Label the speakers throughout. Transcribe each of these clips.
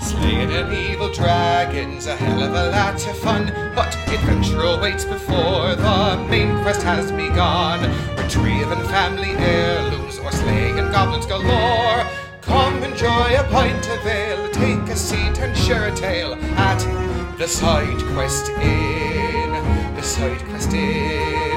Speaker 1: Slaying an evil dragon's a hell of a lot of fun, but adventure awaits before the main quest has begun. Retrieving family heirlooms or slaying goblins galore. Come enjoy a pint of ale, take a seat and share a tale at the Side Quest Inn. The Side Quest Inn.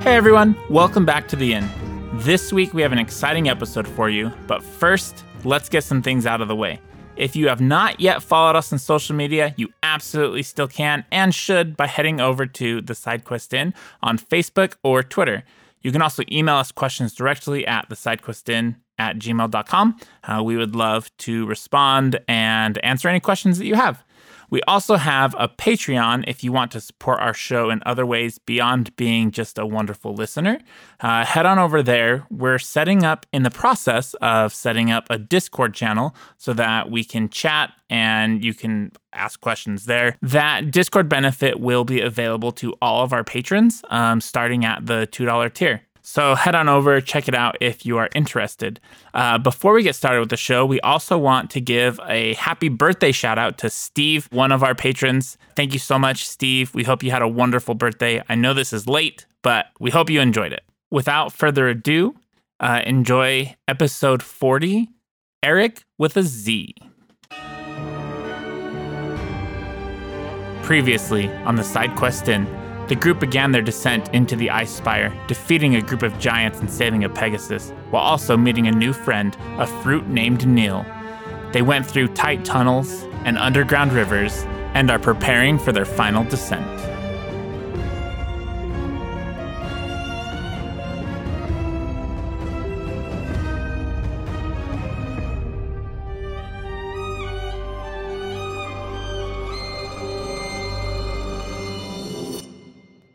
Speaker 2: Hey everyone, welcome back to the inn. This week we have an exciting episode for you, but first, let's get some things out of the way. If you have not yet followed us on social media, you absolutely still can and should by heading over to the SideQuest Inn on Facebook or Twitter. You can also email us questions directly at the sidequestin at gmail.com. Uh, we would love to respond and answer any questions that you have. We also have a Patreon if you want to support our show in other ways beyond being just a wonderful listener. Uh, head on over there. We're setting up in the process of setting up a Discord channel so that we can chat and you can ask questions there. That Discord benefit will be available to all of our patrons um, starting at the $2 tier. So head on over, check it out if you are interested. Uh, before we get started with the show, we also want to give a happy birthday shout out to Steve, one of our patrons. Thank you so much, Steve. We hope you had a wonderful birthday. I know this is late, but we hope you enjoyed it. Without further ado, uh, enjoy episode 40 Eric with a Z. Previously, on the side quest in, the group began their descent into the Ice Spire, defeating a group of giants and saving a Pegasus, while also meeting a new friend, a fruit named Neil. They went through tight tunnels and underground rivers and are preparing for their final descent.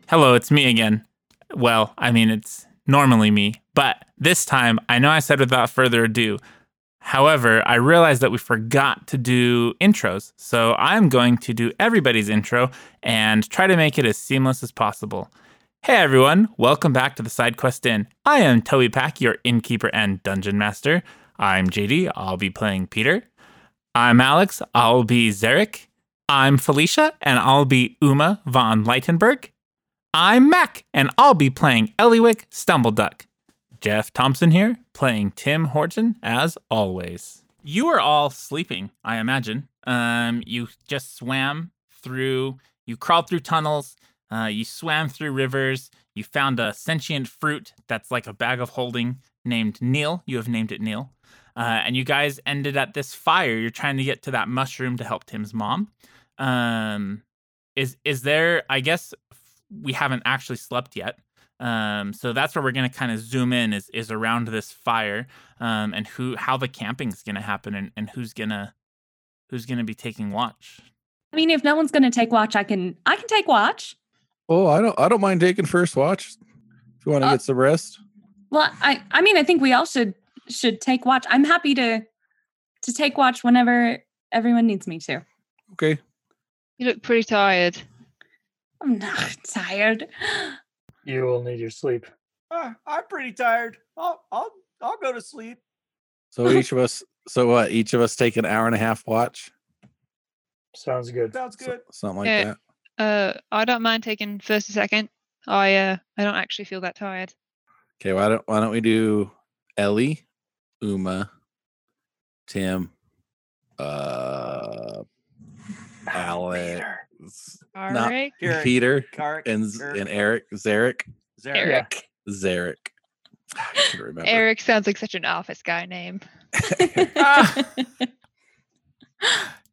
Speaker 2: Hello, it's me again. Well, I mean, it's normally me, but this time I know I said without further ado. However, I realized that we forgot to do intros, so I'm going to do everybody's intro and try to make it as seamless as possible. Hey everyone, welcome back to the Side Quest Inn. I am Toby Pack, your innkeeper and dungeon master. I'm JD, I'll be playing Peter. I'm Alex. I'll be Zarek. I'm Felicia, and I'll be Uma von Leitenberg. I'm Mac, and I'll be playing Eliwick Stumbleduck. Jeff Thompson here, playing Tim Horton as always. You are all sleeping, I imagine. Um, you just swam through, you crawled through tunnels, uh, you swam through rivers, you found a sentient fruit that's like a bag of holding named Neil. You have named it Neil. Uh, and you guys ended at this fire. You're trying to get to that mushroom to help Tim's mom. Um, is is there? I guess we haven't actually slept yet. Um, so that's where we're gonna kind of zoom in is is around this fire, um, and who how the camping's gonna happen and, and who's gonna who's gonna be taking watch.
Speaker 3: I mean, if no one's going to take watch, I can I can take watch.
Speaker 4: Oh, I don't I don't mind taking first watch. If you want to
Speaker 3: Oh.
Speaker 4: get some rest.
Speaker 3: Well, I I mean, I think we all should should take watch. I'm happy to to take watch whenever everyone needs me to.
Speaker 4: Okay.
Speaker 5: You look pretty tired.
Speaker 3: I'm not tired.
Speaker 6: You will need your sleep.
Speaker 7: Uh, I'm pretty tired. I'll I'll I'll go to sleep.
Speaker 4: So each of us so what each of us take an hour and a half watch?
Speaker 6: Sounds good.
Speaker 7: Sounds
Speaker 4: So-
Speaker 7: good.
Speaker 4: something like
Speaker 5: Yeah.
Speaker 4: that.
Speaker 5: Uh, I don't mind taking first and second. I uh, I don't actually feel that tired.
Speaker 4: Okay, why don't why don't we do Ellie, Uma, Tim, uh Alex, Not-
Speaker 5: Alright.
Speaker 7: Eric,
Speaker 4: Peter,
Speaker 7: Eric,
Speaker 4: and Z- and Eric, Zarek,
Speaker 7: Zarek.
Speaker 5: Eric.
Speaker 4: Zarek. Ah, I should remember.
Speaker 5: Eric sounds like such an office guy name.
Speaker 4: Ah.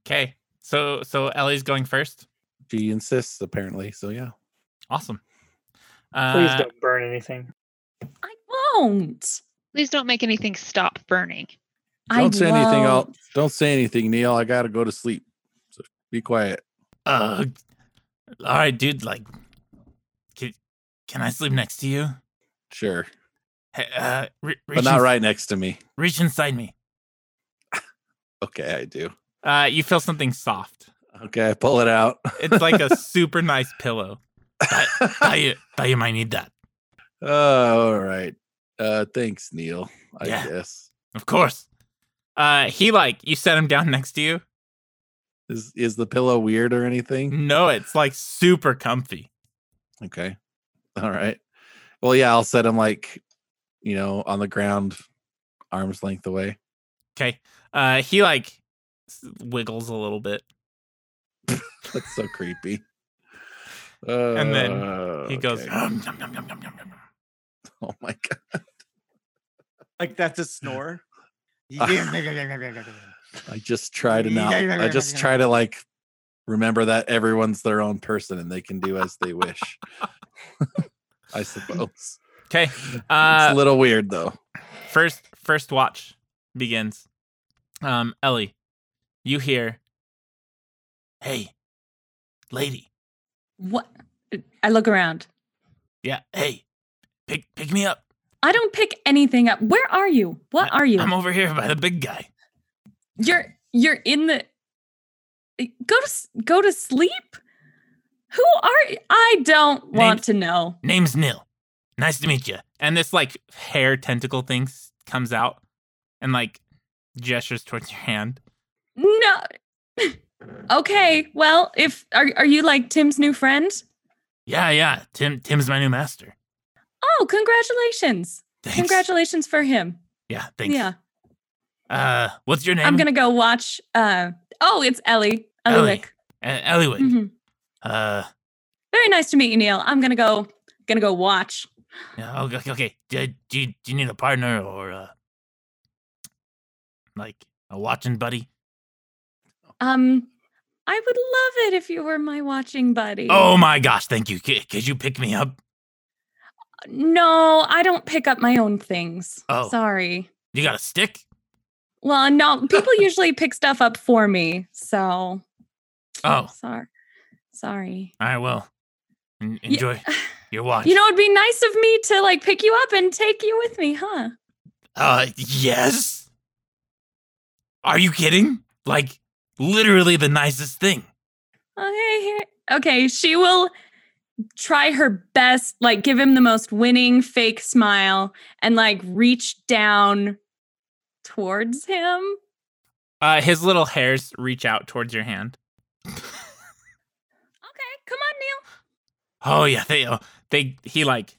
Speaker 2: Okay. So so Ellie's going first.
Speaker 4: She insists apparently. So yeah.
Speaker 2: Awesome.
Speaker 6: Please
Speaker 2: Uh,
Speaker 6: don't burn anything.
Speaker 3: I won't.
Speaker 5: Please don't make anything stop burning.
Speaker 3: I
Speaker 4: Don't say anything
Speaker 3: won't.
Speaker 4: else. Don't say anything, Neil. I gotta go to sleep. So be quiet.
Speaker 2: uh all right, dude, like can, can I sleep next to you?
Speaker 4: Sure.
Speaker 2: Hey, uh, re-
Speaker 4: But not right next to me.
Speaker 2: reach inside me.
Speaker 4: Okay, I do.
Speaker 2: Uh you feel something soft.
Speaker 4: Okay, I pull it out.
Speaker 2: It's like a super nice pillow. Thought you, thought you might need that.
Speaker 4: oh, all right. Uh, thanks, Neil. I
Speaker 2: Yeah.
Speaker 4: guess.
Speaker 2: Of course. Uh, he like you set him down next to you.
Speaker 4: Is is the pillow weird or anything?
Speaker 2: No, it's like super comfy. Mm-hmm.
Speaker 4: Okay. All right. Well, yeah, I'll set him like, you know, on the ground, arm's length away.
Speaker 2: Okay. Uh, he like s- wiggles a little bit.
Speaker 4: That's so creepy.
Speaker 2: then
Speaker 4: Uh,
Speaker 2: He goes.
Speaker 4: okay.
Speaker 2: "Yum, yum, yum, yum, yum, yum, yum."
Speaker 4: "Oh my god!"
Speaker 7: Like that's a snore.
Speaker 4: I just try to not. I just try to like remember that everyone's their own person and they can do as they wish. I suppose.
Speaker 2: Okay.
Speaker 4: it's a
Speaker 2: Uh,
Speaker 4: little weird though.
Speaker 2: first first watch begins. Um, Ellie, you hear, "Hey, lady,
Speaker 3: What? I look around.
Speaker 2: yeah, hey, pick pick me up.
Speaker 3: I don't pick anything up. Where are you? What are you?
Speaker 2: I'm over here by the big guy."
Speaker 3: you're you're in the. Go to s- go to sleep. Who are? y- I don't want to know.
Speaker 2: Name's Nil. Nice to meet you. And this like hair tentacle thing s- comes out and like gestures towards your hand.
Speaker 3: No. okay. Well, if are are you like Tim's new friend?
Speaker 2: Yeah, yeah. Tim Tim's my new master.
Speaker 3: Oh, congratulations!
Speaker 2: Thanks.
Speaker 3: Congratulations for him.
Speaker 2: Yeah, thanks.
Speaker 3: Yeah.
Speaker 2: Uh, what's your name?
Speaker 3: I'm gonna go watch. uh Oh, it's Ellie. Ellie.
Speaker 2: Ellie.
Speaker 3: Lick.
Speaker 2: uh, Elliot.
Speaker 3: Mhm.
Speaker 2: Uh,
Speaker 3: Very nice to meet you, Neil. I'm gonna go. Gonna go watch.
Speaker 2: yeah, okay, okay, okay. Do, do, you- do you need a partner or uh, like a watching buddy?
Speaker 3: Um, I would love it if you were my watching buddy.
Speaker 2: Oh my gosh, thank you. C- could you pick me up?
Speaker 3: no, I don't pick up my own things.
Speaker 2: Oh.
Speaker 3: Sorry.
Speaker 2: You got a stick?
Speaker 3: Well, no, people usually pick stuff up for me, so
Speaker 2: Oh, all
Speaker 3: sorry. Sorry.
Speaker 2: right. Well, en- enjoy your watch.
Speaker 3: You know, it'd be nice of me to like pick you up and take you with me, huh?
Speaker 2: Uh, yes. Are you kidding? Like, literally the nicest thing.
Speaker 3: Okay, here. Okay, she will try her best, like give him the most winning fake smile and like reach down towards him.
Speaker 2: Uh, his little hairs reach out towards your hand.
Speaker 3: Okay, come on, Neil.
Speaker 2: Oh yeah, they oh, they he like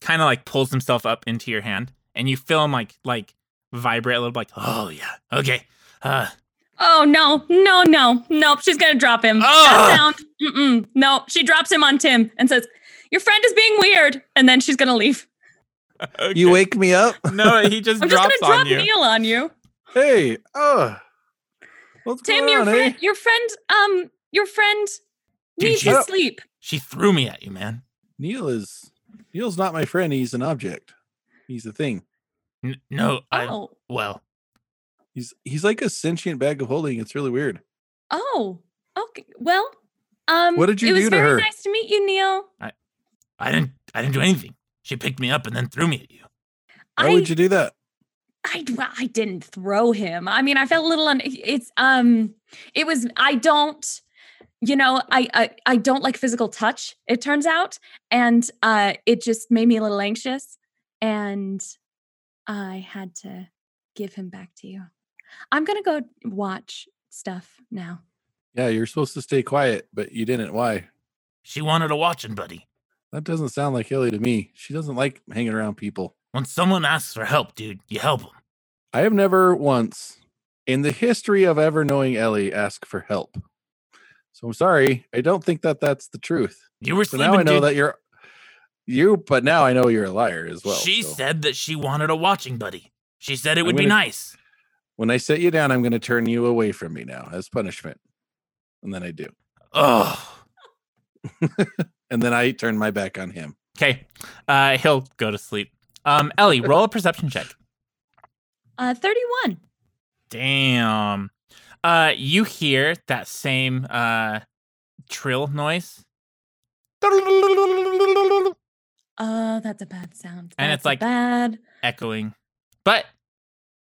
Speaker 2: kind of like pulls himself up into your hand, and you feel him like like vibrate a little, like oh yeah, okay. Uh,
Speaker 3: Oh no, no, no, nope. She's gonna drop him. That
Speaker 2: Ugh.
Speaker 3: sound. Mm-mm. No, she drops him on Tim and says, "Your friend is being weird," and then she's gonna leave.
Speaker 4: You wake me up.
Speaker 2: No, he just
Speaker 3: I'm just
Speaker 2: drops
Speaker 3: gonna drop
Speaker 2: on you.
Speaker 3: Neil on you.
Speaker 4: Hey, oh, what's
Speaker 3: Tim,
Speaker 4: going
Speaker 3: your
Speaker 4: on,
Speaker 3: friend,
Speaker 4: eh?
Speaker 3: your friend, um, your friend
Speaker 2: Dude,
Speaker 3: needs
Speaker 2: shut
Speaker 4: Oh,
Speaker 3: to
Speaker 2: up.
Speaker 3: sleep.
Speaker 2: She threw me at you, man.
Speaker 4: Neil is Neil's not my friend. He's an object. He's a thing.
Speaker 2: N- no, I
Speaker 3: Oh,
Speaker 2: well,
Speaker 4: He's he's like a sentient bag of holding. It's really weird.
Speaker 3: oh, okay. Well, um,
Speaker 4: What did you
Speaker 3: it was
Speaker 4: do to
Speaker 3: very
Speaker 4: her?
Speaker 3: nice to meet you, Neil.
Speaker 2: I didn't I didn't do anything. She picked me up and then threw me at you.
Speaker 4: Why
Speaker 3: I,
Speaker 4: would you do that?
Speaker 3: I, well, I didn't throw him. I mean, I felt a little un. It's um, it was. I don't. You know, I, I I don't like physical touch. It turns out, and uh, it just made me a little anxious, and I had to give him back to you. I'm gonna go watch stuff now.
Speaker 4: Yeah, you're supposed to stay quiet, but you didn't. Why?
Speaker 2: She wanted a watching buddy.
Speaker 4: That doesn't sound like Ellie to me. She doesn't like hanging around people.
Speaker 2: When someone asks for help, dude, you help them.
Speaker 4: I have never once in the history of ever knowing Ellie ask for help. So I'm sorry. I don't think that that's the truth.
Speaker 2: You were
Speaker 4: So
Speaker 2: sleeping.
Speaker 4: now I know
Speaker 2: dude.
Speaker 4: that you're you, but now I know you're a liar as well.
Speaker 2: she
Speaker 4: so
Speaker 2: said that she wanted a watching buddy. She said it
Speaker 4: I'm
Speaker 2: would be
Speaker 4: gonna-
Speaker 2: nice.
Speaker 4: when I set you down, I'm going to turn you away from me now as punishment. And then I do.
Speaker 2: Oh.
Speaker 4: And then I turn my back on him.
Speaker 2: Okay. Uh, he'll go to sleep. Um, Ellie, roll a perception check.
Speaker 3: Uh, 31.
Speaker 2: Damn. Uh, you hear that same uh trill noise,
Speaker 3: Oh, that's a bad sound.
Speaker 2: And it's
Speaker 3: That's a
Speaker 2: like-
Speaker 3: bad.
Speaker 2: echoing, but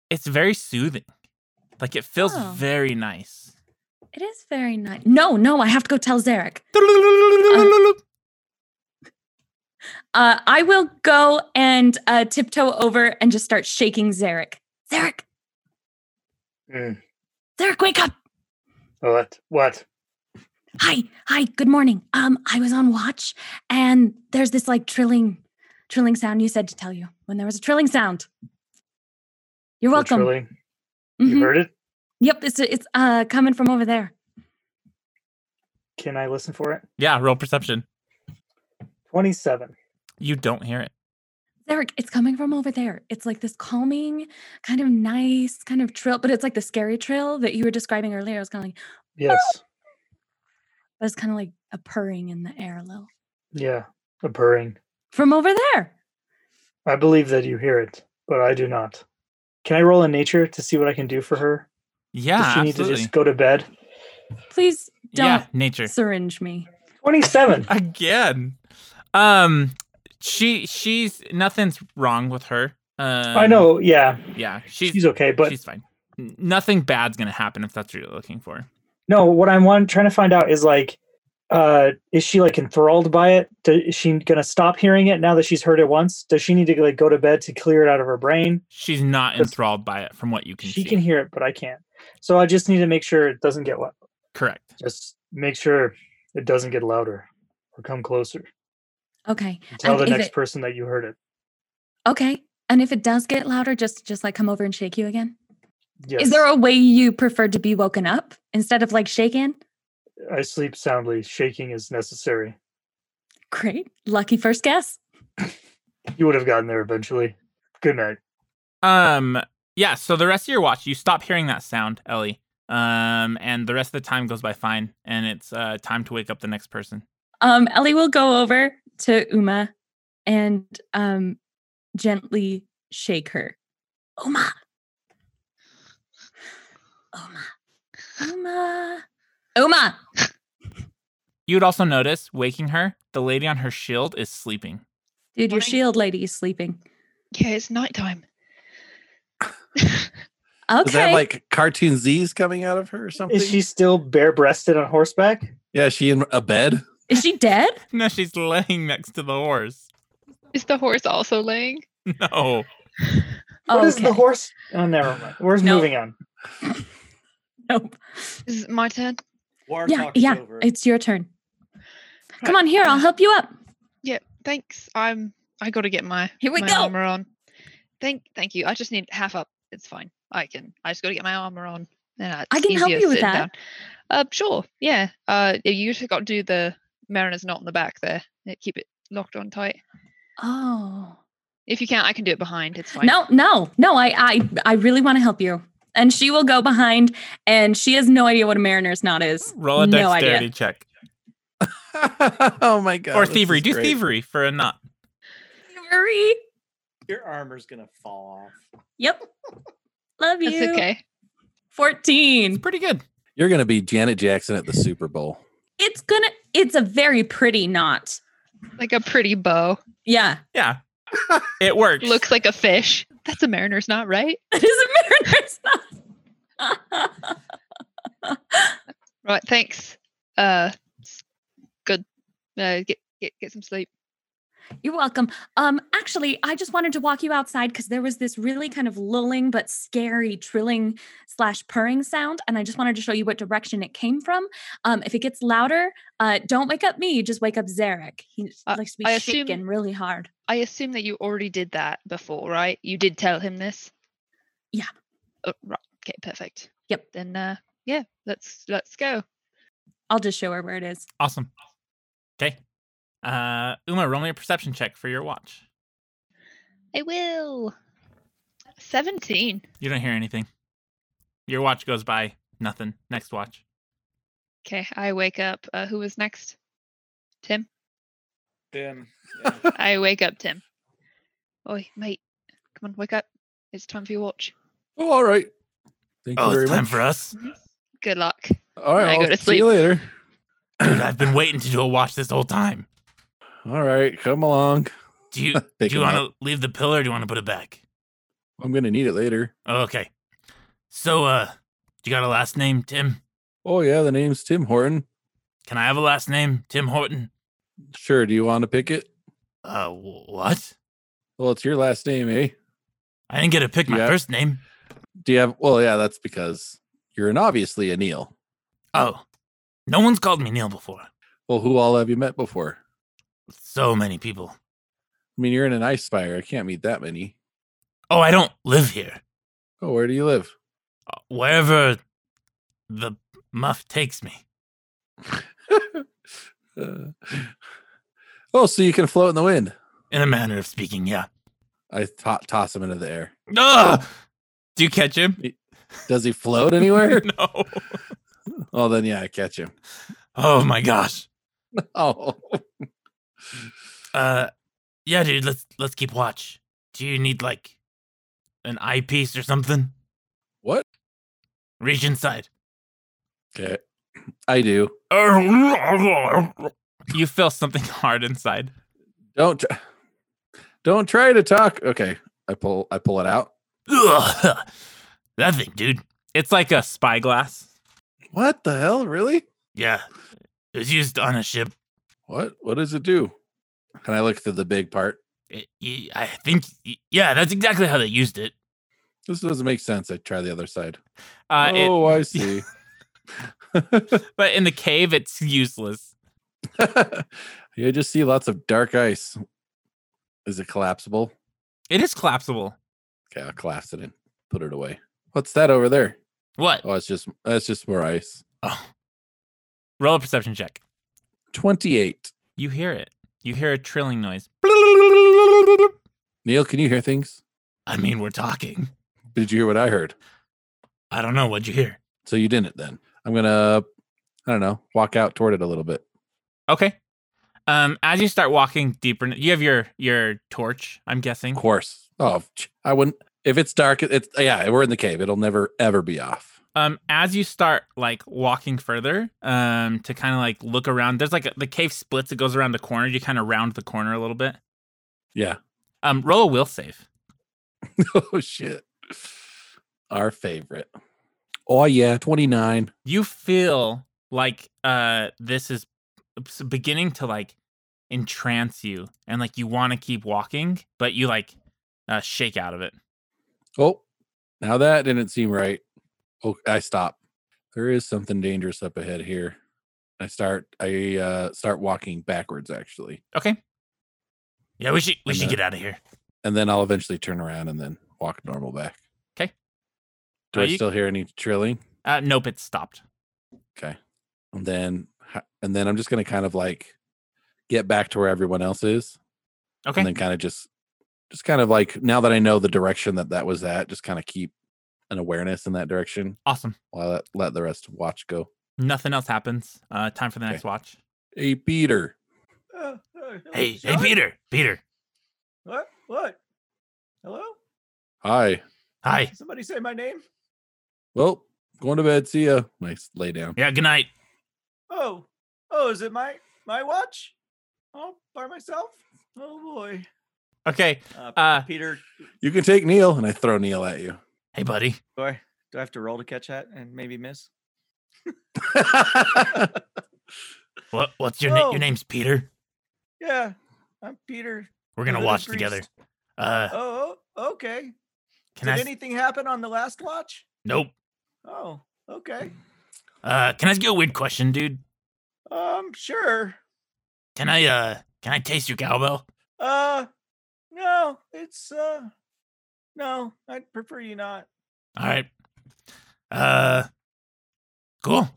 Speaker 2: it's very soothing. Like it feels
Speaker 3: Oh.
Speaker 2: very nice.
Speaker 3: It is very nice. No, no, I have to go tell Zarek. Uh, I will go and uh, tiptoe over and just start shaking Zarek. Zarek,
Speaker 6: Mm.
Speaker 3: Derek, wake up.
Speaker 6: What? Oh, What?
Speaker 3: Hi, hi, good morning. Um, I was on watch and there's this like trilling, trilling sound you said to tell you when there was a trilling sound. You're welcome.
Speaker 6: Literally? You
Speaker 3: Mhm.
Speaker 6: heard it?
Speaker 3: Yep, it's it's uh coming from over there.
Speaker 6: Can I listen for it?
Speaker 2: Yeah, roll perception.
Speaker 6: 27.
Speaker 2: You don't hear it.
Speaker 3: Derek, it's coming from over there. It's like this calming, kind of nice, kind of trill, but it's like the scary trill that you were describing earlier. It was kind of like,
Speaker 6: Yes.
Speaker 3: but it's kind of like a purring in the air, a little
Speaker 6: Yeah. A purring.
Speaker 3: from over there.
Speaker 6: I believe that you hear it, but I do not. Can I roll in nature to see what I can do for her?
Speaker 2: Yeah,
Speaker 6: Does she need
Speaker 2: absolutely.
Speaker 6: to just go to bed?
Speaker 3: Please
Speaker 2: yeah,
Speaker 3: don't
Speaker 2: nature.
Speaker 3: syringe me.
Speaker 6: 27.
Speaker 2: again um she she's nothing's wrong with her um,
Speaker 6: I know. Yeah.
Speaker 2: yeah she's
Speaker 6: She's,
Speaker 2: she's,
Speaker 6: okay, but
Speaker 2: fine N- nothing bad's gonna happen if that's what you're looking for
Speaker 6: No, what I'm want, trying to find out is like, uh, is she like enthralled by it? Do, is she gonna stop hearing it now that she's heard it once? Does she need to like go to bed to clear it out of her brain?
Speaker 2: she's not
Speaker 6: Does-
Speaker 2: enthralled by it from what you can
Speaker 6: she
Speaker 2: see
Speaker 6: can hear it, but I can't. So I just need to make sure it doesn't get what.
Speaker 2: correct
Speaker 6: Just make sure it doesn't get louder or come closer.
Speaker 3: Okay.
Speaker 6: And tell
Speaker 3: and
Speaker 6: the
Speaker 3: if
Speaker 6: next
Speaker 3: it-
Speaker 6: person that you heard it.
Speaker 3: Okay. And if it does get louder, just just like come over and shake you again.
Speaker 6: Yes.
Speaker 3: Is there a way you prefer to be woken up instead of like shaken?
Speaker 6: I sleep soundly. Shaking is necessary.
Speaker 3: Great. Lucky first guess.
Speaker 6: You would have gotten there eventually. Good night.
Speaker 2: um yeah so the rest of your watch you stop hearing that sound ellie um and the rest of the time goes by fine and it's uh time to wake up the next person
Speaker 3: Um, Ellie will go over to Uma and um, gently shake her. Uma. Uma. Uma. Uma.
Speaker 2: you'd also notice waking her the lady on her shield is sleeping
Speaker 3: Dude, your
Speaker 5: Morning.
Speaker 3: shield lady is sleeping.
Speaker 5: Yeah, it's nighttime.
Speaker 4: Does that
Speaker 3: Okay.
Speaker 4: have like cartoon Z's coming out of her
Speaker 7: Oh,
Speaker 4: or something?
Speaker 6: Is she still bare breasted on horseback?
Speaker 4: yeah, is she in a bed?
Speaker 3: is she dead?
Speaker 2: no she's laying next to the horse
Speaker 5: Is the horse also laying?
Speaker 2: no
Speaker 6: What is the
Speaker 3: Okay.
Speaker 6: horse? Oh, never mind. We're
Speaker 3: No.
Speaker 6: moving on.
Speaker 3: Nope.
Speaker 5: Is it my turn?
Speaker 7: War
Speaker 3: Yeah,
Speaker 7: talk is
Speaker 3: yeah.
Speaker 7: over.
Speaker 3: It's your turn. Come on here, I'll help you up.
Speaker 5: Thanks. I'm. I got to get my
Speaker 3: Here we
Speaker 5: my
Speaker 3: go.
Speaker 5: armor on. Thank, thank you. I just need half up. It's fine. I can. I just got to get my armor on. And uh,
Speaker 3: I
Speaker 5: it's
Speaker 3: can help
Speaker 5: easier
Speaker 3: you with
Speaker 5: sitting
Speaker 3: that.
Speaker 5: Down. Uh, sure. Yeah. Uh, yeah, you just got to do the mariner's knot in the back there. Yeah, Keep it locked on tight.
Speaker 3: Oh.
Speaker 5: If you can't, I can do it behind. It's fine.
Speaker 3: No, no, no. I I I really want to help you. And she will go behind and she has no idea what a mariner's knot is.
Speaker 2: roll a
Speaker 3: No idea.
Speaker 2: dexterity check
Speaker 4: oh my god.
Speaker 2: or
Speaker 4: this
Speaker 2: thievery.
Speaker 4: is
Speaker 2: Do
Speaker 4: great.
Speaker 2: thievery for a knot.
Speaker 3: Hurry.
Speaker 7: Your armor's gonna fall off.
Speaker 3: Yep. Love you.
Speaker 5: That's okay.
Speaker 3: 14.
Speaker 2: Pretty good.
Speaker 4: You're gonna be Janet Jackson at the Super Bowl.
Speaker 3: It's gonna it's a very pretty knot.
Speaker 5: Like a pretty bow.
Speaker 3: Yeah.
Speaker 2: Yeah, it works.
Speaker 5: Looks like a fish. That's a mariner's knot, right?
Speaker 3: It is a mariner's knot.
Speaker 5: Right. Thanks. Uh, s- good. Uh, get get get some sleep.
Speaker 3: You're welcome. Um, actually, I just wanted to walk you outside because there was this really kind of lulling but scary trilling slash purring sound, and I just wanted to show you what direction it came from. Um, if it gets louder, uh, don't wake up me. Just wake up Zarek. He
Speaker 5: Uh,
Speaker 3: likes to be
Speaker 5: I assume-
Speaker 3: shaken really hard.
Speaker 5: I assume that you already did that before, right? You did tell him this.
Speaker 3: Yeah.
Speaker 5: Oh, right. Okay. Perfect.
Speaker 3: Yep.
Speaker 5: Then uh, yeah, let's let's go.
Speaker 3: I'll just show her where it is.
Speaker 2: awesome. Okay, uh, Uma, roll me a perception check for your watch.
Speaker 5: I will. Seventeen.
Speaker 2: You don't hear anything. Your watch goes by. Nothing. Next watch.
Speaker 5: Okay. I wake up. Uh, who was next? Tim.
Speaker 7: Damn.
Speaker 5: I wake up, Tim. Oi, mate. Come on, wake up. It's time for your watch.
Speaker 4: Oh, all right. Thank
Speaker 2: Oh,
Speaker 4: you very much.
Speaker 2: us.
Speaker 3: Mm-hmm.
Speaker 5: Good luck.
Speaker 4: all right,
Speaker 5: I go
Speaker 4: I'll
Speaker 5: to
Speaker 4: see you later.
Speaker 2: Dude, I've been waiting to do a watch this whole time.
Speaker 4: All right, come along.
Speaker 2: Do you
Speaker 4: Pick him up.
Speaker 2: to leave the pillow or do you want to put it back?
Speaker 4: I'm gonna need it later.
Speaker 2: Oh, okay. So, uh, you got a last name, Tim?
Speaker 4: Oh yeah, the name's Tim Horton.
Speaker 2: Can I have a last name, Tim Horton?
Speaker 4: Sure. Do you want to pick it?
Speaker 2: Uh, wh- what?
Speaker 4: Well, it's your last name, eh?
Speaker 2: I didn't get to pick
Speaker 4: Yeah.
Speaker 2: first name.
Speaker 4: do you have? Well, yeah, that's because you're an obviously a Neil.
Speaker 2: Oh, no one's called me Neil before.
Speaker 4: Well, who all have you met before?
Speaker 2: So many people.
Speaker 4: I mean, you're in an ice fire. I can't meet that many.
Speaker 2: Oh, I don't live here.
Speaker 4: Oh, where do you live?
Speaker 2: Wherever the muff takes me.
Speaker 4: Uh, oh, so you can float in the wind.
Speaker 2: In a manner of speaking, yeah.
Speaker 4: I to- toss him into the air.
Speaker 2: Ugh! Do you catch him?
Speaker 4: Does he float anywhere?
Speaker 2: no.
Speaker 4: Well, then, yeah, I catch him.
Speaker 2: Oh my gosh.
Speaker 4: Oh,
Speaker 2: Uh, yeah, dude. Let's let's keep watch. Do you need like an eyepiece or something?
Speaker 4: What?
Speaker 2: Reach inside.
Speaker 4: okay. I do.
Speaker 2: You feel something hard inside.
Speaker 4: Don't tr- don't try to talk. Okay, I pull I pull it out.
Speaker 2: Ugh. That thing, dude. It's like a spyglass.
Speaker 4: What the hell? Really?
Speaker 2: Yeah. It was used on a ship.
Speaker 4: What? What does it do? Can I look through the big part?
Speaker 2: It- y- I think, y- yeah, that's exactly how they used it.
Speaker 4: This doesn't make sense. I try the other side.
Speaker 2: Uh, it-
Speaker 4: oh, I see.
Speaker 2: but in the cave, it's useless.
Speaker 4: you just see lots of dark ice. Is it collapsible?
Speaker 2: It is collapsible.
Speaker 4: Okay, I'll collapse it and put it away. What's that over there?
Speaker 2: What?
Speaker 4: Oh, it's just that's just more ice.
Speaker 2: Oh. Roll a perception check.
Speaker 4: Twenty-eight.
Speaker 2: You hear it. You hear a trilling noise.
Speaker 4: Neil, can you hear things?
Speaker 2: I mean, we're talking.
Speaker 4: Did you hear what I heard?
Speaker 2: I don't know. What'd you hear?
Speaker 4: So you didn't then. I'm gonna I don't know, walk out toward it a little bit.
Speaker 2: Okay. Um, as you start walking deeper, you have your your torch. I'm guessing.
Speaker 4: Of course. Oh ch- I wouldn't if it's dark, it's yeah, we're in the cave. It'll never ever be off.
Speaker 2: um as you start like walking further um to kind of like look around there's like a, the cave splits it goes around the corner you kind of round the corner a little bit
Speaker 4: Yeah.
Speaker 2: um roll a will save
Speaker 4: oh shit. Our favorite. Oh yeah, 29.
Speaker 2: you feel like uh this is s- beginning to like entrance you and like you want to keep walking but you like uh, shake out of it
Speaker 4: Oh, now that didn't seem right. Oh, I stop. There is something dangerous up ahead here. I start I uh start walking backwards actually.
Speaker 2: okay yeah we should we
Speaker 4: And
Speaker 2: should
Speaker 4: then-
Speaker 2: get out of here
Speaker 4: And then I'll eventually turn around and then walk normal back.
Speaker 2: 'Kay.
Speaker 4: Do
Speaker 2: Are
Speaker 4: I
Speaker 2: you-
Speaker 4: still hear any trilling?
Speaker 2: uh nope it's stopped
Speaker 4: and then h- and then I'm just gonna kind of like get back to where everyone else is,
Speaker 2: okay
Speaker 4: and then kind of just just kind of like now that I know the direction that that was at, just kind of keep an awareness in that direction
Speaker 2: awesome
Speaker 4: while I let, let the rest watch go.
Speaker 2: nothing else happens uh time for the next watch
Speaker 4: Hey, Peter,
Speaker 7: Uh, uh,
Speaker 2: hey hey
Speaker 7: Sean?
Speaker 2: peter peter
Speaker 7: What? What? Hello?
Speaker 4: hi.
Speaker 2: hi
Speaker 7: Somebody say my name?
Speaker 4: Well, going to bed. See ya. Nice lay down.
Speaker 2: Yeah, good night.
Speaker 7: Oh, oh, is it my my watch? All by myself? Oh boy.
Speaker 2: Okay.
Speaker 7: Uh,
Speaker 2: Uh,
Speaker 7: Peter,
Speaker 4: You can take Neil, and I throw Neil at you.
Speaker 2: Hey, buddy.
Speaker 7: do I do I have to roll to catch that and maybe miss?
Speaker 2: What? What's your name?
Speaker 7: Whoa.
Speaker 2: Your name's Peter.
Speaker 7: Yeah, I'm Peter.
Speaker 2: We're gonna
Speaker 7: Little
Speaker 2: watch
Speaker 7: Greased.
Speaker 2: together. Uh,
Speaker 7: Oh, oh, okay.
Speaker 2: can
Speaker 7: Did
Speaker 2: I? s-
Speaker 7: anything happen on the last watch?
Speaker 2: nope.
Speaker 7: Oh, okay.
Speaker 2: Uh, can I ask you a weird question, dude?
Speaker 7: Um, sure.
Speaker 2: Can I? Uh, can I taste your cowbell?
Speaker 7: Uh, no, it's uh, no, I'd prefer you not.
Speaker 2: All right. Uh, cool.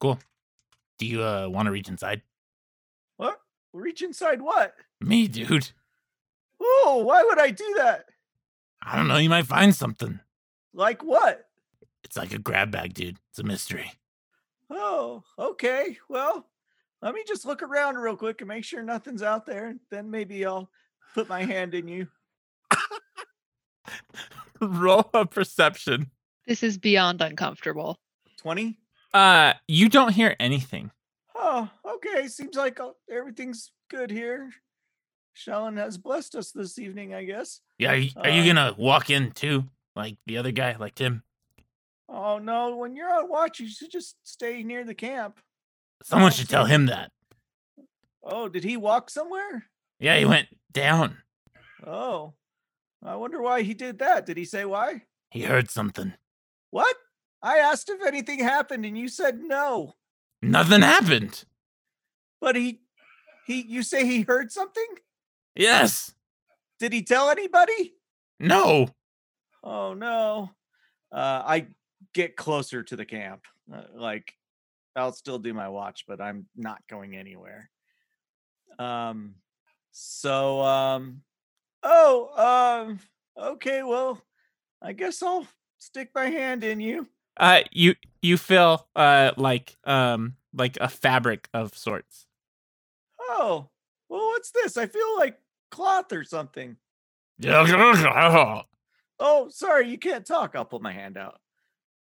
Speaker 2: Cool. Do you uh want to reach inside?
Speaker 7: What? Reach inside what?
Speaker 2: Me, dude.
Speaker 7: Oh, why would I do that?
Speaker 2: I don't know. You might find something.
Speaker 7: Like what?
Speaker 2: It's like a grab bag, dude. It's a mystery.
Speaker 7: Oh, okay. Well, let me just look around real quick and make sure nothing's out there. and Then maybe I'll put my hand in you.
Speaker 2: Roll a perception.
Speaker 5: This is beyond uncomfortable.
Speaker 7: 20?
Speaker 2: Uh, you don't hear anything.
Speaker 7: Oh, okay. Seems like all- everything's good here. Shallon has blessed us this evening, I guess.
Speaker 2: Yeah. Are you, are you
Speaker 7: Uh,
Speaker 2: gonna walk in too, like the other guy, like Tim?
Speaker 7: Oh, no. When you're on watch, you should just stay near the camp.
Speaker 2: Someone should tell him that.
Speaker 7: Oh, did he walk somewhere?
Speaker 2: Yeah, he went down.
Speaker 7: Oh, I wonder why he did that. Did he say why?
Speaker 8: He heard something.
Speaker 7: What? I asked if anything happened and you said no.
Speaker 8: Nothing happened.
Speaker 7: But he he you say he heard something?
Speaker 8: Yes.
Speaker 7: Did he tell anybody?
Speaker 8: No.
Speaker 7: Oh no. Uh I get closer to the camp. Uh, like I'll still do my watch, but I'm not going anywhere. Um so um oh um okay, well, I guess I'll stick my hand in you.
Speaker 2: Uh, you you feel uh like um like a fabric of sorts.
Speaker 7: Oh, well, what's this? I feel like cloth or something.
Speaker 8: Do
Speaker 7: Oh, sorry, you can't talk. I'll pull my hand out.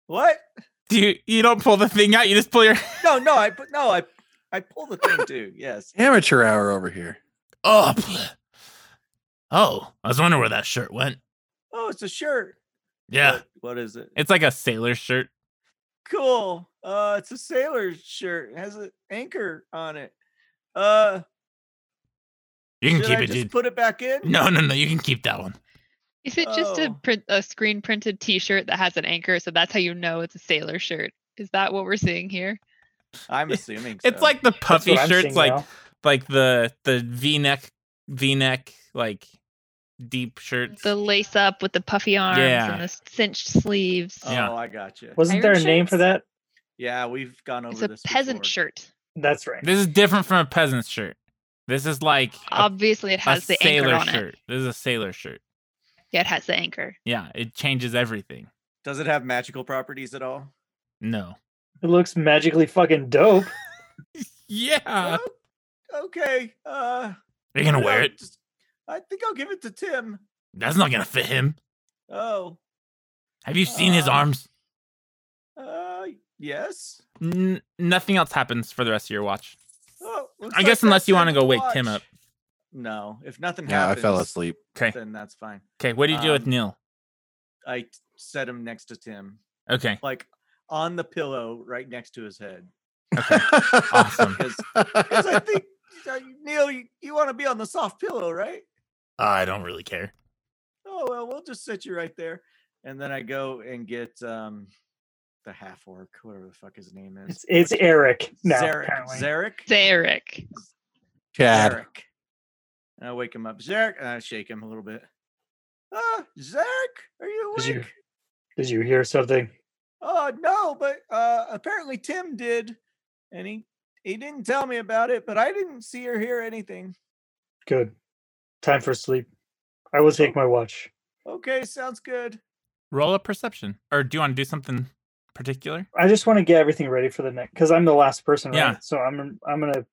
Speaker 7: What?
Speaker 2: You you don't pull the thing out. You just pull your.
Speaker 7: No, no, I put no, I I pull the thing too. Yes.
Speaker 4: Amateur hour over here.
Speaker 8: up. Oh, I was wondering where that shirt went.
Speaker 7: Oh, it's a shirt.
Speaker 8: Yeah.
Speaker 7: What- what is it?
Speaker 2: It's like a sailor shirt.
Speaker 7: cool. Uh, it's a sailor's shirt. It has an anchor on it. Uh,
Speaker 8: You can
Speaker 7: should
Speaker 8: keep
Speaker 7: I
Speaker 8: it,
Speaker 7: just
Speaker 8: dude.
Speaker 7: put it back in?
Speaker 8: No, no, no. You can keep that one.
Speaker 5: Is it just a
Speaker 7: Oh.
Speaker 5: print a screen printed T-shirt that has an anchor? So that's how you know it's a sailor shirt. Is that what we're seeing here?
Speaker 7: I'm assuming.
Speaker 2: It's
Speaker 7: so.
Speaker 2: like the
Speaker 6: That's
Speaker 2: puffy
Speaker 6: what I'm
Speaker 2: shirts,
Speaker 6: seeing
Speaker 2: like
Speaker 6: now.
Speaker 2: like the the V neck V neck like deep shirts.
Speaker 5: The lace up with the puffy arms
Speaker 2: Yeah.
Speaker 5: and the cinched sleeves.
Speaker 7: Oh,
Speaker 2: yeah.
Speaker 7: I got you.
Speaker 6: Wasn't there a
Speaker 3: Iron
Speaker 6: name for
Speaker 3: shirts?
Speaker 6: that?
Speaker 7: Yeah, we've gone over
Speaker 5: it's a
Speaker 7: this.
Speaker 5: peasant
Speaker 7: before.
Speaker 5: shirt.
Speaker 6: That's right.
Speaker 2: This is different from a peasant's shirt. This is like a,
Speaker 5: Obviously, it
Speaker 2: a
Speaker 5: has the anchor
Speaker 2: sailor
Speaker 5: on it.
Speaker 2: shirt. This is a sailor shirt.
Speaker 5: Yeah, it has the anchor.
Speaker 2: Yeah, it changes everything.
Speaker 7: Does it have magical properties at all?
Speaker 2: No.
Speaker 6: It looks magically fucking dope.
Speaker 8: Uh,
Speaker 2: Yeah.
Speaker 7: Well, Oh, okay. Uh,
Speaker 8: Are you gonna
Speaker 7: no,
Speaker 8: wear it?
Speaker 7: just- I think I'll give it to Tim.
Speaker 8: That's not gonna fit him.
Speaker 7: Oh,
Speaker 8: Have you seen his
Speaker 7: Uh,
Speaker 8: arms?
Speaker 7: uh, yes.
Speaker 2: N- nothing else happens for the rest of your watch.
Speaker 7: Oh, looks
Speaker 2: I guess
Speaker 7: that's
Speaker 2: unless you wanna
Speaker 7: Tim's
Speaker 2: go wake Tim
Speaker 7: watch.
Speaker 2: up.
Speaker 7: No, if nothing
Speaker 4: Yeah, I
Speaker 7: happens,
Speaker 4: fell asleep.
Speaker 2: Okay.
Speaker 7: Then that's fine.
Speaker 2: Okay. What do you do with
Speaker 7: Um,
Speaker 2: Neil?
Speaker 7: I t- set him next to Tim,
Speaker 2: Okay.
Speaker 7: like on the pillow right next to his head.
Speaker 2: Awesome.
Speaker 7: Because I think, uh, Neil, you, you want to be on the soft pillow, right?
Speaker 8: I don't really care.
Speaker 7: Oh, well, we'll just set you right there. And then I go and get um, the half orc, whatever the fuck his name is.
Speaker 6: It's, it's Eric now.
Speaker 7: Zarek.
Speaker 6: apparently.
Speaker 7: Zarek?
Speaker 5: Derek.
Speaker 4: Chad.
Speaker 7: Zarek. And I wake him up. Zarek. And I shake him a little bit. Uh, Zarek, are you
Speaker 6: Did you-
Speaker 7: awake?
Speaker 6: Did you hear something?
Speaker 7: Oh no, but uh apparently Tim did, and he he didn't tell me about it, but I didn't see or hear anything.
Speaker 6: Good. Time for sleep. I will take my watch.
Speaker 7: Okay, sounds good.
Speaker 2: Roll a perception. Or do you want to do something particular?
Speaker 6: I just want to get everything ready for the next because I'm the last person, right?
Speaker 2: Yeah.
Speaker 6: So I'm I'm gonna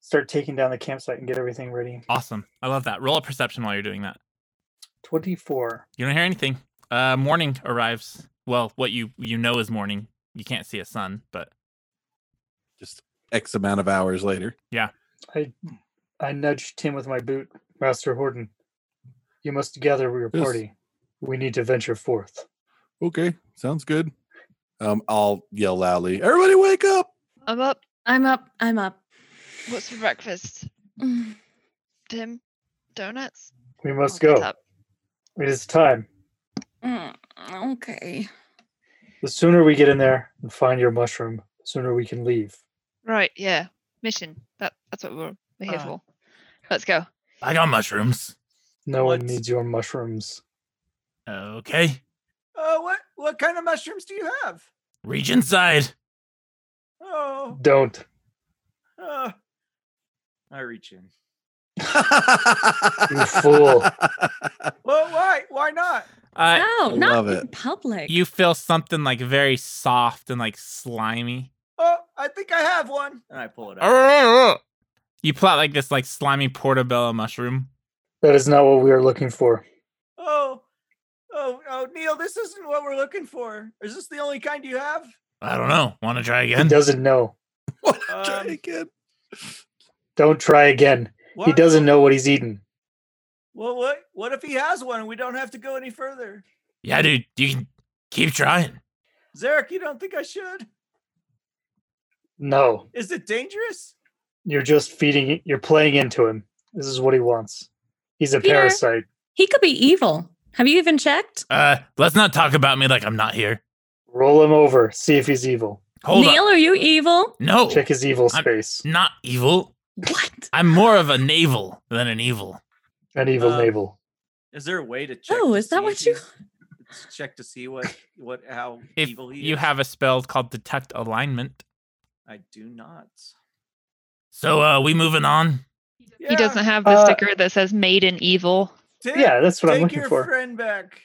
Speaker 6: start taking down the campsite and get everything ready.
Speaker 2: Awesome. I love that. Roll a perception while you're doing that.
Speaker 6: Twenty four.
Speaker 2: You don't hear anything. Uh, morning arrives. Well, what you you know is morning. You can't see a sun, but
Speaker 4: Just X amount of hours later.
Speaker 6: I I nudged Tim with my boot. Master Horton, you must gather your
Speaker 4: Yes.
Speaker 6: party. We need to venture forth.
Speaker 4: Okay. Sounds good. Um, I'll yell loudly. Everybody wake up.
Speaker 5: I'm up.
Speaker 3: I'm up. I'm up.
Speaker 5: What's for breakfast?
Speaker 3: Mm.
Speaker 5: Tim, donuts.
Speaker 6: We must
Speaker 5: I'll get
Speaker 6: go.
Speaker 5: up.
Speaker 6: It is time.
Speaker 3: Mm, Okay.
Speaker 6: The sooner we get in there and find your mushroom, the sooner we can leave.
Speaker 5: Right. Yeah. Mission. That that's what we're, we're here
Speaker 7: Uh,
Speaker 5: for. Let's go.
Speaker 8: I got mushrooms.
Speaker 6: No one
Speaker 7: What's-
Speaker 6: needs your mushrooms.
Speaker 8: Okay.
Speaker 7: Uh what what kind of mushrooms do you have?
Speaker 8: Reach inside.
Speaker 7: Oh
Speaker 6: Don't.
Speaker 7: uh I reach in.
Speaker 4: you
Speaker 6: fool.
Speaker 7: Well, why? Why not?
Speaker 2: uh,
Speaker 3: No,
Speaker 4: I
Speaker 3: not
Speaker 4: love
Speaker 3: in
Speaker 4: it.
Speaker 3: public.
Speaker 2: you feel something like very soft and like slimy.
Speaker 7: Oh, I think I have one. And I pull it out.
Speaker 2: You pull out like this like slimy portobello mushroom.
Speaker 6: That is not what we are looking for.
Speaker 7: Oh, oh, oh, Neil, this isn't what we're looking for. Is this the only kind you have?
Speaker 8: I don't know. Want to try
Speaker 6: He
Speaker 8: again?
Speaker 6: doesn't know.
Speaker 4: Try
Speaker 7: Um,
Speaker 4: again.
Speaker 6: Don't try again. He
Speaker 7: What?
Speaker 6: doesn't know what he's eating.
Speaker 7: Well, what? What if he has one and we don't have to go any further?
Speaker 8: Yeah, dude. You can keep trying.
Speaker 7: Zarek, you don't think I should?
Speaker 6: No,
Speaker 7: Is it dangerous?
Speaker 6: you're just feeding it. You're playing into him. This is what he wants. He's a
Speaker 3: Peter.
Speaker 6: parasite.
Speaker 3: He could be evil. Have you even checked?
Speaker 8: Uh, let's not talk about me like I'm not here.
Speaker 6: Roll him over. See if he's evil.
Speaker 8: Hold
Speaker 3: Neil,
Speaker 8: up.
Speaker 3: are you evil?
Speaker 2: Oh.
Speaker 8: No,
Speaker 6: Check his evil
Speaker 8: I'm-
Speaker 6: space.
Speaker 8: not evil.
Speaker 3: What?
Speaker 8: I'm more of a navel than an evil.
Speaker 6: An evil
Speaker 7: Uh,
Speaker 6: navel.
Speaker 7: Is there a way to check?
Speaker 3: Oh,
Speaker 7: to
Speaker 3: is that
Speaker 7: see
Speaker 3: what
Speaker 7: if
Speaker 3: you-
Speaker 7: he's- check to see what what how
Speaker 2: If
Speaker 7: evil he
Speaker 2: you
Speaker 7: is?
Speaker 2: have a spell called Detect Alignment,
Speaker 7: I do not.
Speaker 8: So, uh, we moving on?
Speaker 5: He doesn't have the
Speaker 6: Uh,
Speaker 5: sticker that says "Made in Evil."
Speaker 7: Take,
Speaker 6: Yeah, that's what I'm
Speaker 7: take
Speaker 6: looking
Speaker 7: your
Speaker 6: for.
Speaker 7: friend back.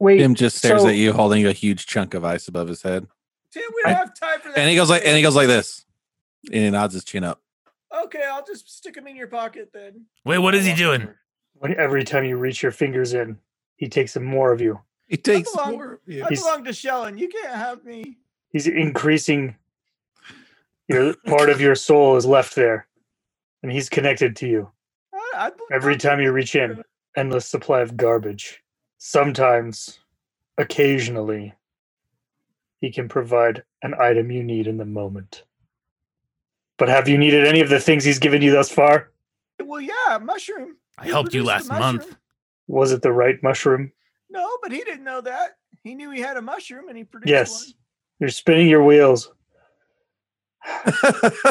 Speaker 6: Wait,
Speaker 4: Tim just stares
Speaker 6: so-
Speaker 4: at you, holding a huge chunk of ice above his head,
Speaker 7: Tim, we don't
Speaker 4: I-
Speaker 7: have time for that.
Speaker 4: and he goes like, and
Speaker 7: today.
Speaker 4: he goes like this, and he nods his chin up.
Speaker 7: Okay, I'll just stick him in your pocket then.
Speaker 8: Wait, what is he
Speaker 7: Walk
Speaker 8: doing?
Speaker 7: over.
Speaker 6: when, every time you reach your fingers in, he takes in more of you.
Speaker 4: He takes
Speaker 7: belong-
Speaker 4: more of you.
Speaker 7: I
Speaker 6: He's-
Speaker 7: belong to Shellen. You can't have me.
Speaker 6: He's increasing. Your part of your soul is left there, and he's connected to you.
Speaker 7: I, I bel-
Speaker 6: Every time you reach in, endless supply of garbage. Sometimes, occasionally, he can provide an item you need in the moment. But have you needed any of the things he's given you thus far?
Speaker 7: Well, yeah, mushroom.
Speaker 8: I
Speaker 7: He
Speaker 8: helped you
Speaker 7: produced a
Speaker 8: last month.
Speaker 7: mushroom.
Speaker 6: Was it the right mushroom?
Speaker 7: No, but he didn't know that. He knew he had a mushroom and he produced
Speaker 6: Yes. You're spinning your wheels.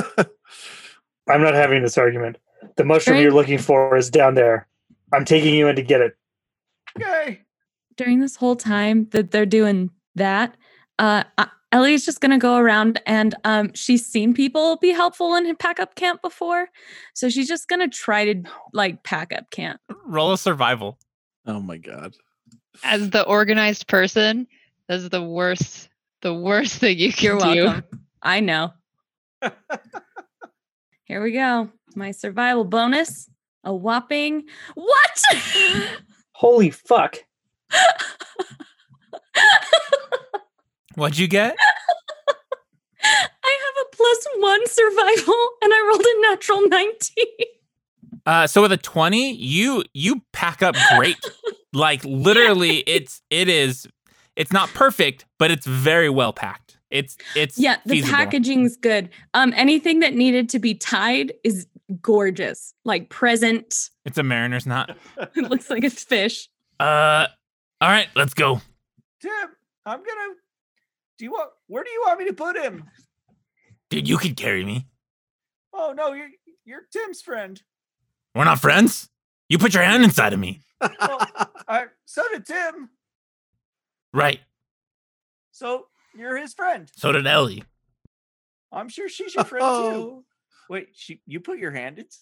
Speaker 6: I'm not having this argument. The mushroom
Speaker 3: Right.
Speaker 6: you're looking for is down there. I'm taking you in to get it.
Speaker 7: one. Okay.
Speaker 3: During this whole time that they're doing that, uh, uh, Ellie's just gonna go around and um, she's seen people be helpful in pack up camp before, so she's just gonna try to like pack up camp.
Speaker 2: roll a survival.
Speaker 4: Oh my god.
Speaker 5: As the organized person, that's the worst. The worst thing you can
Speaker 3: You're
Speaker 5: do.
Speaker 3: welcome. I know. Here we go. My survival bonus, a whopping what?
Speaker 6: Holy fuck.
Speaker 2: What'd you get?
Speaker 3: I have a plus one survival and I rolled a natural 19.
Speaker 2: Uh, so with a twenty, you you pack up great. like literally, it's it is, it's not perfect, but it's very well packed. It's it's
Speaker 3: Yeah, the
Speaker 2: feasible.
Speaker 3: packaging's good. Um, anything that needed to be tied is gorgeous, like present.
Speaker 2: It's a mariner's knot.
Speaker 3: It looks like a fish.
Speaker 8: Uh, all right, let's go.
Speaker 7: Tim, I'm gonna. Do you want? Where do you want me to put him?
Speaker 8: Dude, you could carry me.
Speaker 7: Oh no, you're you're Tim's friend.
Speaker 8: We're not friends. You put your hand inside of me.
Speaker 7: Well, I, so did Tim.
Speaker 8: Right.
Speaker 7: So you're his friend.
Speaker 8: So did Ellie.
Speaker 7: I'm sure she's your friend too. Wait, she, you put your hand. It's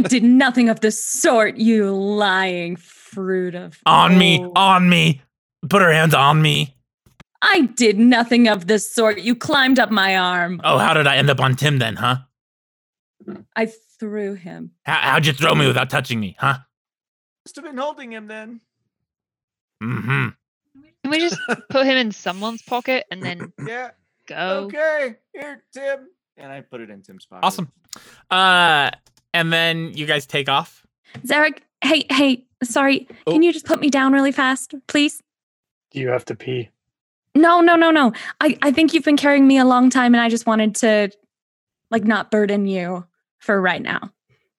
Speaker 3: did nothing of the sort, you lying fruit of.
Speaker 8: On me.
Speaker 3: Oh.
Speaker 8: On me. Put her hands on me.
Speaker 3: I did nothing of the sort. You climbed up my arm.
Speaker 8: Oh, how did I end up on Tim then, huh?
Speaker 3: I threw him.
Speaker 8: How, how'd you throw me without touching me, huh?
Speaker 7: must have been holding him then.
Speaker 8: Mm-hmm.
Speaker 5: Can we just put him in someone's pocket and then
Speaker 7: Yeah.
Speaker 5: go?
Speaker 7: Okay. Here, Tim. And I put it in Tim's pocket.
Speaker 2: Awesome. Uh, and then you guys take off.
Speaker 3: Zarek, hey, hey, sorry.
Speaker 4: Oh.
Speaker 3: Can you just put me down really fast, please?
Speaker 6: Do you have to pee?
Speaker 3: No, no, no, no. I, I think you've been carrying me a long time and I just wanted to like not burden you for right now.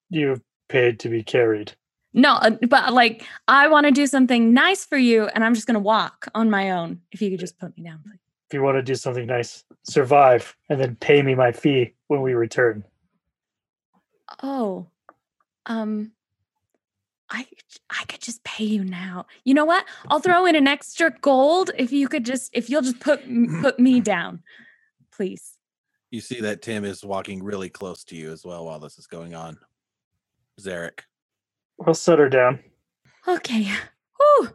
Speaker 6: You've paid to be carried.
Speaker 3: No, uh, but like I want to do something nice for you and I'm just going to walk on my own. If you could just put me down, please.
Speaker 6: If you want to do something nice, survive and then pay me my fee when we return.
Speaker 3: Oh. Um I I could just pay you now. You know what? I'll throw in an extra gold if you could just if you'll just put put me down. Please.
Speaker 4: You see that Tim is walking really close to you as well while this is going on. Zarek.
Speaker 6: I'll set her down.
Speaker 3: Okay. Whew.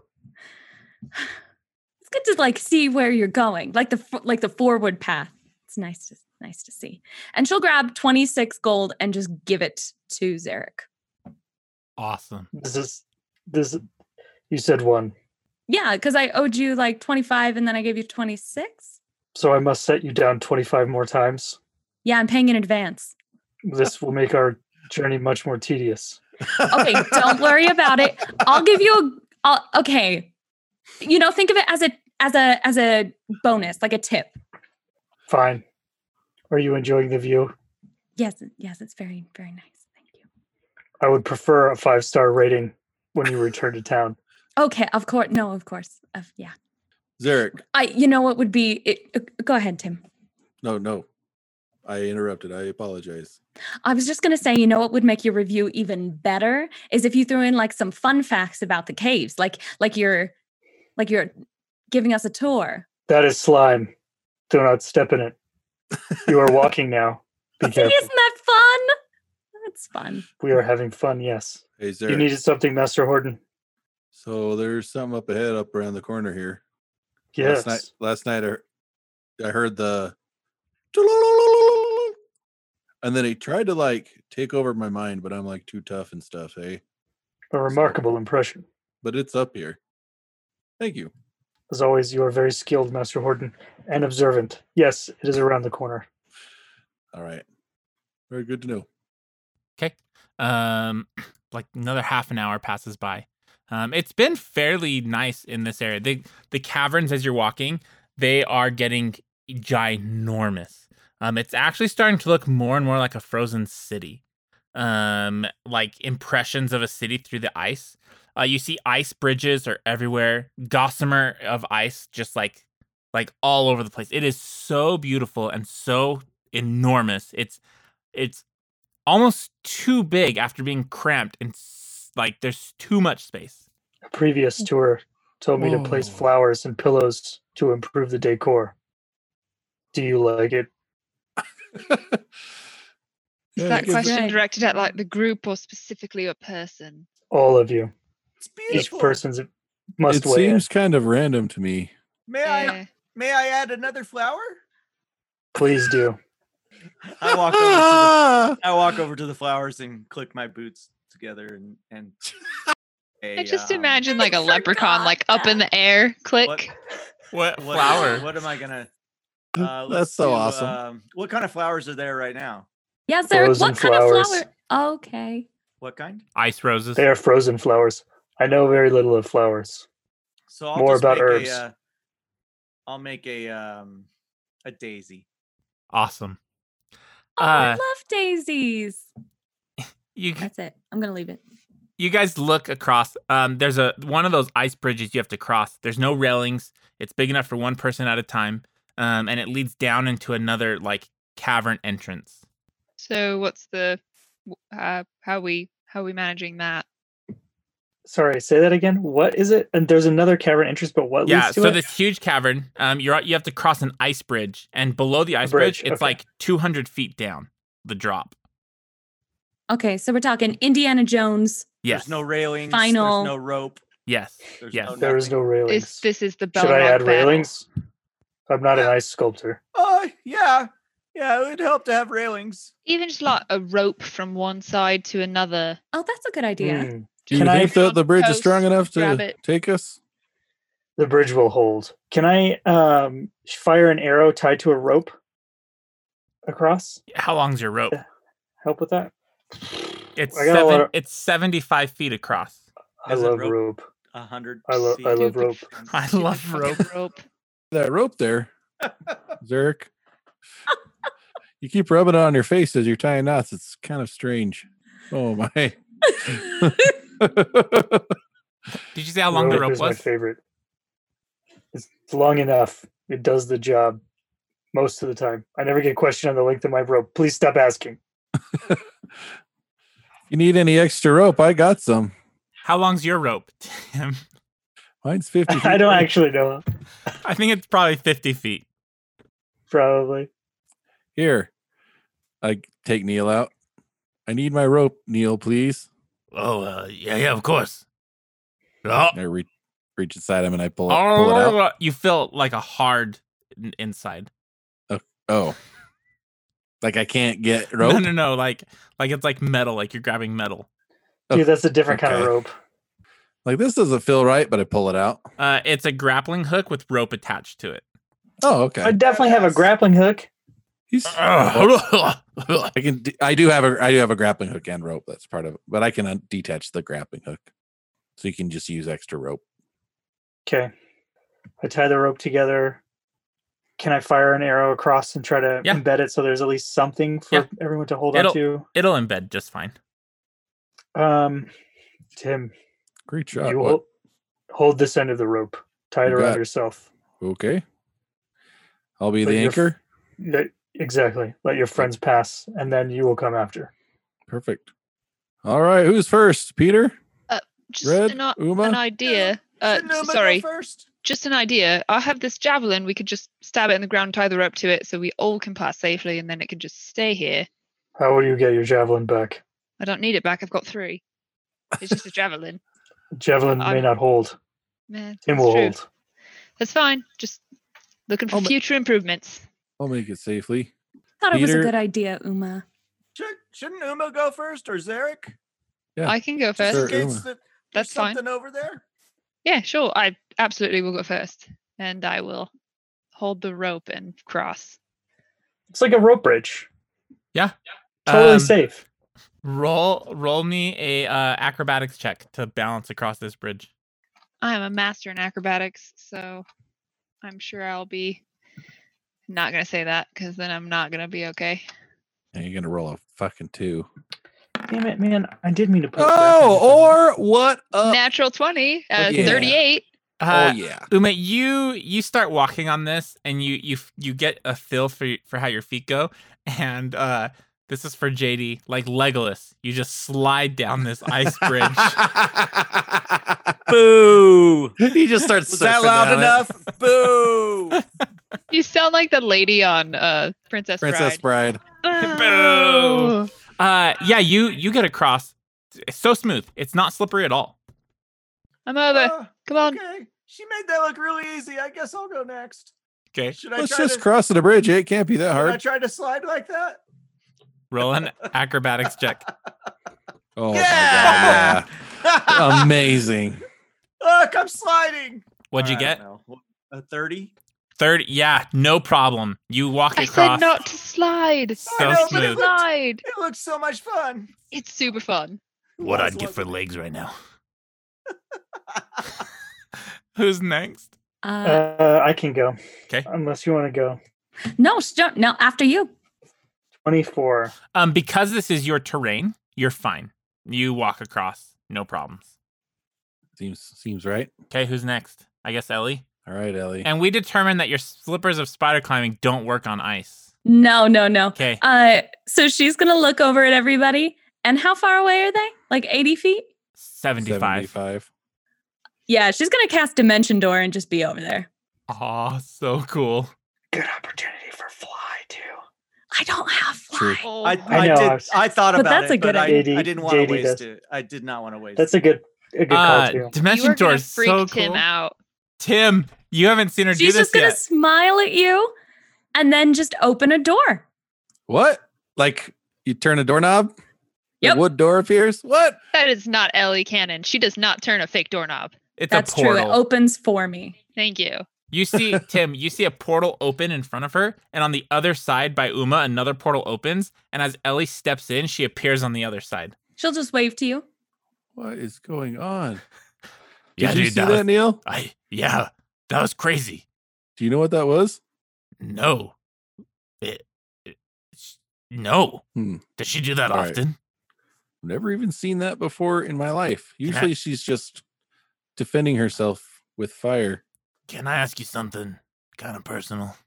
Speaker 3: It's good to like see where you're going, like the f- like the forward path. It's nice to nice to see. And she'll grab 26 gold and just give it to Zarek.
Speaker 2: Awesome.
Speaker 6: This is this you said one.
Speaker 3: Yeah, because I owed you like 25 and then I gave you 26.
Speaker 6: So I must set you down 25 more times.
Speaker 3: Yeah, I'm paying in advance.
Speaker 6: This will make our journey much more tedious.
Speaker 3: Okay, don't worry about it. I'll give you a I'll, okay. You know, think of it as a as a as a bonus, like a tip.
Speaker 6: Fine. Are you enjoying the view?
Speaker 3: Yes, yes, it's very very nice. Thank you.
Speaker 6: I would prefer a five star rating when you return to town.
Speaker 3: Okay, of course. No, of course. Of, yeah.
Speaker 4: Zarek,
Speaker 3: I. You know what would be? It, uh, go ahead, Tim.
Speaker 4: no, no. I interrupted. I apologize.
Speaker 3: I was just going to say, you know what would make your review even better is if you threw in like some fun facts about the caves, like like you're like you're giving us a tour.
Speaker 6: That is slime. Do not step in it. You are walking now. Be
Speaker 3: See,
Speaker 6: careful.
Speaker 3: isn't that fun? That's fun.
Speaker 6: We are having fun, yes.
Speaker 4: Hey,
Speaker 6: You
Speaker 4: Zarek.
Speaker 6: needed something, Master Horton?
Speaker 4: so there's something up ahead up around the corner here.
Speaker 6: Yes.
Speaker 4: Last night, last night I, I heard the and then he tried to like take over my mind, but I'm like too tough and stuff, hey.
Speaker 6: A remarkable impression.
Speaker 4: But it's up here. Thank you.
Speaker 6: As always, you are very skilled, Master Horton, and observant. Yes, it is around the corner.
Speaker 4: All right. Very good to know.
Speaker 2: um like another half an hour passes by um it's been fairly nice in this area the the caverns as you're walking they are getting ginormous um it's actually starting to look more and more like a frozen city um like impressions of a city through the ice uh you see ice bridges are everywhere gossamer of ice just like like all over the place it is so beautiful and so enormous it's it's almost too big after being cramped and s- like there's too much space.
Speaker 6: A previous tour told me to place
Speaker 4: Whoa.
Speaker 6: flowers and pillows to improve the decor. Do you like it?
Speaker 4: Yeah,
Speaker 5: Is
Speaker 4: it
Speaker 5: that
Speaker 4: gives
Speaker 5: question
Speaker 3: Right.
Speaker 5: directed at like the group or specifically a person?
Speaker 6: All of you.
Speaker 7: It's
Speaker 6: Each
Speaker 7: beautiful.
Speaker 6: person's
Speaker 4: it
Speaker 6: must weigh in.
Speaker 4: seems kind of random to me.
Speaker 7: May I may I add another flower?
Speaker 6: Please do.
Speaker 7: I walk over to the I walk over to the flowers and click my boots together and and
Speaker 5: I
Speaker 7: a,
Speaker 5: just
Speaker 7: um,
Speaker 5: imagine like
Speaker 3: I
Speaker 5: a leprechaun
Speaker 3: forgot
Speaker 5: like up in the air, click.
Speaker 7: What,
Speaker 2: What,
Speaker 7: what,
Speaker 2: flower?
Speaker 7: What am I gonna? Uh,
Speaker 4: That's
Speaker 7: let's
Speaker 4: so
Speaker 7: do,
Speaker 4: awesome.
Speaker 7: Um, what kind of flowers are there right now?
Speaker 3: Yeah, sir.
Speaker 6: Frozen
Speaker 3: What kind
Speaker 6: flowers.
Speaker 3: of flower? Okay.
Speaker 7: What kind?
Speaker 2: Ice roses.
Speaker 6: They are frozen flowers. I know very little of flowers.
Speaker 7: So I'll
Speaker 6: More
Speaker 7: just
Speaker 6: about
Speaker 7: make
Speaker 6: herbs.
Speaker 7: A, uh, I'll make a um a daisy.
Speaker 2: Awesome.
Speaker 3: Oh, I
Speaker 2: Uh,
Speaker 3: love daisies.
Speaker 2: You g-
Speaker 3: That's it. I'm gonna leave it.
Speaker 2: you guys look across. Um, there's a one of those ice bridges you have to cross. There's no railings. It's big enough for one person at a time. Um, and it leads down into another like cavern entrance.
Speaker 5: So what's the wh- uh, how we how we managing that?
Speaker 6: Sorry, say that again. What is it? And there's another cavern entrance, but what
Speaker 2: yeah.
Speaker 6: leads to
Speaker 2: So
Speaker 6: it?
Speaker 2: this huge cavern. Um, you're you have to cross an ice bridge, and below the ice bridge,
Speaker 6: bridge,
Speaker 2: it's
Speaker 6: okay.
Speaker 2: like 200 feet down the drop.
Speaker 3: Okay, so we're talking Indiana Jones.
Speaker 2: Yes.
Speaker 7: There's no railings.
Speaker 3: Final.
Speaker 7: There's no rope.
Speaker 2: Yes.
Speaker 7: There's
Speaker 2: Yes.
Speaker 7: no
Speaker 6: there is no
Speaker 7: Oh, nothing.
Speaker 6: railings.
Speaker 5: Is this is the
Speaker 6: Should I
Speaker 5: Belmont
Speaker 6: add
Speaker 5: battle.
Speaker 6: railings? I'm not an ice sculptor.
Speaker 7: Oh yeah, yeah. It would help to have railings.
Speaker 5: Even just like a rope from one side to another.
Speaker 3: Oh, that's a good idea.
Speaker 6: Hmm,
Speaker 4: Do you
Speaker 6: Can I-
Speaker 4: think that the bridge is strong
Speaker 5: Coast,
Speaker 4: enough to
Speaker 5: grab it.
Speaker 4: take us?
Speaker 6: The bridge will hold. Can I um, fire an arrow tied to a rope across?
Speaker 2: How long's your rope?
Speaker 6: Help with that?
Speaker 2: It's
Speaker 6: I got a lot
Speaker 2: seven.
Speaker 6: of-
Speaker 2: It's seventy-five feet across.
Speaker 6: I
Speaker 7: Is it
Speaker 6: love
Speaker 7: rope?
Speaker 6: rope.
Speaker 7: A hundred.
Speaker 6: I lo- I
Speaker 7: feet.
Speaker 6: love rope.
Speaker 2: I
Speaker 5: Stupid
Speaker 2: love
Speaker 5: fucking rope.
Speaker 4: That rope there, Zarek. you keep rubbing it on your face as you're tying knots. It's kind of strange. Oh my.
Speaker 6: Hmm.
Speaker 2: Did you say how long the rope
Speaker 6: is my
Speaker 2: was?
Speaker 6: favorite. It's long enough. It does the job most of the time. I never get questioned on the length of my rope. Please stop asking.
Speaker 4: you need any extra rope? I got some.
Speaker 2: How long's your rope, Tim?
Speaker 4: Mine's 50.
Speaker 2: Mm-hmm.
Speaker 6: I don't actually know.
Speaker 2: I think it's probably fifty feet.
Speaker 6: Probably.
Speaker 4: Here. I take Neil out. I need my rope, Neil, please.
Speaker 8: Oh, uh, yeah, yeah, of course. Oh,
Speaker 4: I re- reach inside him and I pull it, pull it out.
Speaker 2: Oh, you feel like a hard n- inside.
Speaker 4: Oh. Like I can't get rope.
Speaker 2: No, no, no. Like, like it's like metal. Like you're grabbing metal.
Speaker 4: Oh,
Speaker 6: Dude, that's a different kind of
Speaker 4: okay.
Speaker 6: rope.
Speaker 4: Like this doesn't feel right, but I pull it out.
Speaker 2: Uh, it's a grappling hook with rope attached to it.
Speaker 4: Oh,
Speaker 6: I
Speaker 4: okay.
Speaker 6: definitely have a grappling hook.
Speaker 4: He's
Speaker 8: Ugh.
Speaker 4: I can d- I do have a I do have a grappling hook and rope that's part of it, but I can un- detach the grappling hook. So you can just use extra rope.
Speaker 6: Okay. I tie the rope together. Can I fire an arrow across and try to
Speaker 2: Yeah.
Speaker 6: embed it so there's at least something for
Speaker 2: Yeah.
Speaker 6: everyone to hold
Speaker 2: It'll-
Speaker 6: on to?
Speaker 2: It'll embed just fine.
Speaker 6: Um, Tim,
Speaker 4: Great shot.
Speaker 6: you
Speaker 4: Uh, What?
Speaker 6: hold, Hold this end of the rope. Tie it
Speaker 4: You
Speaker 6: around
Speaker 4: got it.
Speaker 6: yourself.
Speaker 4: Okay. I'll be
Speaker 6: But
Speaker 4: the
Speaker 6: you're f-
Speaker 4: anchor.
Speaker 6: Let- exactly. Let your friends pass, and then you will come after.
Speaker 4: Perfect. All right. Who's first? Peter?
Speaker 5: Just
Speaker 4: Red?
Speaker 5: an, i-
Speaker 4: Uma?
Speaker 5: an idea. Uh,
Speaker 7: Shouldn't Uma go
Speaker 5: sorry,
Speaker 7: First.
Speaker 5: just an idea. I have this javelin. We could just stab it in the ground, tie the rope to it, so we all can pass safely, and then it can just stay here.
Speaker 6: How will you get your javelin back?
Speaker 5: I don't need it back. I've got three. It's just a javelin.
Speaker 6: Javelin may
Speaker 5: I'm-
Speaker 6: not hold.
Speaker 5: Man,
Speaker 6: Tim
Speaker 5: that's
Speaker 6: will
Speaker 5: true.
Speaker 6: hold.
Speaker 5: That's fine. Just looking for
Speaker 4: Oh, ma-
Speaker 5: future improvements.
Speaker 4: I'll make it safely.
Speaker 3: Thought it was a
Speaker 4: Peter-
Speaker 3: good idea, Uma.
Speaker 7: Should, shouldn't Uma go first or Zarek?
Speaker 4: Yeah,
Speaker 5: I can go
Speaker 7: Just
Speaker 5: first.
Speaker 4: Sure,
Speaker 7: in case
Speaker 4: Uma.
Speaker 7: that there's
Speaker 5: That's fine.
Speaker 7: something over there.
Speaker 5: Yeah, sure. I absolutely will go first, and I will hold the rope and cross.
Speaker 6: It's like a rope bridge. Totally
Speaker 2: Um,
Speaker 6: safe.
Speaker 2: Roll roll me a uh, acrobatics check to balance across this bridge.
Speaker 5: I am a master in acrobatics, so I'm sure I'll be. Not gonna say that because then I'm not gonna be okay.
Speaker 4: And you're gonna roll a fucking two.
Speaker 6: Damn it, man. I did mean to put it back
Speaker 4: Oh,
Speaker 6: in.
Speaker 4: or what
Speaker 7: Oh.
Speaker 4: up?
Speaker 5: Natural twenty, uh,
Speaker 4: yeah.
Speaker 5: thirty-eight.
Speaker 4: oh
Speaker 2: Uh,
Speaker 4: yeah.
Speaker 2: Uma, you you start walking on this, and you you f- you get a feel for y- for how your feet go, and uh, this is for JD, like Legolas. You just slide down this ice bridge.
Speaker 7: Boo!
Speaker 4: he just starts
Speaker 7: Was that loud enough? Boo!
Speaker 5: You sound like the lady on uh, Princess,
Speaker 4: Princess
Speaker 5: Bride.
Speaker 4: Bride.
Speaker 5: Oh. Boo!
Speaker 2: Uh, yeah, you you get across. It's so smooth. It's not slippery at all.
Speaker 5: I'm over.
Speaker 7: Uh,
Speaker 5: Come on.
Speaker 7: okay. She made that look really easy. I guess I'll go next.
Speaker 2: Okay,
Speaker 7: Should I
Speaker 4: Let's
Speaker 7: try
Speaker 4: just
Speaker 7: to,
Speaker 4: cross the bridge. It can't be that
Speaker 7: should I
Speaker 4: hard.
Speaker 7: try to slide like that?
Speaker 2: roll an acrobatics check.
Speaker 4: Oh my
Speaker 7: Yeah!
Speaker 4: God, yeah. Amazing.
Speaker 7: Look, I'm sliding.
Speaker 2: What'd you
Speaker 7: Or I
Speaker 2: get?
Speaker 7: don't know, A thirty.
Speaker 2: Third, yeah, no problem. You walk
Speaker 5: I
Speaker 2: across.
Speaker 5: said not to slide.
Speaker 2: So
Speaker 7: I know, but it
Speaker 2: smooth.
Speaker 7: looked-
Speaker 5: Slide.
Speaker 7: It looks so much fun.
Speaker 5: It's super fun.
Speaker 8: What
Speaker 7: Lots
Speaker 8: I'd
Speaker 7: of
Speaker 8: give for
Speaker 7: luck.
Speaker 8: legs right now.
Speaker 2: Who's next?
Speaker 3: Uh,
Speaker 6: Uh, I can go.
Speaker 2: 'Kay.
Speaker 6: Unless you want to go.
Speaker 3: no, sh- don't. No, after you.
Speaker 6: 24.
Speaker 2: Um, because this is your terrain, you're fine. You walk across, no problems.
Speaker 4: Seems seems right.
Speaker 2: Okay, who's next? I guess Ellie.
Speaker 4: All right, Ellie.
Speaker 2: And we determined that your slippers of spider climbing don't work on ice.
Speaker 3: No, no, no.
Speaker 2: Okay,
Speaker 3: Uh, so she's gonna look over at everybody. And how far away are they? Like 80 feet?
Speaker 2: seventy-five.
Speaker 4: 75.
Speaker 3: Yeah, she's gonna cast Dimension Door and just be over there.
Speaker 2: Aw, so cool.
Speaker 6: Good opportunity for fly, too.
Speaker 3: I don't have
Speaker 4: True.
Speaker 3: fly.
Speaker 5: Oh,
Speaker 7: I,
Speaker 5: my-
Speaker 6: I
Speaker 7: I
Speaker 6: know, I
Speaker 7: did.
Speaker 6: was-
Speaker 7: I thought
Speaker 3: But
Speaker 7: about
Speaker 3: that's
Speaker 7: it,
Speaker 3: a good
Speaker 7: but I,
Speaker 6: idea.
Speaker 7: I didn't want to
Speaker 6: JD
Speaker 7: waste
Speaker 6: does.
Speaker 7: it. I did not want to waste.
Speaker 6: That's a
Speaker 7: it.
Speaker 6: good a good
Speaker 2: Uh,
Speaker 6: call, too.
Speaker 5: you
Speaker 2: Dimension
Speaker 5: are
Speaker 2: Door
Speaker 5: gonna
Speaker 2: is
Speaker 5: freak
Speaker 2: so
Speaker 5: Tim
Speaker 2: cool.
Speaker 5: out.
Speaker 2: Tim, you haven't seen her do
Speaker 3: She's
Speaker 2: this
Speaker 3: just gonna
Speaker 2: yet.
Speaker 3: smile at you and then just open a door.
Speaker 4: What? Like you turn a doorknob?
Speaker 3: Yep.
Speaker 4: The wood door appears? What?
Speaker 5: That is not Ellie Cannon. She does not turn a fake doorknob.
Speaker 2: It's
Speaker 3: That's
Speaker 2: a
Speaker 3: true.
Speaker 2: portal.
Speaker 3: It
Speaker 5: Oh.
Speaker 3: opens for me.
Speaker 5: Thank you.
Speaker 2: You see, Tim, you see a portal open in front of her, and on the other side by Uma, another portal opens, and as Ellie steps in, she appears on the other side.
Speaker 3: She'll just wave to you.
Speaker 4: What is going on? Did
Speaker 8: Yeah,
Speaker 4: you
Speaker 8: dude,
Speaker 4: see
Speaker 8: that
Speaker 4: that,
Speaker 8: was-
Speaker 4: Neil?
Speaker 8: I yeah, that was crazy.
Speaker 4: Do you know what that was?
Speaker 8: No, it, it- sh- no.
Speaker 4: Hmm.
Speaker 8: Does she do that
Speaker 4: All right.
Speaker 8: often?
Speaker 4: I've never even seen that before in my life.
Speaker 8: I-
Speaker 4: Usually she's just defending herself with fire.
Speaker 8: Can I ask you something kind of personal?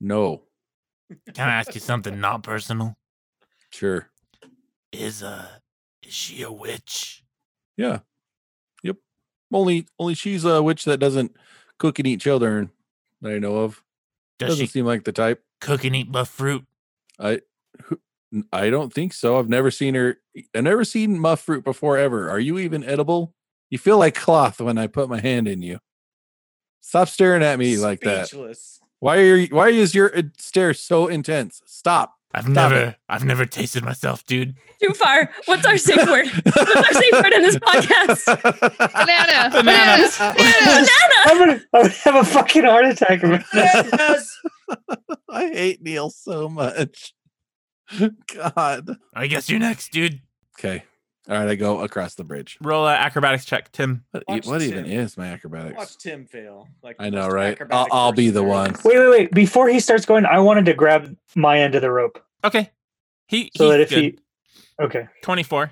Speaker 4: No.
Speaker 8: Can I ask you something not personal?
Speaker 4: Sure.
Speaker 8: Is uh, is she a witch?
Speaker 4: Yeah. Yep. Only only she's a witch that doesn't cook and eat children that I know of.
Speaker 8: Does
Speaker 4: doesn't
Speaker 8: she
Speaker 4: seem like the type.
Speaker 8: cook and eat buff fruit?
Speaker 4: N- I don't think so. I've never seen her. I've never seen muff fruit before ever. Are you even edible? You feel like cloth when I put my hand in you. Stop staring at me like that.
Speaker 7: Speechless.
Speaker 4: Why are you, why is your uh, stare so intense? Stop.
Speaker 8: I've
Speaker 4: Stop it.
Speaker 8: never, I've never tasted myself, dude.
Speaker 3: Too far. What's our safe word? What's our safe word in this podcast?
Speaker 5: Banana.
Speaker 2: Bananas.
Speaker 5: Bananas. bananas.
Speaker 6: I'm gonna, I'm gonna have a fucking heart attack. Right now.
Speaker 7: Yes.
Speaker 4: I hate Neil so much. God.
Speaker 8: I guess you're next, dude.
Speaker 4: Okay. All right. I go across the bridge.
Speaker 2: Roll an acrobatics check, Tim.
Speaker 4: What, e-
Speaker 7: Watch
Speaker 4: what even
Speaker 7: Tim.
Speaker 4: is my acrobatics?
Speaker 7: Watch Tim fail. Like
Speaker 4: I
Speaker 7: the
Speaker 4: know,
Speaker 7: most
Speaker 4: right? I'll-
Speaker 7: acrobatic
Speaker 4: I'll be
Speaker 7: person
Speaker 4: the
Speaker 7: there
Speaker 4: one.
Speaker 7: is.
Speaker 6: Wait, wait, wait! Before he starts going, I wanted to grab my end of the rope
Speaker 2: Okay. He,
Speaker 6: so
Speaker 2: he's
Speaker 6: that if
Speaker 2: good.
Speaker 6: he, okay,
Speaker 2: 24.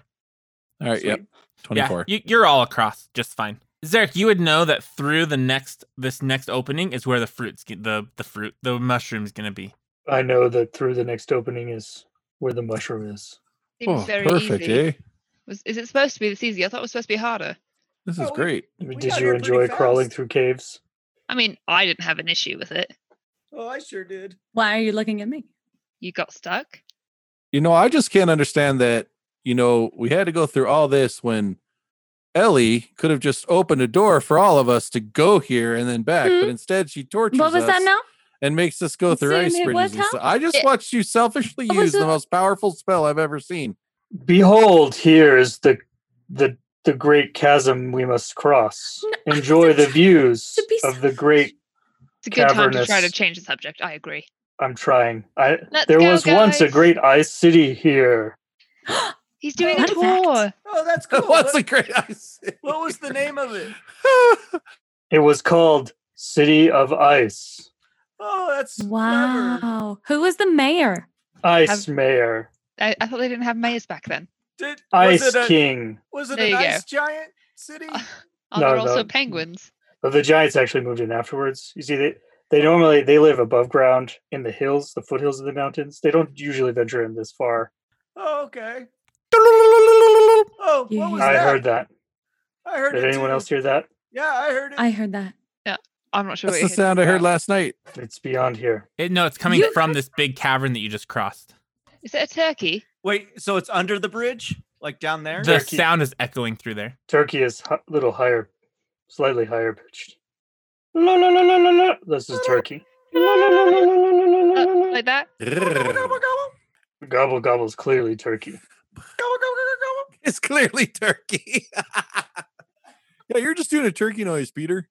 Speaker 4: All right. Yep.
Speaker 7: Sweet.
Speaker 2: Yeah,
Speaker 4: 24.
Speaker 2: you, you're all across just fine. Zarek, you would know that through the next this next opening is where the fruits get the the fruit the mushroom's gonna be.
Speaker 6: I know that through the next opening is where the mushroom is.
Speaker 5: Seems
Speaker 4: Oh,
Speaker 5: very
Speaker 4: perfect,
Speaker 5: easy.
Speaker 4: eh?
Speaker 5: Was, is it supposed to be this easy? I thought it was supposed to be harder.
Speaker 4: This
Speaker 7: Oh,
Speaker 4: is
Speaker 7: we-
Speaker 4: great.
Speaker 6: I mean,
Speaker 7: We
Speaker 6: Did
Speaker 7: got
Speaker 6: you
Speaker 7: here pretty
Speaker 6: enjoy crawling
Speaker 7: fast.
Speaker 6: through caves?
Speaker 5: I mean, I didn't have an issue with it.
Speaker 7: Oh, I sure did.
Speaker 3: Why are you looking at me?
Speaker 5: You got stuck.
Speaker 4: You know, I just can't understand that, you know, we had to go through all this when Ellie could have just opened a door for all of us to go here and then back, but instead she tortures
Speaker 3: Mm-hmm. What was
Speaker 4: us
Speaker 3: that now?
Speaker 4: and makes us go through
Speaker 3: Sam,
Speaker 4: ice
Speaker 3: it
Speaker 4: bridges.
Speaker 3: was
Speaker 4: and
Speaker 3: how-
Speaker 4: stuff. I just
Speaker 5: it-
Speaker 4: watched you selfishly
Speaker 3: What was
Speaker 4: use the
Speaker 3: it?
Speaker 4: most powerful spell I've ever seen.
Speaker 6: Behold, here is the the the great chasm we must cross.
Speaker 3: No, I
Speaker 6: Enjoy
Speaker 3: wasn't
Speaker 6: the
Speaker 3: trying
Speaker 6: views
Speaker 3: to be
Speaker 6: of the great.
Speaker 5: It's a good time to try to
Speaker 6: Cavernous.
Speaker 5: change the subject. I agree.
Speaker 6: I'm trying. I
Speaker 5: Let's
Speaker 6: there
Speaker 5: go,
Speaker 6: was once a
Speaker 5: guys.
Speaker 6: great ice city here.
Speaker 5: He's doing a
Speaker 3: Fun fact.
Speaker 5: tour.
Speaker 7: Oh, that's cool.
Speaker 4: What's
Speaker 7: what,
Speaker 4: a great ice?
Speaker 7: what was the name of it?
Speaker 6: It was called City of Ice.
Speaker 7: Oh, that's clever.
Speaker 3: Wow. Who was the mayor?
Speaker 6: Ice Mayor,
Speaker 5: I, I thought they didn't have mayors back then.
Speaker 7: Did, was
Speaker 6: Ice
Speaker 7: it a,
Speaker 6: King.
Speaker 7: Was it
Speaker 5: There
Speaker 7: an
Speaker 5: you go. Uh.
Speaker 7: ice giant city?
Speaker 5: Are
Speaker 6: No,
Speaker 5: there also
Speaker 6: no.
Speaker 5: penguins?
Speaker 6: But the Giants actually moved in afterwards. You see, they they normally they live above ground in the hills, the foothills of the mountains. They don't usually venture in this far.
Speaker 7: Oh, okay. Oh, what was
Speaker 3: Yeah.
Speaker 6: I
Speaker 7: that?
Speaker 6: heard that.
Speaker 7: I heard
Speaker 6: Did
Speaker 7: it
Speaker 6: anyone
Speaker 7: too.
Speaker 6: else hear that?
Speaker 7: Yeah, I heard it.
Speaker 3: I heard that.
Speaker 5: I'm not sure.
Speaker 4: That's
Speaker 5: what
Speaker 4: the sound I heard last night.
Speaker 6: It's beyond here.
Speaker 2: It, no, it's coming
Speaker 3: You-
Speaker 2: from this big cavern that you just crossed.
Speaker 5: Is it a turkey?
Speaker 7: Wait, so it's under the bridge, like down there?
Speaker 2: The
Speaker 6: Turkey.
Speaker 2: sound is echoing through there.
Speaker 6: Turkey is a little higher, slightly higher pitched. La la la la la la. This is turkey. La, la, la, la, la, la, la, la,
Speaker 5: Uh,
Speaker 6: la, la.
Speaker 5: like that?
Speaker 6: Gobble gobble's clearly turkey.
Speaker 4: It's clearly turkey. yeah, you're just doing a turkey noise, Peter.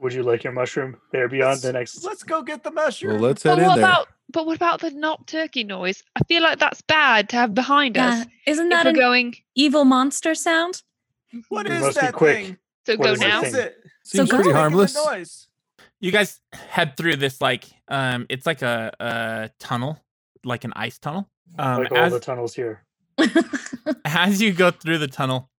Speaker 6: Would you like your mushroom? They are beyond the next.
Speaker 7: Let's go get the mushroom.
Speaker 4: Well, let's
Speaker 5: But
Speaker 4: head
Speaker 5: what
Speaker 4: in there.
Speaker 5: about but what about the not turkey noise? I feel like that's bad to have behind
Speaker 3: Yeah.
Speaker 5: us.
Speaker 3: Isn't
Speaker 5: If
Speaker 3: that
Speaker 5: we're
Speaker 3: an
Speaker 5: going,
Speaker 3: evil monster sound?
Speaker 7: what
Speaker 6: We
Speaker 7: is
Speaker 6: must be
Speaker 7: that
Speaker 6: quick.
Speaker 7: thing?
Speaker 5: so
Speaker 6: What
Speaker 5: go
Speaker 6: is that
Speaker 5: now.
Speaker 7: What is
Speaker 6: thing?
Speaker 7: it?
Speaker 4: Seems
Speaker 3: So
Speaker 4: pretty
Speaker 7: What's making the
Speaker 4: harmless.
Speaker 7: Noise?
Speaker 2: You guys head through this like um it's like a, a tunnel, like an ice tunnel. Um
Speaker 6: like all
Speaker 2: as,
Speaker 6: the tunnels here.
Speaker 2: as you go through the tunnel,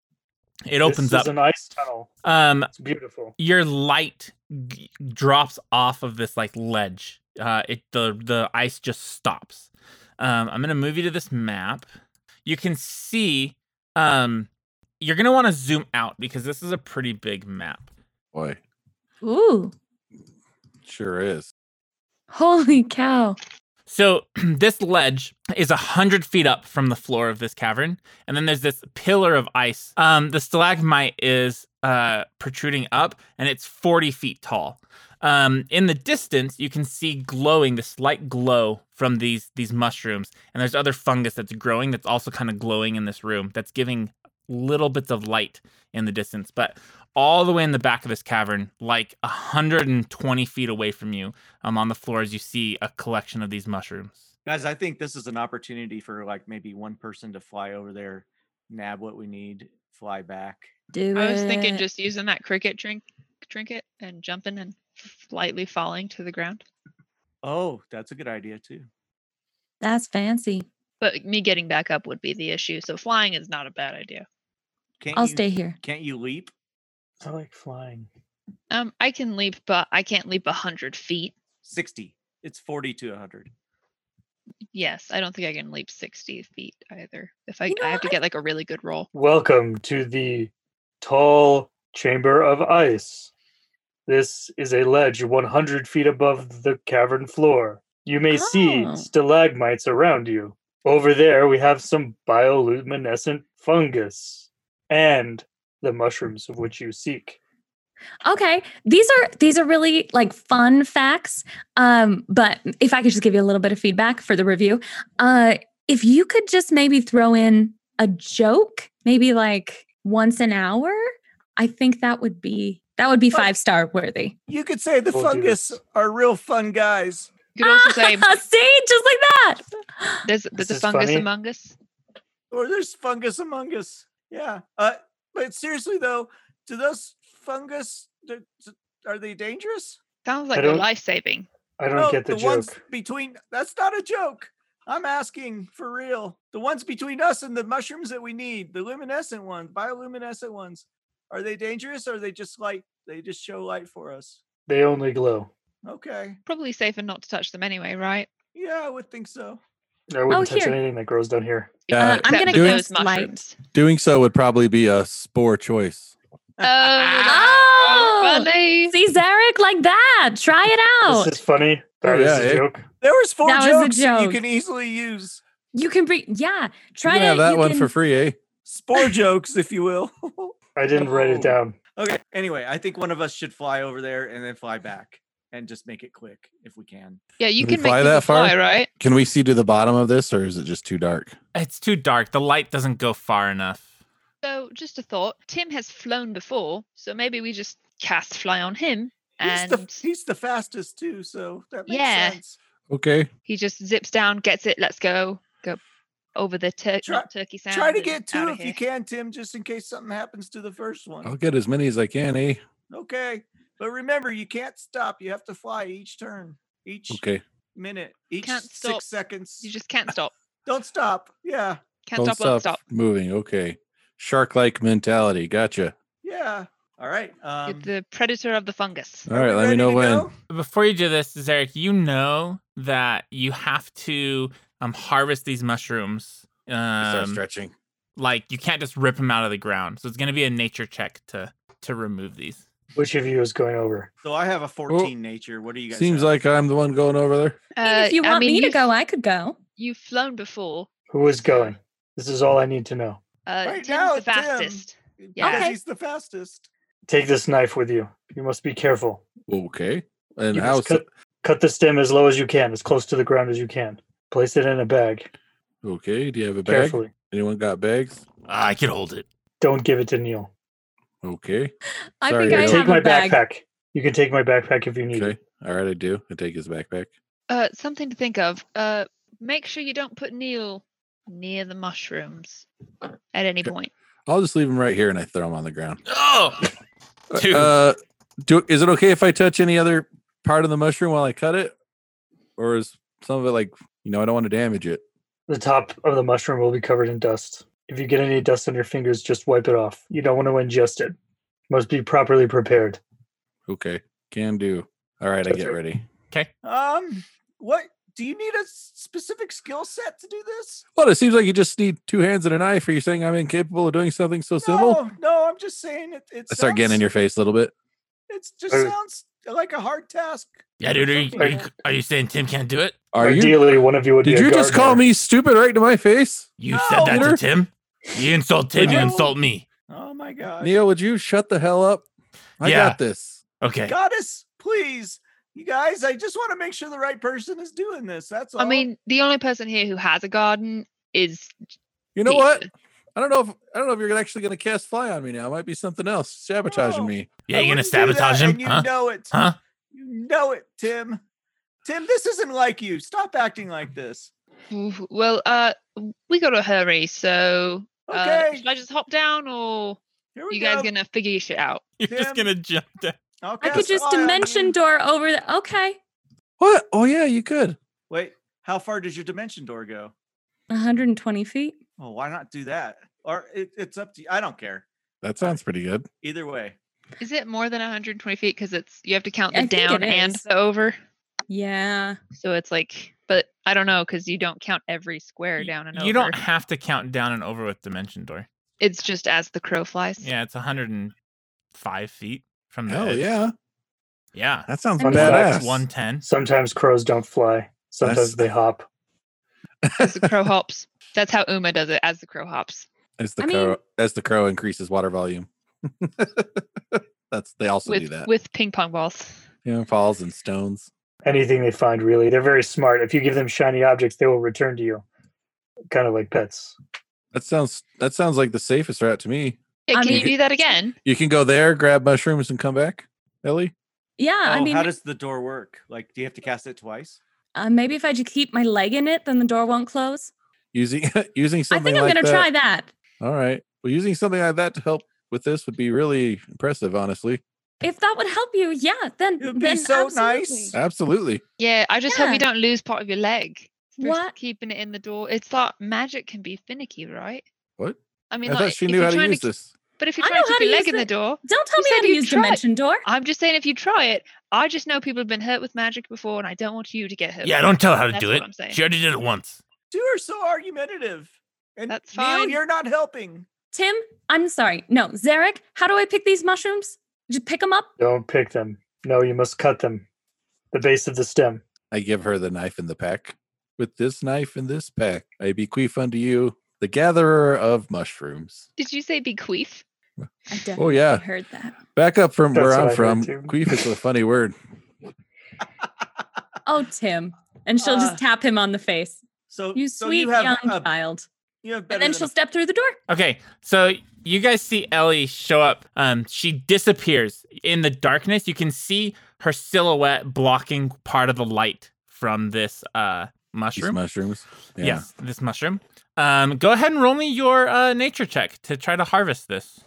Speaker 2: it opens
Speaker 6: this
Speaker 2: up.
Speaker 6: is an ice tunnel.
Speaker 2: Um
Speaker 6: It's beautiful.
Speaker 2: your light g- drops off of this like ledge. Uh, it the the ice just stops. Um, I'm gonna move you to this map. You can see. Um, you're gonna want to zoom out because this is a pretty big map.
Speaker 4: Boy,
Speaker 3: Ooh.
Speaker 4: sure is.
Speaker 3: Holy cow.
Speaker 2: So this ledge is a hundred feet up from the floor of this cavern, and then there's this pillar of ice. Um, the stalagmite is uh, protruding up, and it's forty feet tall. Um, in the distance, you can see glowing this light glow from these these mushrooms, and there's other fungus that's growing that's also kind of glowing in this room that's giving little bits of light in the distance. But all the way in the back of this cavern, like 120 feet away from you, um, on the floor as you see a collection of these mushrooms.
Speaker 7: Guys, I think this is an opportunity for like maybe one person to fly over there, nab what we need, fly back.
Speaker 3: Do
Speaker 5: I was thinking
Speaker 3: it.
Speaker 5: just using that cricket drink trinket and jumping and lightly falling to the ground.
Speaker 7: Oh, that's a good idea too.
Speaker 3: That's fancy.
Speaker 5: But me getting back up would be the issue. So flying is not a bad idea.
Speaker 7: Can't
Speaker 3: I'll
Speaker 7: you,
Speaker 3: stay here.
Speaker 7: Can't you leap?
Speaker 6: I like flying.
Speaker 5: Um, I can leap, but I can't leap a hundred feet.
Speaker 7: 60. It's 40 to 100.
Speaker 5: Yes, I don't think I can leap sixty feet either. If I,
Speaker 3: You know
Speaker 5: I have to
Speaker 3: what?
Speaker 5: get like a really good roll.
Speaker 6: Welcome to the tall chamber of ice. This is a ledge 100 feet above the cavern floor. You may
Speaker 3: Oh.
Speaker 6: see stalagmites around you. Over there, we have some bioluminescent fungus and the mushrooms of which you seek.
Speaker 3: Okay. These are these are really like fun facts. Um, but if I could just give you a little bit of feedback for the review. Uh if you could just maybe throw in a joke, maybe like once an hour, I think that would be that would be
Speaker 7: Fun-
Speaker 3: five star worthy.
Speaker 7: You could say the
Speaker 6: We'll do
Speaker 7: fungus
Speaker 6: this.
Speaker 7: are real fun guys.
Speaker 5: You could also say
Speaker 3: See, just like that.
Speaker 5: there's there's a
Speaker 6: is
Speaker 5: fungus
Speaker 6: funny.
Speaker 5: among us.
Speaker 7: Or there's fungus among us. Yeah. Uh, but seriously though, do those fungus do- do- are they dangerous?
Speaker 5: Sounds like they're
Speaker 6: don't-
Speaker 5: life saving.
Speaker 6: I don't
Speaker 2: Oh,
Speaker 6: get the, joke.
Speaker 7: Oh, ones between that's not a joke. I'm asking for real. The ones between us and the mushrooms that we need, the luminescent ones, bioluminescent ones. Are they dangerous? Or are they just light? They just show light for us.
Speaker 6: They only glow.
Speaker 7: Okay.
Speaker 5: Probably safer not to touch them anyway, right?
Speaker 7: Yeah, I would think so.
Speaker 6: I wouldn't
Speaker 3: Oh,
Speaker 6: touch
Speaker 3: here.
Speaker 6: anything that grows down here.
Speaker 4: Yeah,
Speaker 3: Uh, I'm gonna
Speaker 5: Except
Speaker 4: doing-
Speaker 5: those
Speaker 3: cast light.
Speaker 5: mushrooms.
Speaker 4: Doing so would probably be a spore choice.
Speaker 5: Oh, that's
Speaker 3: Oh,
Speaker 5: Ah, funny.
Speaker 3: see Zarek like that. Try it out.
Speaker 6: This is funny. That
Speaker 4: Oh,
Speaker 6: is
Speaker 4: yeah,
Speaker 6: a
Speaker 4: it-
Speaker 6: joke.
Speaker 7: There was four
Speaker 3: That was a
Speaker 7: jokes you
Speaker 3: joke.
Speaker 7: can easily use.
Speaker 3: you can be yeah.
Speaker 4: You
Speaker 3: Try
Speaker 4: can
Speaker 3: it.
Speaker 4: have that
Speaker 3: you
Speaker 4: one
Speaker 3: can-
Speaker 4: for free, eh?
Speaker 7: Spore jokes, if you will.
Speaker 6: I didn't write
Speaker 7: Oh.
Speaker 6: it down.
Speaker 7: okay. Anyway, I think one of us should fly over there and then fly back and just make it quick if we can.
Speaker 5: Yeah, you
Speaker 4: Can we
Speaker 5: can
Speaker 4: fly
Speaker 5: make
Speaker 4: that
Speaker 5: that
Speaker 4: far?
Speaker 5: fly, right?
Speaker 4: Can we see to the bottom of this, or is it just too dark?
Speaker 2: It's too dark. The light doesn't go far enough.
Speaker 5: So, just a thought. Tim has flown before, so maybe we just cast fly on him,
Speaker 7: He's
Speaker 5: and
Speaker 7: the, he's the fastest too, so that makes
Speaker 5: Yeah.
Speaker 7: sense.
Speaker 4: Okay.
Speaker 5: he just zips down, gets it. Let's go, go over the tur-
Speaker 7: Try-
Speaker 5: not turkey sound.
Speaker 7: Try to
Speaker 5: and
Speaker 7: get two
Speaker 5: outta
Speaker 7: if you
Speaker 5: here.
Speaker 7: can, Tim, just in case something happens to the first one.
Speaker 4: I'll get as many as I can, eh?
Speaker 7: Okay. But remember, you can't stop. You have to fly each turn, each
Speaker 4: Okay.
Speaker 7: minute, each
Speaker 5: Can't
Speaker 7: six
Speaker 5: stop.
Speaker 7: seconds.
Speaker 5: You just can't stop.
Speaker 7: Don't stop. Yeah.
Speaker 5: Can't stop, won't stop.
Speaker 4: moving. Okay. Shark like mentality. Gotcha.
Speaker 7: Yeah. All right.
Speaker 5: You're
Speaker 7: Um,
Speaker 5: the predator of the fungus.
Speaker 4: All right.
Speaker 7: you
Speaker 4: Let me
Speaker 7: ready
Speaker 4: know
Speaker 7: to
Speaker 4: when.
Speaker 7: go?
Speaker 2: Before you do this, Zarek, you know that you have to um, harvest these mushrooms. Um,
Speaker 4: stretching.
Speaker 2: like you can't just rip them out of the ground. So it's gonna be a nature check to to remove these.
Speaker 6: Which of you is going over?
Speaker 7: So I have a 14 nature. What do you guys
Speaker 4: Seems
Speaker 7: have?
Speaker 4: like I'm the one going over there.
Speaker 3: I
Speaker 5: Uh,
Speaker 3: mean, if you want me to
Speaker 5: you've-
Speaker 3: go, I could go.
Speaker 5: You've flown before.
Speaker 6: Who is going? This is all I need to know.
Speaker 5: Uh,
Speaker 7: Right
Speaker 5: Tim's
Speaker 7: now,
Speaker 5: the
Speaker 7: Tim.
Speaker 5: fastest.
Speaker 7: Uh, Because
Speaker 5: Yeah.
Speaker 7: he's the fastest.
Speaker 6: Take this knife with you. You must be careful.
Speaker 4: Okay. And
Speaker 6: You
Speaker 4: how?
Speaker 6: must cut, cut the stem as low as you can, as close to the ground as you can. Place it in a bag
Speaker 4: Okay. Do you have a bag?
Speaker 6: carefully.
Speaker 4: Anyone got bags?
Speaker 8: Ah, I can hold it.
Speaker 6: Don't give it to Neil.
Speaker 4: Okay.
Speaker 3: I
Speaker 4: Sorry,
Speaker 6: You
Speaker 3: think
Speaker 6: can
Speaker 3: I
Speaker 4: Neil.
Speaker 6: take
Speaker 3: have
Speaker 6: my
Speaker 3: a bag.
Speaker 6: backpack. You can take my backpack if you need
Speaker 4: Okay.
Speaker 6: it.
Speaker 4: All right. I do. I take his backpack.
Speaker 5: Uh, something to think of. Uh, make sure you don't put Neil near the mushrooms at any
Speaker 4: Okay.
Speaker 5: point.
Speaker 4: I'll just leave him right here and I throw him on the ground.
Speaker 8: Oh, Dude.
Speaker 4: Uh, do, is it okay if I touch any other part of the mushroom while I cut it? Or is some of it like, you know, I don't want to damage it?
Speaker 6: The top of the mushroom will be covered in dust. If you get any dust on your fingers, just wipe it off. You don't want to ingest it. Must be properly prepared.
Speaker 4: Okay. Can do. All right. I
Speaker 6: That's
Speaker 4: get
Speaker 6: right.
Speaker 4: ready.
Speaker 2: Okay.
Speaker 7: Um, what? Do you need a s- specific skill set to do this?
Speaker 4: Well, it seems like you just need two hands and a knife. Are you saying I'm incapable of doing something so simple?
Speaker 7: No, no, I'm just saying it. it
Speaker 4: I start getting in your
Speaker 7: sounds-
Speaker 4: face a little bit.
Speaker 7: It just
Speaker 6: Uh,
Speaker 7: sounds like a hard task.
Speaker 8: yeah, dude. Are you,
Speaker 7: Something
Speaker 8: are you,
Speaker 7: like-
Speaker 8: are you saying Tim can't do it?
Speaker 4: Are you?
Speaker 6: Ideally, one of you would
Speaker 4: Did
Speaker 6: be a
Speaker 4: you just call
Speaker 6: gardener.
Speaker 4: me stupid right to my face?
Speaker 8: You said that
Speaker 4: No.
Speaker 8: to Tim. You insult Tim. You
Speaker 7: No.
Speaker 8: insult me.
Speaker 7: Oh my god.
Speaker 4: Neil, would you shut the hell up? I
Speaker 8: Yeah.
Speaker 4: got this.
Speaker 8: Okay.
Speaker 7: Goddess, please. You guys, I just want to make sure the right person is doing this. That's all.
Speaker 5: I mean, the only person here who has a garden is.
Speaker 4: You know
Speaker 5: Peter.
Speaker 4: what? I don't know if I don't know if you're actually going to cast fly on me now. It might be something else sabotaging
Speaker 7: No.
Speaker 4: me.
Speaker 8: Yeah,
Speaker 7: I
Speaker 8: you're gonna
Speaker 7: wouldn't do that,
Speaker 8: sabotage him,
Speaker 7: and you
Speaker 8: huh?
Speaker 7: know it.
Speaker 8: Huh?
Speaker 7: You know it, Tim. Tim, this isn't like you. Stop acting like this.
Speaker 5: Oof, Well, uh, w- we got to hurry, so. Uh,
Speaker 7: Okay.
Speaker 5: should I just hop down, or
Speaker 7: Here we
Speaker 5: you
Speaker 7: go.
Speaker 5: guys gonna figure your shit out?
Speaker 2: You're
Speaker 7: Tim.
Speaker 2: just gonna jump down.
Speaker 7: I'll
Speaker 3: I could
Speaker 7: cast
Speaker 3: just
Speaker 7: fly on
Speaker 3: dimension
Speaker 7: you.
Speaker 3: door over the okay.
Speaker 4: What? Oh yeah, you could.
Speaker 7: Wait, how far does your dimension door go?
Speaker 3: 120 feet.
Speaker 7: Well, why not do that? Or it, it's up to you. I don't care.
Speaker 4: That sounds pretty good.
Speaker 7: Either way.
Speaker 5: Is it more than 120 feet? Because it's you have to count
Speaker 3: I
Speaker 5: the
Speaker 3: think it
Speaker 5: down and
Speaker 3: is.
Speaker 5: the over.
Speaker 3: Yeah.
Speaker 5: So it's like, but I don't know because you don't count every square
Speaker 2: Y-
Speaker 5: down and over.
Speaker 2: You don't have to count down and over with dimension door.
Speaker 5: It's just as the crow flies.
Speaker 2: Yeah, it's 105 feet from the.
Speaker 4: Hell
Speaker 2: edge.
Speaker 4: yeah,
Speaker 2: Yeah.
Speaker 4: that sounds
Speaker 3: Fun
Speaker 4: badass.
Speaker 6: fact.
Speaker 2: One ten.
Speaker 6: Sometimes crows don't fly. Sometimes
Speaker 4: That's-
Speaker 6: they hop.
Speaker 5: As the crow hops. That's how Uma does it. As the crow hops.
Speaker 4: as the
Speaker 3: I
Speaker 4: crow
Speaker 3: mean-
Speaker 4: as the crow increases water volume. That's they also do
Speaker 5: with
Speaker 4: that.
Speaker 5: with ping pong balls.
Speaker 4: Yeah, falls and stones.
Speaker 6: Anything they find, really. They're very smart. If you give them shiny objects, they will return to you. Kind of like pets.
Speaker 4: That sounds that sounds like the safest route to me.
Speaker 5: Yeah,
Speaker 3: I
Speaker 5: can
Speaker 3: mean-
Speaker 5: you do that again?
Speaker 4: You can go there, grab mushrooms, and come back, Ellie.
Speaker 3: Yeah, I
Speaker 7: Oh,
Speaker 3: mean
Speaker 7: how does the door work? Like, do you have to cast it twice?
Speaker 3: uh, maybe if I just keep my leg in it then the door won't close.
Speaker 4: Using using
Speaker 3: I
Speaker 4: something.
Speaker 3: think I'm
Speaker 4: like
Speaker 3: going to
Speaker 4: that.
Speaker 3: try that.
Speaker 4: All right. Well, using something like that to help with this would be really impressive, honestly.
Speaker 3: If that would help you, yeah, then
Speaker 7: It would be
Speaker 3: then
Speaker 7: so nice.
Speaker 3: absolutely.
Speaker 4: Absolutely.
Speaker 5: Yeah, I just hope
Speaker 3: Yeah.
Speaker 5: you don't lose part of your leg. from
Speaker 3: What?
Speaker 5: Keeping it in the door. It's like magic can be finicky, right?
Speaker 4: What?
Speaker 5: I
Speaker 4: I,
Speaker 5: mean, like,
Speaker 4: thought she
Speaker 5: if
Speaker 4: knew
Speaker 5: you're
Speaker 4: how to
Speaker 5: trying
Speaker 4: use
Speaker 5: ke-
Speaker 4: this.
Speaker 5: But if you
Speaker 3: I
Speaker 5: try
Speaker 3: know
Speaker 5: to
Speaker 3: how
Speaker 5: keep your
Speaker 3: to
Speaker 5: leg
Speaker 3: use
Speaker 5: in the
Speaker 3: it.
Speaker 5: door,
Speaker 3: Don't tell
Speaker 5: You
Speaker 3: me how
Speaker 5: said
Speaker 3: to
Speaker 5: you
Speaker 3: use
Speaker 5: tried.
Speaker 3: dimension door.
Speaker 5: I'm just saying if you try it, I just know people have been hurt with magic before, and I don't want you to get hurt.
Speaker 8: Yeah,
Speaker 5: with
Speaker 8: don't tell her how to
Speaker 5: That's
Speaker 8: do
Speaker 5: what
Speaker 8: it.
Speaker 5: I'm saying.
Speaker 8: She already did it once.
Speaker 7: Two are so argumentative. And
Speaker 5: That's
Speaker 7: Neil,
Speaker 5: fine.
Speaker 7: you're not helping.
Speaker 3: Tim, I'm sorry. No, Zarek, how do I pick these mushrooms? Just pick them up.
Speaker 6: Don't pick them. No, you must cut them. The base of the stem.
Speaker 4: I give her the knife in the pack. With this knife in this pack, I bequeath unto you the gatherer of mushrooms.
Speaker 5: Did you say bequeath?
Speaker 3: I definitely
Speaker 4: Oh yeah,
Speaker 3: heard that.
Speaker 4: back up from
Speaker 6: That's
Speaker 4: where
Speaker 6: what I
Speaker 4: I'm
Speaker 6: heard
Speaker 4: from.
Speaker 6: too.
Speaker 4: Queef is a funny word.
Speaker 3: Oh, Tim. And she'll
Speaker 7: Uh,
Speaker 3: just tap him on the face.
Speaker 7: So
Speaker 3: You
Speaker 7: so
Speaker 3: sweet
Speaker 7: you have
Speaker 3: young
Speaker 7: a,
Speaker 3: child.
Speaker 7: you have
Speaker 3: And
Speaker 7: better
Speaker 3: then
Speaker 7: than
Speaker 3: she'll
Speaker 7: a- Oh.
Speaker 3: step through the door.
Speaker 2: Okay, so you guys see Ellie show up. Um, she disappears in the darkness. You can see her silhouette blocking part of the light from this uh
Speaker 4: These
Speaker 2: mushroom.
Speaker 4: mushrooms. Yeah.
Speaker 2: Yes, this mushroom. Um, go ahead and roll me your uh, nature check to try to harvest this.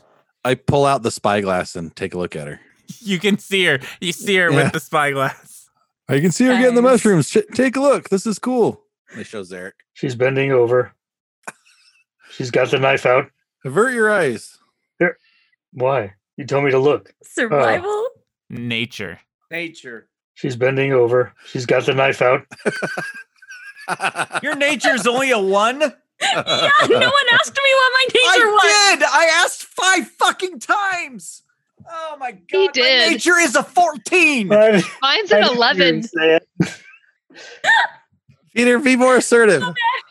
Speaker 4: I pull out the spyglass and take a look at her.
Speaker 2: You can see her. You see her
Speaker 4: Yeah.
Speaker 2: with the spyglass.
Speaker 4: I Oh, can see her getting the
Speaker 3: Guys.
Speaker 4: mushrooms. Ch- take a look. This is cool. It shows Eric.
Speaker 6: She's bending over. She's got the knife out.
Speaker 4: Avert your eyes.
Speaker 6: Why? You told me to look.
Speaker 3: Survival.
Speaker 2: Nature.
Speaker 7: nature.
Speaker 6: She's bending over. She's got the knife out.
Speaker 7: Your nature's only a one.
Speaker 3: Yeah, no one asked me what my nature was.
Speaker 7: I did. I asked five fucking times. Oh my god. my
Speaker 5: did.
Speaker 7: nature is a 14.
Speaker 6: I-
Speaker 5: Mine's
Speaker 6: I
Speaker 5: an
Speaker 6: didn't hear you
Speaker 5: 11.
Speaker 6: say it.
Speaker 4: Peter, be more assertive.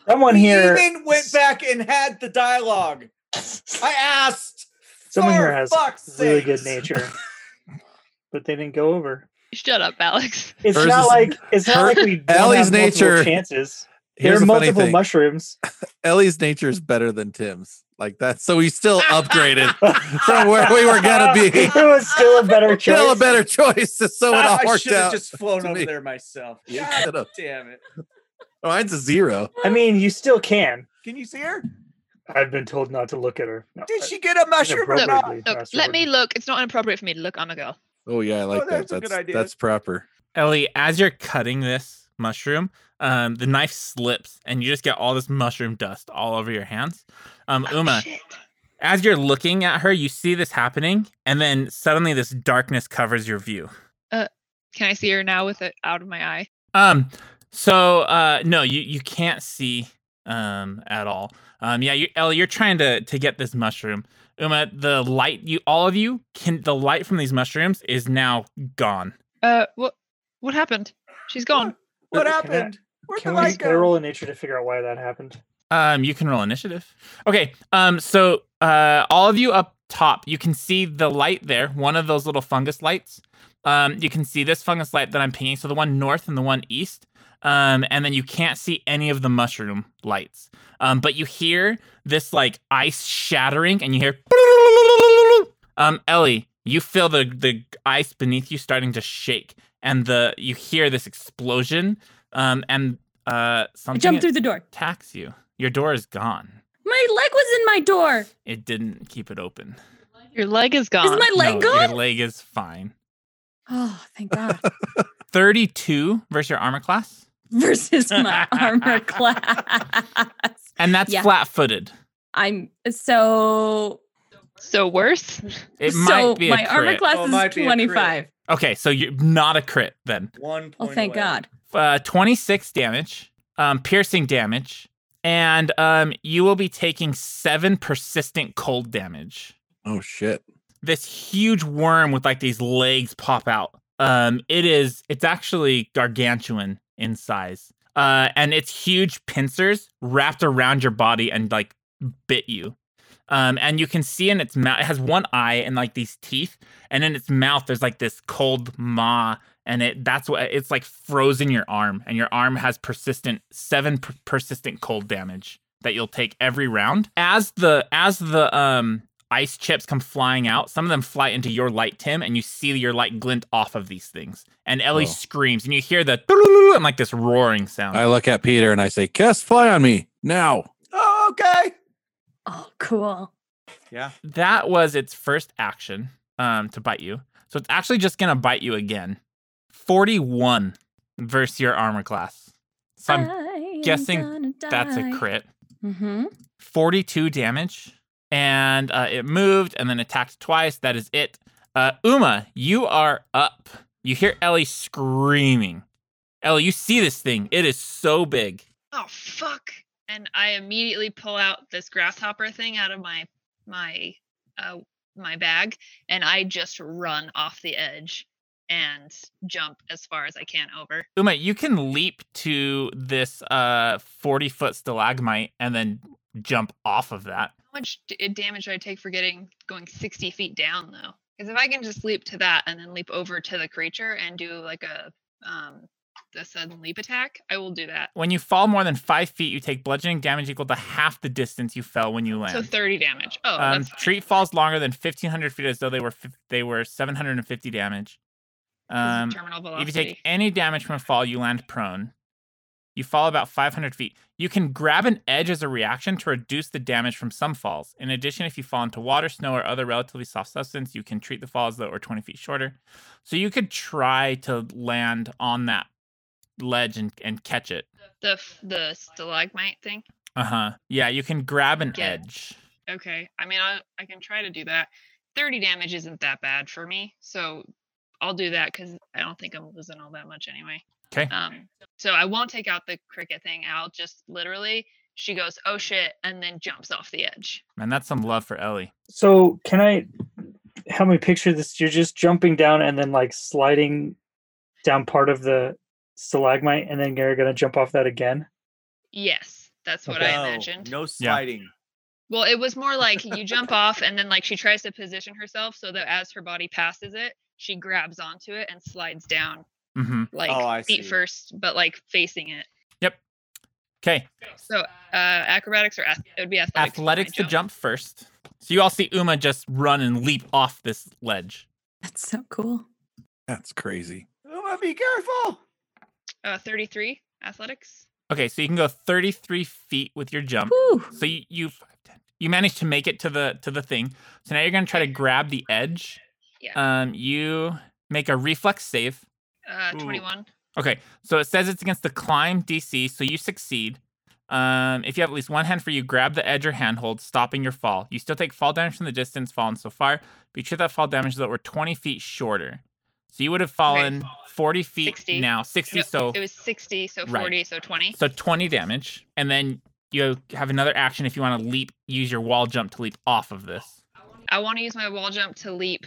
Speaker 6: Someone
Speaker 7: We
Speaker 6: here.
Speaker 7: even went back and had the dialogue. I asked.
Speaker 6: Someone
Speaker 7: for
Speaker 6: here has
Speaker 7: fuck's
Speaker 6: really
Speaker 7: sakes.
Speaker 6: good nature, but they didn't go over.
Speaker 5: Shut up, Alex.
Speaker 6: It's
Speaker 4: Hers
Speaker 6: not
Speaker 4: is-
Speaker 6: like it's not
Speaker 4: her-
Speaker 6: like we don't
Speaker 4: Allie's
Speaker 6: have multiple
Speaker 4: nature-
Speaker 6: chances. There
Speaker 4: Here's
Speaker 6: are
Speaker 4: the funny
Speaker 6: multiple
Speaker 4: thing.
Speaker 6: mushrooms.
Speaker 4: Ellie's nature is better than Tim's. Like that. So we still upgraded from where we were gonna be.
Speaker 6: it was still a better choice.
Speaker 4: Still a better choice. So it all
Speaker 7: I
Speaker 4: worked
Speaker 7: should have
Speaker 4: out.
Speaker 7: just flown
Speaker 4: to
Speaker 7: over
Speaker 4: me.
Speaker 7: there myself.
Speaker 4: You
Speaker 7: God
Speaker 4: could've.
Speaker 7: damn it.
Speaker 4: Oh, Mine's a zero.
Speaker 6: I mean, you still can.
Speaker 7: Can you see her?
Speaker 6: I've been told not to look at her. No,
Speaker 7: Did
Speaker 6: I-
Speaker 7: she get a mushroom or
Speaker 6: Inappropriate.
Speaker 7: not?
Speaker 6: Probably
Speaker 5: Look,
Speaker 6: faster
Speaker 5: let me
Speaker 6: wouldn't-
Speaker 5: look. It's not inappropriate for me to look. I'm a girl.
Speaker 4: Oh yeah, I like that.
Speaker 7: that's a good
Speaker 4: That's
Speaker 7: idea.
Speaker 4: that's proper.
Speaker 2: Ellie, as you're cutting this mushroom, um, the knife slips and you just get all this mushroom dust all over your hands. Um,
Speaker 5: Oh,
Speaker 2: Uma,
Speaker 5: shit.
Speaker 2: as you're looking at her, you see this happening, and then suddenly this darkness covers your view.
Speaker 5: Can I see her now with it out of my eye?
Speaker 2: Um, so uh, no, you you can't see um at all. Um, yeah, you, Ellie, you're trying to to get this mushroom. Uma, the light you all of you can the light from these mushrooms is now gone.
Speaker 5: Uh, what what happened? She's gone.
Speaker 7: What
Speaker 6: Can I-
Speaker 7: happened? Where'd the
Speaker 6: Can we
Speaker 7: light
Speaker 6: can I roll
Speaker 7: go?
Speaker 6: a nature to figure out why that happened?
Speaker 2: Um, you can roll initiative. Okay. Um, so uh, all of you up top, you can see the light there. One of those little fungus lights. Um, you can see this fungus light that I'm pinging. So the one north and the one east. Um, and then you can't see any of the mushroom lights. Um, but you hear this like ice shattering, and you hear. Um, Ellie, you feel the the ice beneath you starting to shake, and the you hear this explosion. Um, and uh,
Speaker 3: I
Speaker 2: something
Speaker 3: jumped through the door.
Speaker 2: attacks you. Your door is gone.
Speaker 3: My leg was in my door.
Speaker 2: It didn't keep it open.
Speaker 5: Your leg is gone.
Speaker 3: Is my leg
Speaker 2: Ah, No,
Speaker 3: gone?
Speaker 2: Your leg is fine.
Speaker 3: Oh, thank God.
Speaker 2: 32 versus your armor class.
Speaker 3: Versus my armor class.
Speaker 2: And that's
Speaker 3: Yeah.
Speaker 2: flat footed.
Speaker 3: I'm so
Speaker 5: so worse.
Speaker 2: It
Speaker 3: so
Speaker 2: might be a
Speaker 3: my armor
Speaker 2: crit.
Speaker 3: class
Speaker 7: Oh, it might
Speaker 3: is
Speaker 7: be a crit.
Speaker 3: 25.
Speaker 2: Okay, so you're not a crit then.
Speaker 7: One point.
Speaker 3: Oh, thank
Speaker 7: away.
Speaker 3: God.
Speaker 2: Uh, 26 damage, um, piercing damage, and um, you will be taking seven persistent cold damage.
Speaker 4: Oh shit.
Speaker 2: this huge worm with like these legs pop out. Um, it is it's actually gargantuan in size. Uh, and its huge pincers wrapped around your body and like bit you. Um, and you can see in its mouth it has one eye and like these teeth, and in its mouth there's like this cold maw, and it that's what it's like frozen your arm, and your arm has persistent seven per- persistent cold damage that you'll take every round. As the as the um ice chips come flying out. Some of them fly into your light, Tim, and you see your light glint off of these things. And Ellie
Speaker 4: Whoa.
Speaker 2: screams, and you hear the "Doo-doo-doo-doo" and like this roaring sound.
Speaker 4: I look at Peter and I say, Cast fly on me now.
Speaker 7: Oh, okay.
Speaker 3: Oh, cool.
Speaker 7: Yeah.
Speaker 2: that was its first action um, to bite you. So it's actually just gonna bite you again. Forty-one versus your armor class. So I'm
Speaker 3: I am
Speaker 2: guessing
Speaker 3: gonna
Speaker 2: that's a
Speaker 3: die.
Speaker 2: crit.
Speaker 3: Mhm.
Speaker 2: Forty-two damage, and uh, it moved and then attacked twice. That is it. Uh, Uma, you are up. You hear Ellie screaming. Ellie, you see this thing. It is so big.
Speaker 5: Oh fuck! And I immediately pull out this grasshopper thing out of my my uh my bag, and I just run off the edge and jump as far as I can over.
Speaker 2: Uma, you can leap to this uh 40 foot stalagmite and then jump off of that.
Speaker 5: How much d- uh, damage do I take for getting going 60 feet down though? Because if I can just leap to that and then leap over to the creature and do like a um the sudden leap attack, I will do that.
Speaker 2: When you fall more than five feet, you take bludgeoning damage equal to half the distance you fell when you land.
Speaker 5: So 30 damage. Oh,
Speaker 2: um,
Speaker 5: that's fine.
Speaker 2: treat falls longer than 1500 feet as though they were fif- they were 750 damage.
Speaker 5: This is
Speaker 2: Um,
Speaker 5: terminal
Speaker 2: if you
Speaker 5: velocity.
Speaker 2: take any damage from a fall, you land prone. You fall about 500 feet. You can grab an edge as a reaction to reduce the damage from some falls. In addition, if you fall into water, snow, or other relatively soft substance, you can treat the fall as though it were 20 feet shorter. So you could try to land on that ledge and, and catch it.
Speaker 5: the f- the stalagmite thing.
Speaker 2: Uh huh. Yeah, you can grab an
Speaker 5: Yeah.
Speaker 2: edge.
Speaker 5: Okay. I mean, I I can try to do that. 30 damage isn't that bad for me. So I'll do that cuz I don't think I'm losing all that much anyway.
Speaker 2: 'Kay.
Speaker 5: Um so I won't take out the cricket thing. I'll just literally she goes, "Oh shit," and then jumps off the edge.
Speaker 2: Man, that's some love for Ellie.
Speaker 6: So can I help me picture this? You're just jumping down and then like sliding down part of the stalagmite, and then you're gonna jump off that again.
Speaker 5: Yes. That's what I
Speaker 7: No,
Speaker 5: imagined.
Speaker 7: Oh, No sliding.
Speaker 5: Well, it was more like you jump off and then like she tries to position herself so that as her body passes it, she grabs onto it and slides down
Speaker 2: Mm-hmm.
Speaker 5: like
Speaker 7: Oh, I
Speaker 5: feet
Speaker 7: see.
Speaker 5: first, but like facing it.
Speaker 2: Okay,
Speaker 5: So uh, acrobatics or ath- it would be athletics. for my
Speaker 2: athletics to jump first. So you all see Uma just run and leap off this ledge.
Speaker 3: That's so cool.
Speaker 4: That's crazy.
Speaker 7: Uma, be careful.
Speaker 5: Uh, Thirty-three athletics.
Speaker 2: Okay, so you can go 33 feet with your jump.
Speaker 3: Whew.
Speaker 2: So you you, you managed to make it to the to the thing. So now you're gonna try to grab the edge.
Speaker 5: Yeah.
Speaker 2: Um, you make a reflex save.
Speaker 5: Uh,
Speaker 7: Ooh.
Speaker 5: Twenty-one.
Speaker 2: Okay, so it says it's against the climb DC, so you succeed. Um, if you have at least one hand free, you grab the edge or handhold, stopping your fall. You still take fall damage from the distance fallen so far, but you treat that fall damage as though it were 20 feet shorter. So you would have fallen 40 feet
Speaker 5: 60.
Speaker 2: now, 60,
Speaker 5: No,
Speaker 2: so
Speaker 5: it was sixty, so
Speaker 2: Right.
Speaker 5: forty, so twenty.
Speaker 2: so 20 damage, and then you have another action if you want to leap. Use your wall jump to leap off of this.
Speaker 5: I want to use my wall jump to leap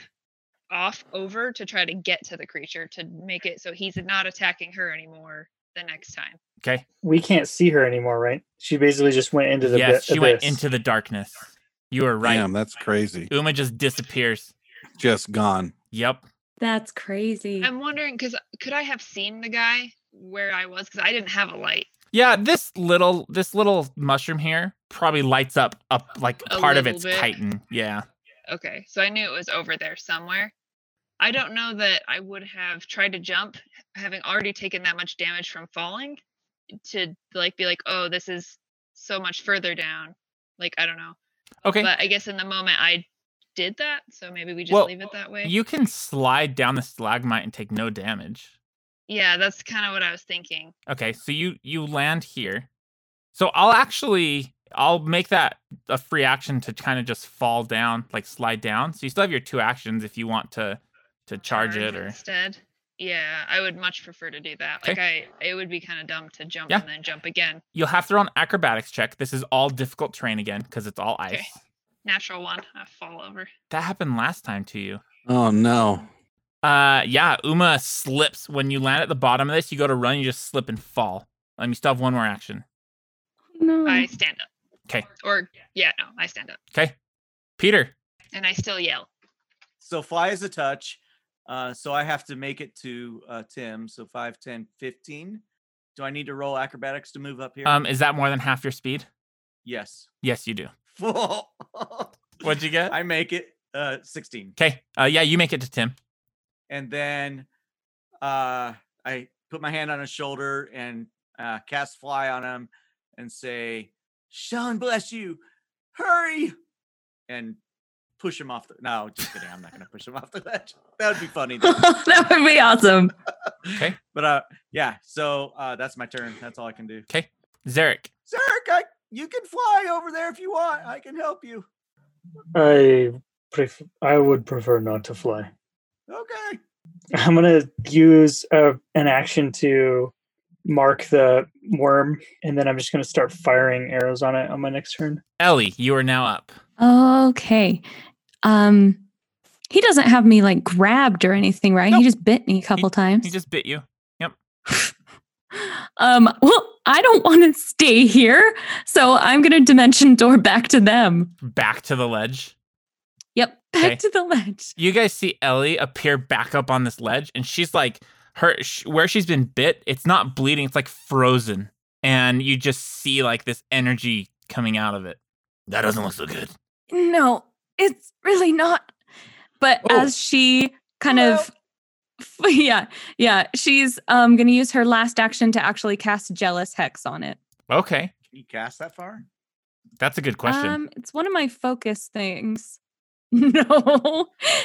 Speaker 5: off over to try to get to the creature to make it so he's not attacking her anymore the next time.
Speaker 2: Okay.
Speaker 6: We can't see her anymore, right? She basically just went into the
Speaker 2: yes,
Speaker 6: bit-
Speaker 2: she went
Speaker 6: abyss.
Speaker 2: into the darkness. You are right.
Speaker 4: Damn, that's crazy.
Speaker 2: Uma just disappears.
Speaker 4: Just gone.
Speaker 2: Yep.
Speaker 3: That's crazy.
Speaker 2: Mm.
Speaker 5: I'm wondering because could I have seen the guy where I was because I didn't have a light.
Speaker 2: Yeah, this little this little mushroom here probably lights up up like
Speaker 5: A
Speaker 2: part of
Speaker 5: little
Speaker 2: its
Speaker 5: bit.
Speaker 2: chitin. Yeah.
Speaker 5: Okay, so I knew it was over there somewhere. I don't know that I would have tried to jump, having already taken that much damage from falling, to like be like, oh, this is so much further down. Like I don't know,
Speaker 2: Okay.
Speaker 5: but I guess in the moment I did that, so maybe we just
Speaker 2: Well,
Speaker 5: leave it that way.
Speaker 2: you can slide down the stalagmite and take no damage.
Speaker 5: yeah, that's kind of what I was thinking.
Speaker 2: Okay, so you you land here. So I'll actually I'll make that a free action to kind of just fall down, like slide down. So you still have your two actions if you want to to charge it or
Speaker 5: instead. Yeah, I would much prefer to do that. Like I, it would be kind of dumb to jump
Speaker 2: Yeah.
Speaker 5: and then jump again.
Speaker 2: you'll have to roll an acrobatics check. This is all difficult terrain again because it's all ice.
Speaker 5: Okay. Natural one, I fall over.
Speaker 2: That happened last time to you.
Speaker 4: Oh no.
Speaker 2: Uh yeah, Uma slips when you land at the bottom of this, you go to run, you just slip and fall. Um, you still have one more action. Hmm.
Speaker 3: no.
Speaker 5: I stand up.
Speaker 2: 'Kay.
Speaker 5: Or yeah, no, I stand up
Speaker 2: Okay. Peter.
Speaker 5: and I still yell.
Speaker 7: So fly is a touch. Uh, so I have to make it to uh, Tim. So 5, 10, 15. Do I need to roll acrobatics to move up here?
Speaker 2: Um, is that more than half your speed?
Speaker 7: yes.
Speaker 2: Yes, you do. What'd
Speaker 7: What'd
Speaker 2: you get?
Speaker 7: I make it uh, 16.
Speaker 2: Okay. Uh yeah, you make it to Tim.
Speaker 7: and then uh, I put my hand on his shoulder and uh, cast fly on him and say, "Sean, bless you, hurry!" and push him off the. No, just kidding. I'm not gonna push him off the ledge. That would be funny. though.
Speaker 3: that would be awesome.
Speaker 2: Okay.
Speaker 7: But uh, yeah. So uh, that's my turn. That's all I can do.
Speaker 2: Zarek.
Speaker 7: Zarek, I, you can fly over there if you want. I can help you.
Speaker 6: I pref- I would prefer not to fly.
Speaker 7: Okay.
Speaker 6: I'm gonna use uh an action to mark the worm, and then I'm just gonna start firing arrows on it on my next turn.
Speaker 2: Ellie, you are now up.
Speaker 3: Okay. Um he doesn't have me like grabbed or anything, right?
Speaker 2: Nope.
Speaker 3: He just bit me a couple times.
Speaker 2: He just bit you.
Speaker 3: um well, I don't want to stay here, so I'm going to dimension door back to them.
Speaker 2: Back to the ledge.
Speaker 3: Yep, back
Speaker 2: Okay.
Speaker 3: to the ledge.
Speaker 2: You guys see Ellie appear back up on this ledge, and she's like, her sh- where she's been bit, it's not bleeding, it's like frozen, and you just see like this energy coming out of it.
Speaker 8: That doesn't look so good.
Speaker 3: No, it's really not. But
Speaker 4: Oh.
Speaker 3: as she kind of yeah, yeah, she's um going to use her last action to actually cast jealous hex on it.
Speaker 2: Okay,
Speaker 7: Can you cast that far?
Speaker 2: that's a good question.
Speaker 3: Um it's one of my focus things. No.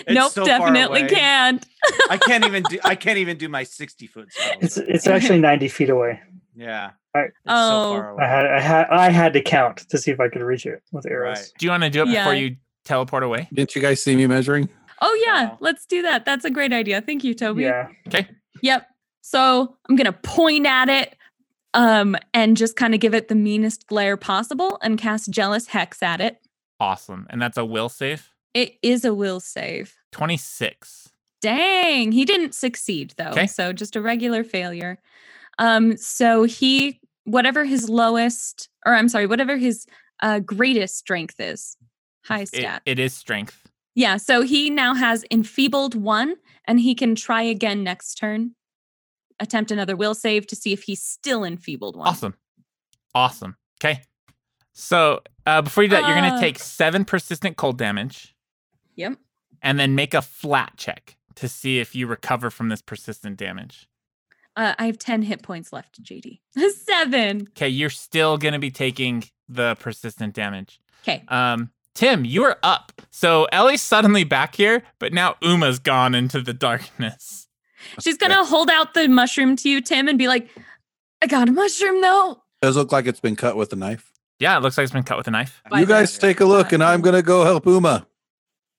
Speaker 3: nope,
Speaker 7: so far
Speaker 3: definitely
Speaker 7: away.
Speaker 3: can't.
Speaker 7: I can't even do. I can't even do my sixty foot spell.
Speaker 6: It's
Speaker 7: so-
Speaker 6: it's actually 90 feet away.
Speaker 7: yeah.
Speaker 6: I-
Speaker 7: It's
Speaker 3: Oh.
Speaker 6: I had I had I had to count to see if I could reach it with arrows.
Speaker 7: Right.
Speaker 2: do you want to do it before
Speaker 3: yeah.
Speaker 2: you teleport away?
Speaker 4: Didn't you guys see me measuring?
Speaker 3: Oh yeah,
Speaker 7: Wow.
Speaker 3: let's do that. That's a great idea. Thank you, Toby.
Speaker 6: Yeah.
Speaker 3: Yep. So I'm gonna point at it um and just kind of give it the meanest glare possible and cast jealous hex at it.
Speaker 2: Awesome. And that's a will save.
Speaker 3: It is a will save.
Speaker 2: 26.
Speaker 3: Dang, he didn't succeed though.
Speaker 2: Okay.
Speaker 3: So just a regular failure. Um so he whatever his lowest or I'm sorry, whatever his uh greatest strength is. High
Speaker 2: It-
Speaker 3: stat.
Speaker 2: it is strength.
Speaker 3: yeah, so he now has enfeebled 1 and he can try again next turn. Attempt another will save to see if he's still enfeebled 1.
Speaker 2: Awesome. Awesome. Okay. So uh, before you do that, you're going to
Speaker 3: Uh.
Speaker 2: take seven persistent cold damage
Speaker 3: Yep.
Speaker 2: and then make a flat check to see if you recover from this persistent damage.
Speaker 3: Uh, I have 10 hit points left, JD. 7.
Speaker 2: Okay. You're still going to be taking the persistent damage.
Speaker 3: Okay.
Speaker 2: Um, Tim, you are up. So Ellie's suddenly back here, but now Uma's gone into the darkness.
Speaker 3: She's going to hold out the mushroom to you, Tim, and be like, I got a mushroom though.
Speaker 4: Does look like it's been cut with a knife.
Speaker 2: Yeah, it looks like it's been cut with a knife.
Speaker 7: By
Speaker 4: you
Speaker 7: the
Speaker 4: guys
Speaker 7: way.
Speaker 4: take a look, and I'm gonna go help Uma.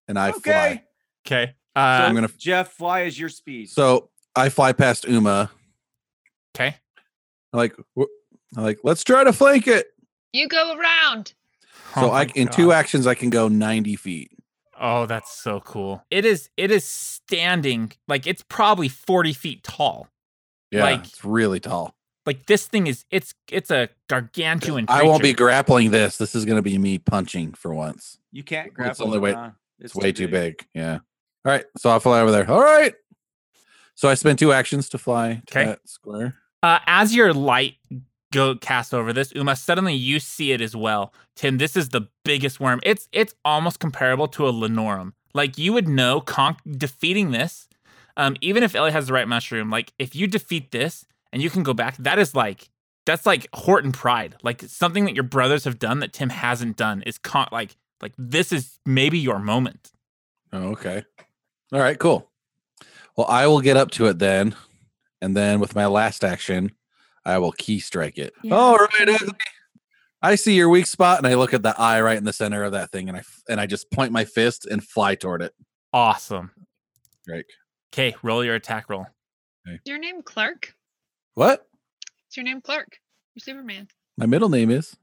Speaker 4: And I
Speaker 7: Okay.
Speaker 4: fly.
Speaker 2: Okay.
Speaker 7: So
Speaker 2: Uh,
Speaker 4: I'm gonna-
Speaker 7: Jeff, fly is your speed.
Speaker 4: So I fly past Uma.
Speaker 2: okay.
Speaker 4: I'm like, "Wh- I'm like, let's try to flank it.
Speaker 5: You go around.
Speaker 4: So
Speaker 2: Oh
Speaker 4: I
Speaker 2: my
Speaker 4: in two
Speaker 2: God.
Speaker 4: actions I can go 90 feet.
Speaker 2: Oh, that's so cool. It is it is standing like it's probably 40 feet tall.
Speaker 4: Yeah,
Speaker 2: Like-
Speaker 4: it's really tall.
Speaker 2: Like this thing is it's it's a gargantuan
Speaker 4: I won't be
Speaker 2: creature.
Speaker 4: grappling this. This is gonna be me punching for once.
Speaker 7: you can't
Speaker 4: It's
Speaker 7: grapple.
Speaker 4: only way-
Speaker 7: huh?
Speaker 4: It's, way too big. Yeah. All right. So I fly over there. All right. So I spent two actions to fly to
Speaker 2: Okay.
Speaker 4: that square.
Speaker 2: uh as your light go cast over this, Uma, suddenly you see it as well. Tim, this is the biggest worm. It's it's almost comparable to a Lenorum. Like you would know con- defeating this, um, even if Ellie has the right mushroom, like if you defeat this and you can go back, that is like that's like Horton pride. Like something that your brothers have done that Tim hasn't done is con- like like this is maybe your moment.
Speaker 4: Oh, okay. All right, cool. Well, I will get up to it then. And then with my last action, I will key strike it.
Speaker 3: Yeah,
Speaker 4: All right,
Speaker 3: thank you.
Speaker 4: ugly. I see your weak spot and I look at the eye right in the center of that thing and I f- and I just point my fist and fly toward it.
Speaker 2: Awesome.
Speaker 4: Right.
Speaker 2: Okay, roll your attack roll.
Speaker 5: Is your name Clark?
Speaker 4: What?
Speaker 5: Is your name Clark? You're Superman.
Speaker 4: My middle name is.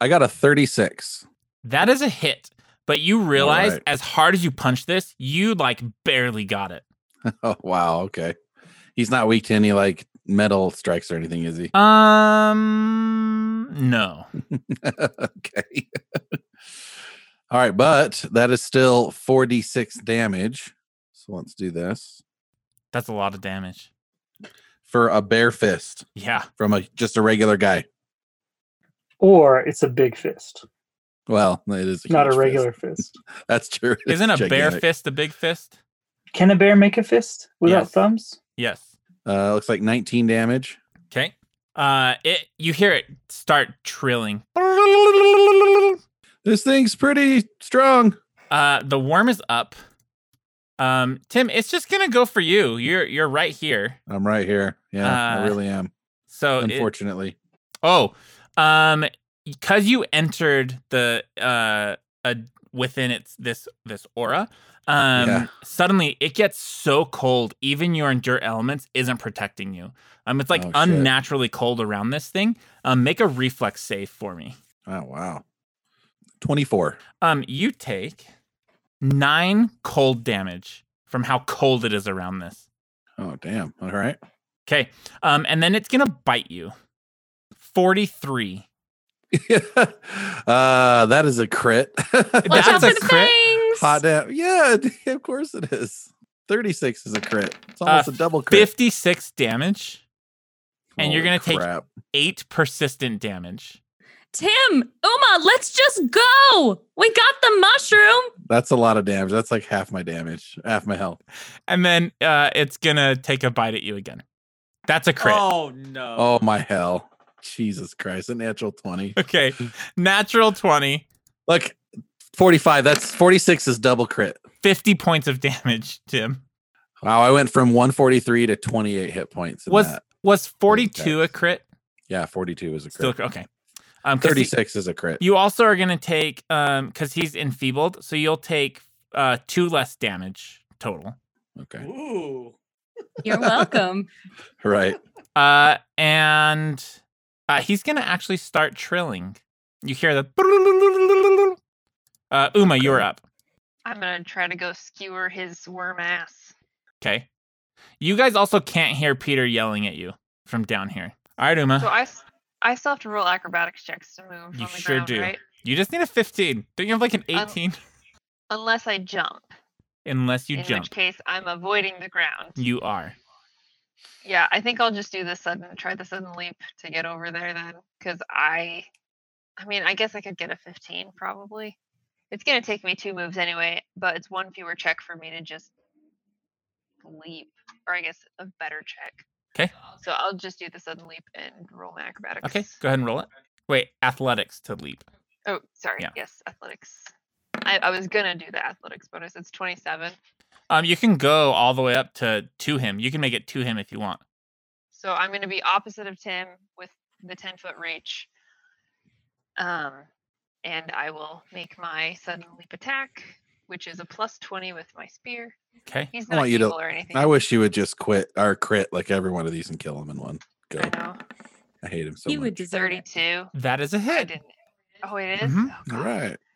Speaker 4: I got a 36.
Speaker 2: That is a hit. But you realize
Speaker 4: right.
Speaker 2: as hard as you punch this, you like barely got it.
Speaker 4: Oh, wow. Okay. He's not weak to any like metal strikes or anything, is he?
Speaker 2: Um no.
Speaker 4: okay. All right, but that is still 4d6 damage. So let's do this
Speaker 2: That's a lot of damage.
Speaker 4: for a bare fist
Speaker 2: Yeah.
Speaker 4: from a just a regular guy.
Speaker 6: Or it's a big fist,
Speaker 4: Well, it is huge
Speaker 6: not a
Speaker 4: fist.
Speaker 6: regular fist.
Speaker 4: That's true. It's
Speaker 2: Isn't a bare
Speaker 4: gigantic.
Speaker 2: fist a big fist?
Speaker 6: Can a bear make a fist without
Speaker 2: Yes.
Speaker 6: thumbs?
Speaker 2: Yes.
Speaker 4: Uh, looks like 19 damage.
Speaker 2: Okay. Uh it you hear it start trilling.
Speaker 4: This thing's pretty strong.
Speaker 2: Uh the worm is up. Um Tim, it's just going to go for you. You're you're right here.
Speaker 4: I'm right here. Yeah, I
Speaker 2: Uh,
Speaker 4: really am.
Speaker 2: So it-
Speaker 4: Unfortunately,
Speaker 2: Oh, um, because you entered the uh a within its this this aura. Um,
Speaker 4: Uh, Yeah.
Speaker 2: Suddenly, it gets so cold, even your endure elements isn't protecting you. Um, it's like
Speaker 4: Oh, shit.
Speaker 2: unnaturally cold around this thing. Um, make a reflex save for me.
Speaker 4: Oh wow. 24.
Speaker 2: Um, you take nine cold damage from how cold it is around this.
Speaker 4: Oh damn. All right.
Speaker 2: Okay. Um, and then it's gonna bite you. Forty-three.
Speaker 4: uh that is a crit.
Speaker 3: Watch out
Speaker 2: That's
Speaker 3: for
Speaker 2: a
Speaker 3: the
Speaker 2: crit.
Speaker 3: fangs.
Speaker 4: Hot damn. Yeah, of course it is. 36 is a crit.
Speaker 2: Uh,
Speaker 4: It's almost a double crit.
Speaker 2: Fifty-six damage. and you're
Speaker 4: Holy
Speaker 2: gonna take-
Speaker 4: crap.
Speaker 2: Eight persistent damage.
Speaker 3: Tim, Uma, let's just go. We got the mushroom.
Speaker 4: That's a lot of damage. That's like half my damage, half my health.
Speaker 2: and then uh, it's gonna take a bite at you again. That's a crit.
Speaker 7: Oh no.
Speaker 4: Oh my hell. Jesus Christ. A natural 20.
Speaker 2: Okay, natural 20,
Speaker 4: Look, 45. That's 46 is double crit.
Speaker 2: 50 points of damage. Tim
Speaker 4: Wow, I went from 143 to 28 hit points. in
Speaker 2: was
Speaker 4: that.
Speaker 2: was 42 a crit?
Speaker 4: yeah, 42 is a
Speaker 2: Still a
Speaker 4: crit.
Speaker 2: crit. okay. Um, 'cause he-
Speaker 4: 36 is a crit.
Speaker 2: You also are gonna take um because he's enfeebled, so you'll take uh two less damage total.
Speaker 4: Okay.
Speaker 7: Ooh.
Speaker 3: You're welcome.
Speaker 4: Right.
Speaker 2: Uh, and uh, he's gonna actually start trilling. You hear the uh, Uma, you're up.
Speaker 5: I'm gonna try to go skewer his worm ass.
Speaker 2: Okay. You guys also can't hear Peter yelling at you from down here. All right, Uma.
Speaker 5: So I, s- I still have to roll acrobatics checks to move.
Speaker 2: You
Speaker 5: on the
Speaker 2: sure
Speaker 5: ground,
Speaker 2: do.
Speaker 5: Right?
Speaker 2: you just need a 15. Don't you have like an
Speaker 5: I'm-
Speaker 2: 18?
Speaker 5: Unless I jump.
Speaker 2: Unless you
Speaker 5: in
Speaker 2: jump.
Speaker 5: which case I'm avoiding the ground.
Speaker 2: You are.
Speaker 5: Yeah, I think I'll just do the sudden try the sudden leap to get over there then cuz I I mean, I guess I could get a 15 probably. It's going to take me two moves anyway, but it's one fewer check for me to just leap or I guess a better check.
Speaker 2: 'Kay.
Speaker 5: So I'll just do the sudden leap and roll my acrobatics.
Speaker 2: Okay, go ahead and roll it. Wait, athletics to leap.
Speaker 5: Oh, sorry.
Speaker 2: Yeah.
Speaker 5: Yes, athletics. I, I was going to do the athletics bonus. It's 27.
Speaker 2: Um, you can go all the way up to to him. You can make it to him if you want.
Speaker 5: So I'm going to be opposite of Tim with the 10 foot reach. Um, and I will make my sudden leap attack, which is a plus 20 with my spear.
Speaker 2: Okay.
Speaker 5: He's
Speaker 4: I
Speaker 5: not
Speaker 4: want you to-
Speaker 5: evil or anything.
Speaker 4: I wish you would just quit or crit like every one of these and kill him in one go.
Speaker 5: I know.
Speaker 4: I hate him so
Speaker 3: You
Speaker 4: much.
Speaker 3: would deserve it.
Speaker 5: 32.
Speaker 2: That is a
Speaker 5: I
Speaker 2: hit.
Speaker 5: didn't. Oh, it is?
Speaker 2: Mhm.
Speaker 5: Oh,
Speaker 4: All
Speaker 5: God.
Speaker 4: Mm-hmm, right.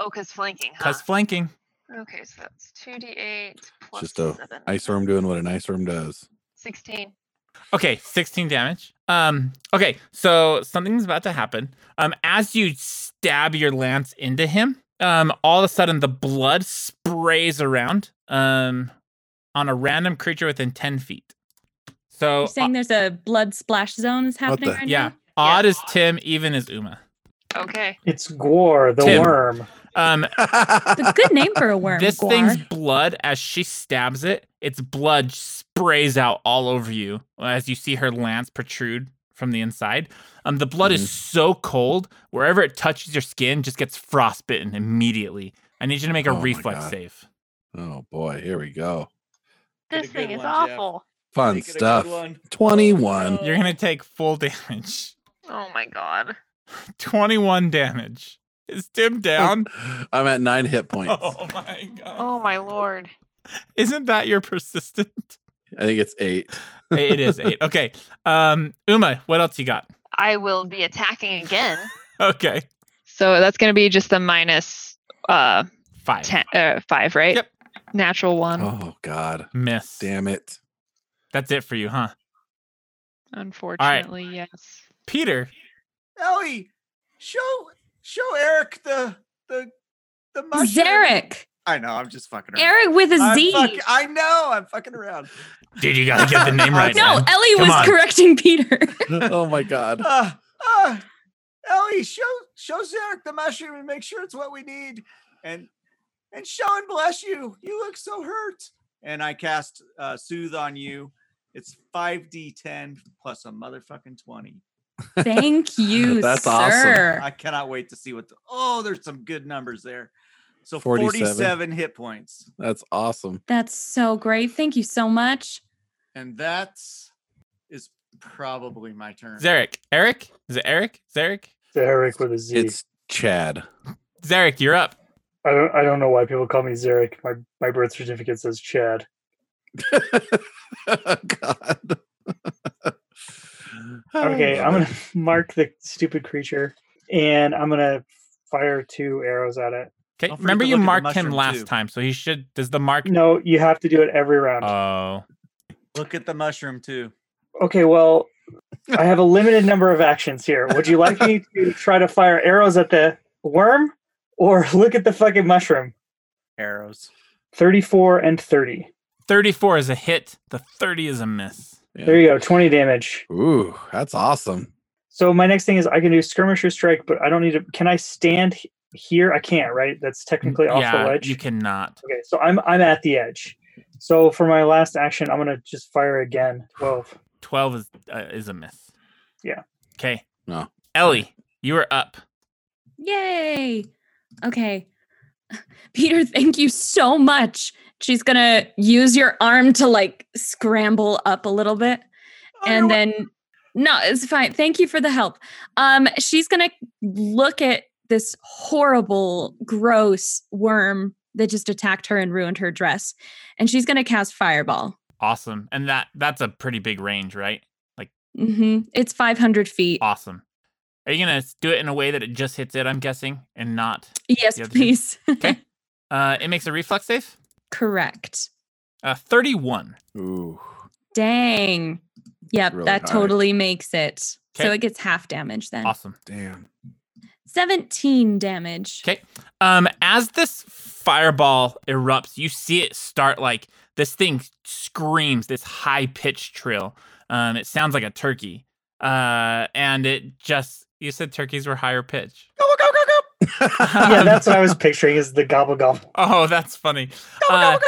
Speaker 5: Oh, because flanking. Huh?
Speaker 2: Plus flanking.
Speaker 5: Okay, so that's 2d8 plus
Speaker 4: Just a
Speaker 5: 7.
Speaker 4: Ice Worm doing what an Ice Worm does.
Speaker 5: 16.
Speaker 2: Okay, 16 damage. Um, okay, so something's about to happen. Um, as you stab your lance into him, um, all of a sudden the blood sprays around um on a random creature within 10 feet. So
Speaker 3: You're saying there's a blood splash zone is happening
Speaker 4: the-
Speaker 2: uh,
Speaker 3: right
Speaker 2: yeah,
Speaker 3: now?
Speaker 2: odd is Tim, even is Uma.
Speaker 5: Okay.
Speaker 6: It's Gwar, the
Speaker 2: Tim.
Speaker 6: worm.
Speaker 2: Um,
Speaker 3: It's a good name for a worm.
Speaker 2: this
Speaker 3: Gwar.
Speaker 2: thing's blood as she stabs it, its blood sprays out all over you as you see her lance protrude from the inside. Um, the blood
Speaker 4: Mhm.
Speaker 2: is so cold, wherever it touches your skin, just gets frostbitten immediately. I need you to make a
Speaker 4: Oh my
Speaker 2: reflex
Speaker 4: God.
Speaker 2: save.
Speaker 4: oh boy, here we go.
Speaker 7: Get a
Speaker 5: This
Speaker 7: good
Speaker 5: thing is
Speaker 7: one, Jeff.
Speaker 5: awful.
Speaker 4: Fun
Speaker 7: Make it a good
Speaker 4: stuff.
Speaker 7: one.
Speaker 4: 21.
Speaker 2: You're gonna take full damage.
Speaker 5: Oh, my God.
Speaker 2: 21 damage. Is Tim down?
Speaker 4: I'm at nine hit points.
Speaker 2: Oh my god.
Speaker 5: Oh, my Lord.
Speaker 2: Isn't that your persistent?
Speaker 4: I think it's eight.
Speaker 2: it is eight. Okay. Um, Uma, what else you got?
Speaker 5: I will be attacking again.
Speaker 2: Okay.
Speaker 5: So that's going to be just the minus uh,
Speaker 2: Five.
Speaker 5: ten, uh, five, right?
Speaker 2: Yep.
Speaker 5: Natural one,
Speaker 4: Oh God,
Speaker 2: Miss.
Speaker 4: damn it!
Speaker 2: That's it for you, huh?
Speaker 5: unfortunately. Yes.
Speaker 2: Peter,
Speaker 7: Ellie, show show Eric the the the mushroom.
Speaker 3: Zarek.
Speaker 7: I know. I'm just fucking around.
Speaker 3: Eric with a
Speaker 7: I'm
Speaker 3: Z.
Speaker 7: fuck- I know. I'm fucking around.
Speaker 2: dude, you gotta get the name right.
Speaker 3: no,
Speaker 2: man.
Speaker 3: Ellie
Speaker 2: Come
Speaker 3: was
Speaker 2: on.
Speaker 3: correcting Peter.
Speaker 4: oh my God,
Speaker 7: Uh, uh, Ellie, show show Zarek the mushroom and make sure it's what we need. And and show and bless you. You look so hurt. And I cast uh, soothe on you. It's five d10 plus a motherfucking twenty.
Speaker 3: Thank you,
Speaker 4: That's awesome.
Speaker 3: sir.
Speaker 7: I cannot wait to see what. The, oh, there's some good numbers there. So
Speaker 4: 47.
Speaker 7: 47 hit points.
Speaker 4: that's awesome.
Speaker 3: That's so great. Thank you so much.
Speaker 7: And that's is probably my turn.
Speaker 2: Zarek. Eric? Is it Eric? Zarek?
Speaker 6: Derek with a Z.
Speaker 4: It's Chad.
Speaker 2: Zarek, you're up.
Speaker 6: I don't I don't know why people call me Zarek. My my birth certificate says Chad.
Speaker 4: God. Oh,
Speaker 6: Okay, I'm gonna mark the stupid creature and I'm gonna fire two arrows at it.
Speaker 2: Okay.
Speaker 7: Don't forget
Speaker 2: Remember
Speaker 7: to
Speaker 2: you
Speaker 7: look at the
Speaker 2: marked him
Speaker 7: mushroom,
Speaker 2: last
Speaker 7: too.
Speaker 2: time, so he should. Does the mark?
Speaker 6: No, you have to do it every round.
Speaker 2: Oh.
Speaker 7: Look at the mushroom too.
Speaker 6: okay, well, I have a limited number of actions here. Would you like me to try to fire arrows at the worm or look at the fucking mushroom?
Speaker 7: Arrows.
Speaker 6: 34 and 30.
Speaker 2: 34 is a hit. The 30 is a miss.
Speaker 6: There you go, 20 damage.
Speaker 4: Ooh, that's awesome.
Speaker 6: So my next thing is I can do skirmisher strike, but I don't need to. Can I stand h- here? I can't, right? That's technically off
Speaker 2: yeah,
Speaker 6: the ledge.
Speaker 2: you cannot.
Speaker 6: Okay, so I'm I'm at the edge. So for my last action, I'm gonna just fire again. Twelve.
Speaker 2: 12 is uh, is a miss.
Speaker 6: Yeah.
Speaker 2: Okay.
Speaker 4: No.
Speaker 2: Ellie, you are up.
Speaker 3: Yay. Okay. Peter, thank you so much. She's going to use your arm to like scramble up a little bit
Speaker 7: Oh,
Speaker 3: and then no, it's fine. Thank you for the help. Um she's going to look at this horrible gross worm that just attacked her and ruined her dress and she's going to cast fireball.
Speaker 2: Awesome. And that that's a pretty big range, right?
Speaker 3: Mhm. It's 500 feet.
Speaker 2: Awesome. Are you going to do it in a way that it just hits it, I'm guessing, and not
Speaker 3: Yes,
Speaker 2: the other two.
Speaker 3: please.
Speaker 2: Okay. uh it makes a reflex save?
Speaker 3: Correct.
Speaker 2: Uh 31.
Speaker 4: Ooh.
Speaker 3: Dang. Yep,
Speaker 4: Really
Speaker 3: that
Speaker 4: high.
Speaker 3: totally makes it. So
Speaker 2: Okay.
Speaker 3: it gets half damage then.
Speaker 2: Awesome.
Speaker 4: Damn.
Speaker 3: 17 damage.
Speaker 2: Okay. Um, as this fireball erupts, you see it start like this thing screams this high pitched trill. Um, it sounds like a turkey. Uh, and it just you said turkeys were higher pitch.
Speaker 6: Yeah, that's what I was picturing is the gobble gobble.
Speaker 2: Oh, that's funny. Uh,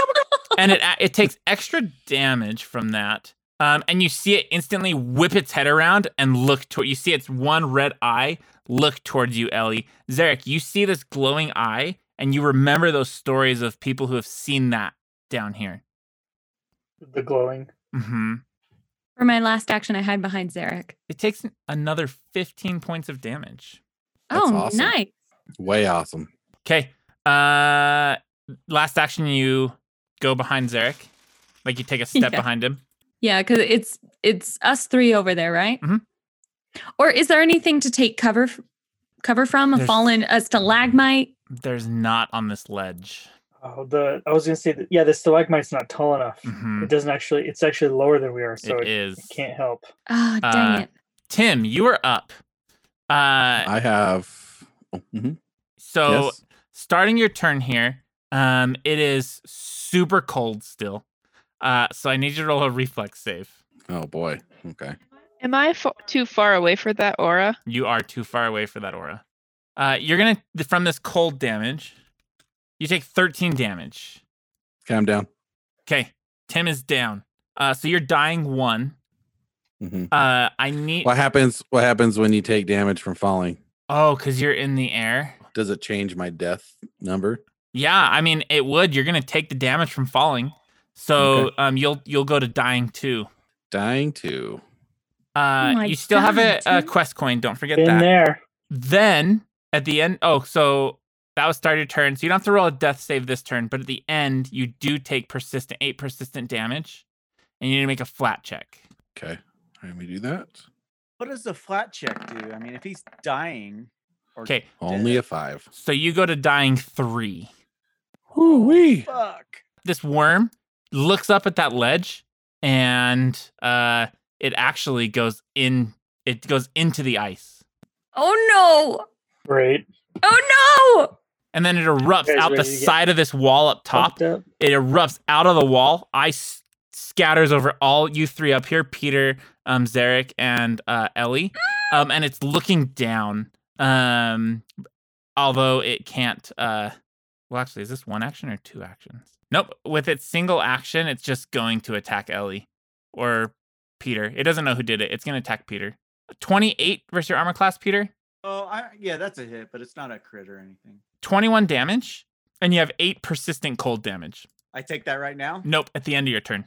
Speaker 2: and it a- it takes extra damage from that. Um, and you see it instantly whip its head around and look toward you. See its one red eye look towards you, Ellie. Zarek, you see this glowing eye, and you remember those stories of people who have seen that down here.
Speaker 6: The glowing.
Speaker 2: hmm
Speaker 3: For my last action, I hide behind Zarek.
Speaker 2: It takes an- another 15 points of damage.
Speaker 4: That's
Speaker 3: oh,
Speaker 4: awesome.
Speaker 3: nice.
Speaker 4: Way awesome.
Speaker 2: Okay. Uh, last action, you go behind Zarek, like you take a step
Speaker 3: Yeah.
Speaker 2: behind him.
Speaker 3: Yeah, because it's it's us three over there, right?
Speaker 2: Mhm.
Speaker 3: Or is there anything to take cover f- cover from? A
Speaker 2: There's-
Speaker 3: fallen a stalagmite?
Speaker 2: There's not on this ledge.
Speaker 6: Oh, the I was gonna say that yeah, the stalagmite's not tall enough.
Speaker 2: Mhm.
Speaker 6: It doesn't actually. It's actually lower than we are, so
Speaker 2: it
Speaker 6: it,
Speaker 2: is.
Speaker 6: can't help.
Speaker 3: Oh, dang
Speaker 2: Uh,
Speaker 3: it.
Speaker 2: Tim, you are up. Uh,
Speaker 4: I have. oh, mhm,
Speaker 2: so
Speaker 4: yes.
Speaker 2: starting your turn here, um, it is super cold still. Uh, so I need you to roll a reflex save.
Speaker 4: Oh boy. Okay.
Speaker 5: Am I fa- too far away for that aura?
Speaker 2: You are too far away for that aura. Uh, you're gonna from this cold damage. You take 13 damage.
Speaker 4: Calm down.
Speaker 2: Okay, Tim is down. Uh, so you're dying one.
Speaker 4: Mhm.
Speaker 2: Uh, I need.
Speaker 4: What happens? What happens when you take damage from falling?
Speaker 2: Oh, cause you're in the air.
Speaker 4: Does it change my death number?
Speaker 2: Yeah, I mean it would. You're gonna take the damage from falling, so
Speaker 4: Okay.
Speaker 2: um you'll you'll go to dying two.
Speaker 4: Dying to.
Speaker 2: Uh,
Speaker 3: Oh my
Speaker 2: you still have a,
Speaker 3: God,
Speaker 2: a
Speaker 3: dude.
Speaker 2: quest coin. Don't forget
Speaker 6: In
Speaker 2: that.
Speaker 6: there.
Speaker 2: Then at the end, oh, so that was start your turn. So you don't have to roll a death save this turn, but at the end you do take persistent eight persistent damage, and you need to make a flat check.
Speaker 4: Okay. Let me do that.
Speaker 7: What does the flat check do? I mean, if he's dying. or
Speaker 2: Okay,
Speaker 4: Only
Speaker 7: dead-
Speaker 4: a five.
Speaker 2: so you go to dying three.
Speaker 4: Ooh wee.
Speaker 7: Fuck.
Speaker 2: this worm looks up at that ledge and uh it actually goes in it goes into the ice
Speaker 3: Oh
Speaker 6: Great.
Speaker 3: no! Oh no!
Speaker 2: and then it erupts
Speaker 6: guys
Speaker 2: out the
Speaker 6: ready to get
Speaker 2: side of this wall up top
Speaker 6: Fucked up.
Speaker 2: it erupts out of the wall ice scatters over all you three up here peter um zarek and uh ellie um and it's looking down um although it can't uh well actually is this one action or two actions nope with its single action it's just going to attack ellie or peter it doesn't know who did it it's going to attack peter 28 versus your armor class peter
Speaker 7: Oh, I, yeah, that's a hit, but it's not a crit or anything.
Speaker 2: 21 damage and you have 8 persistent cold damage
Speaker 7: I take that right now.
Speaker 2: nope at the end of your turn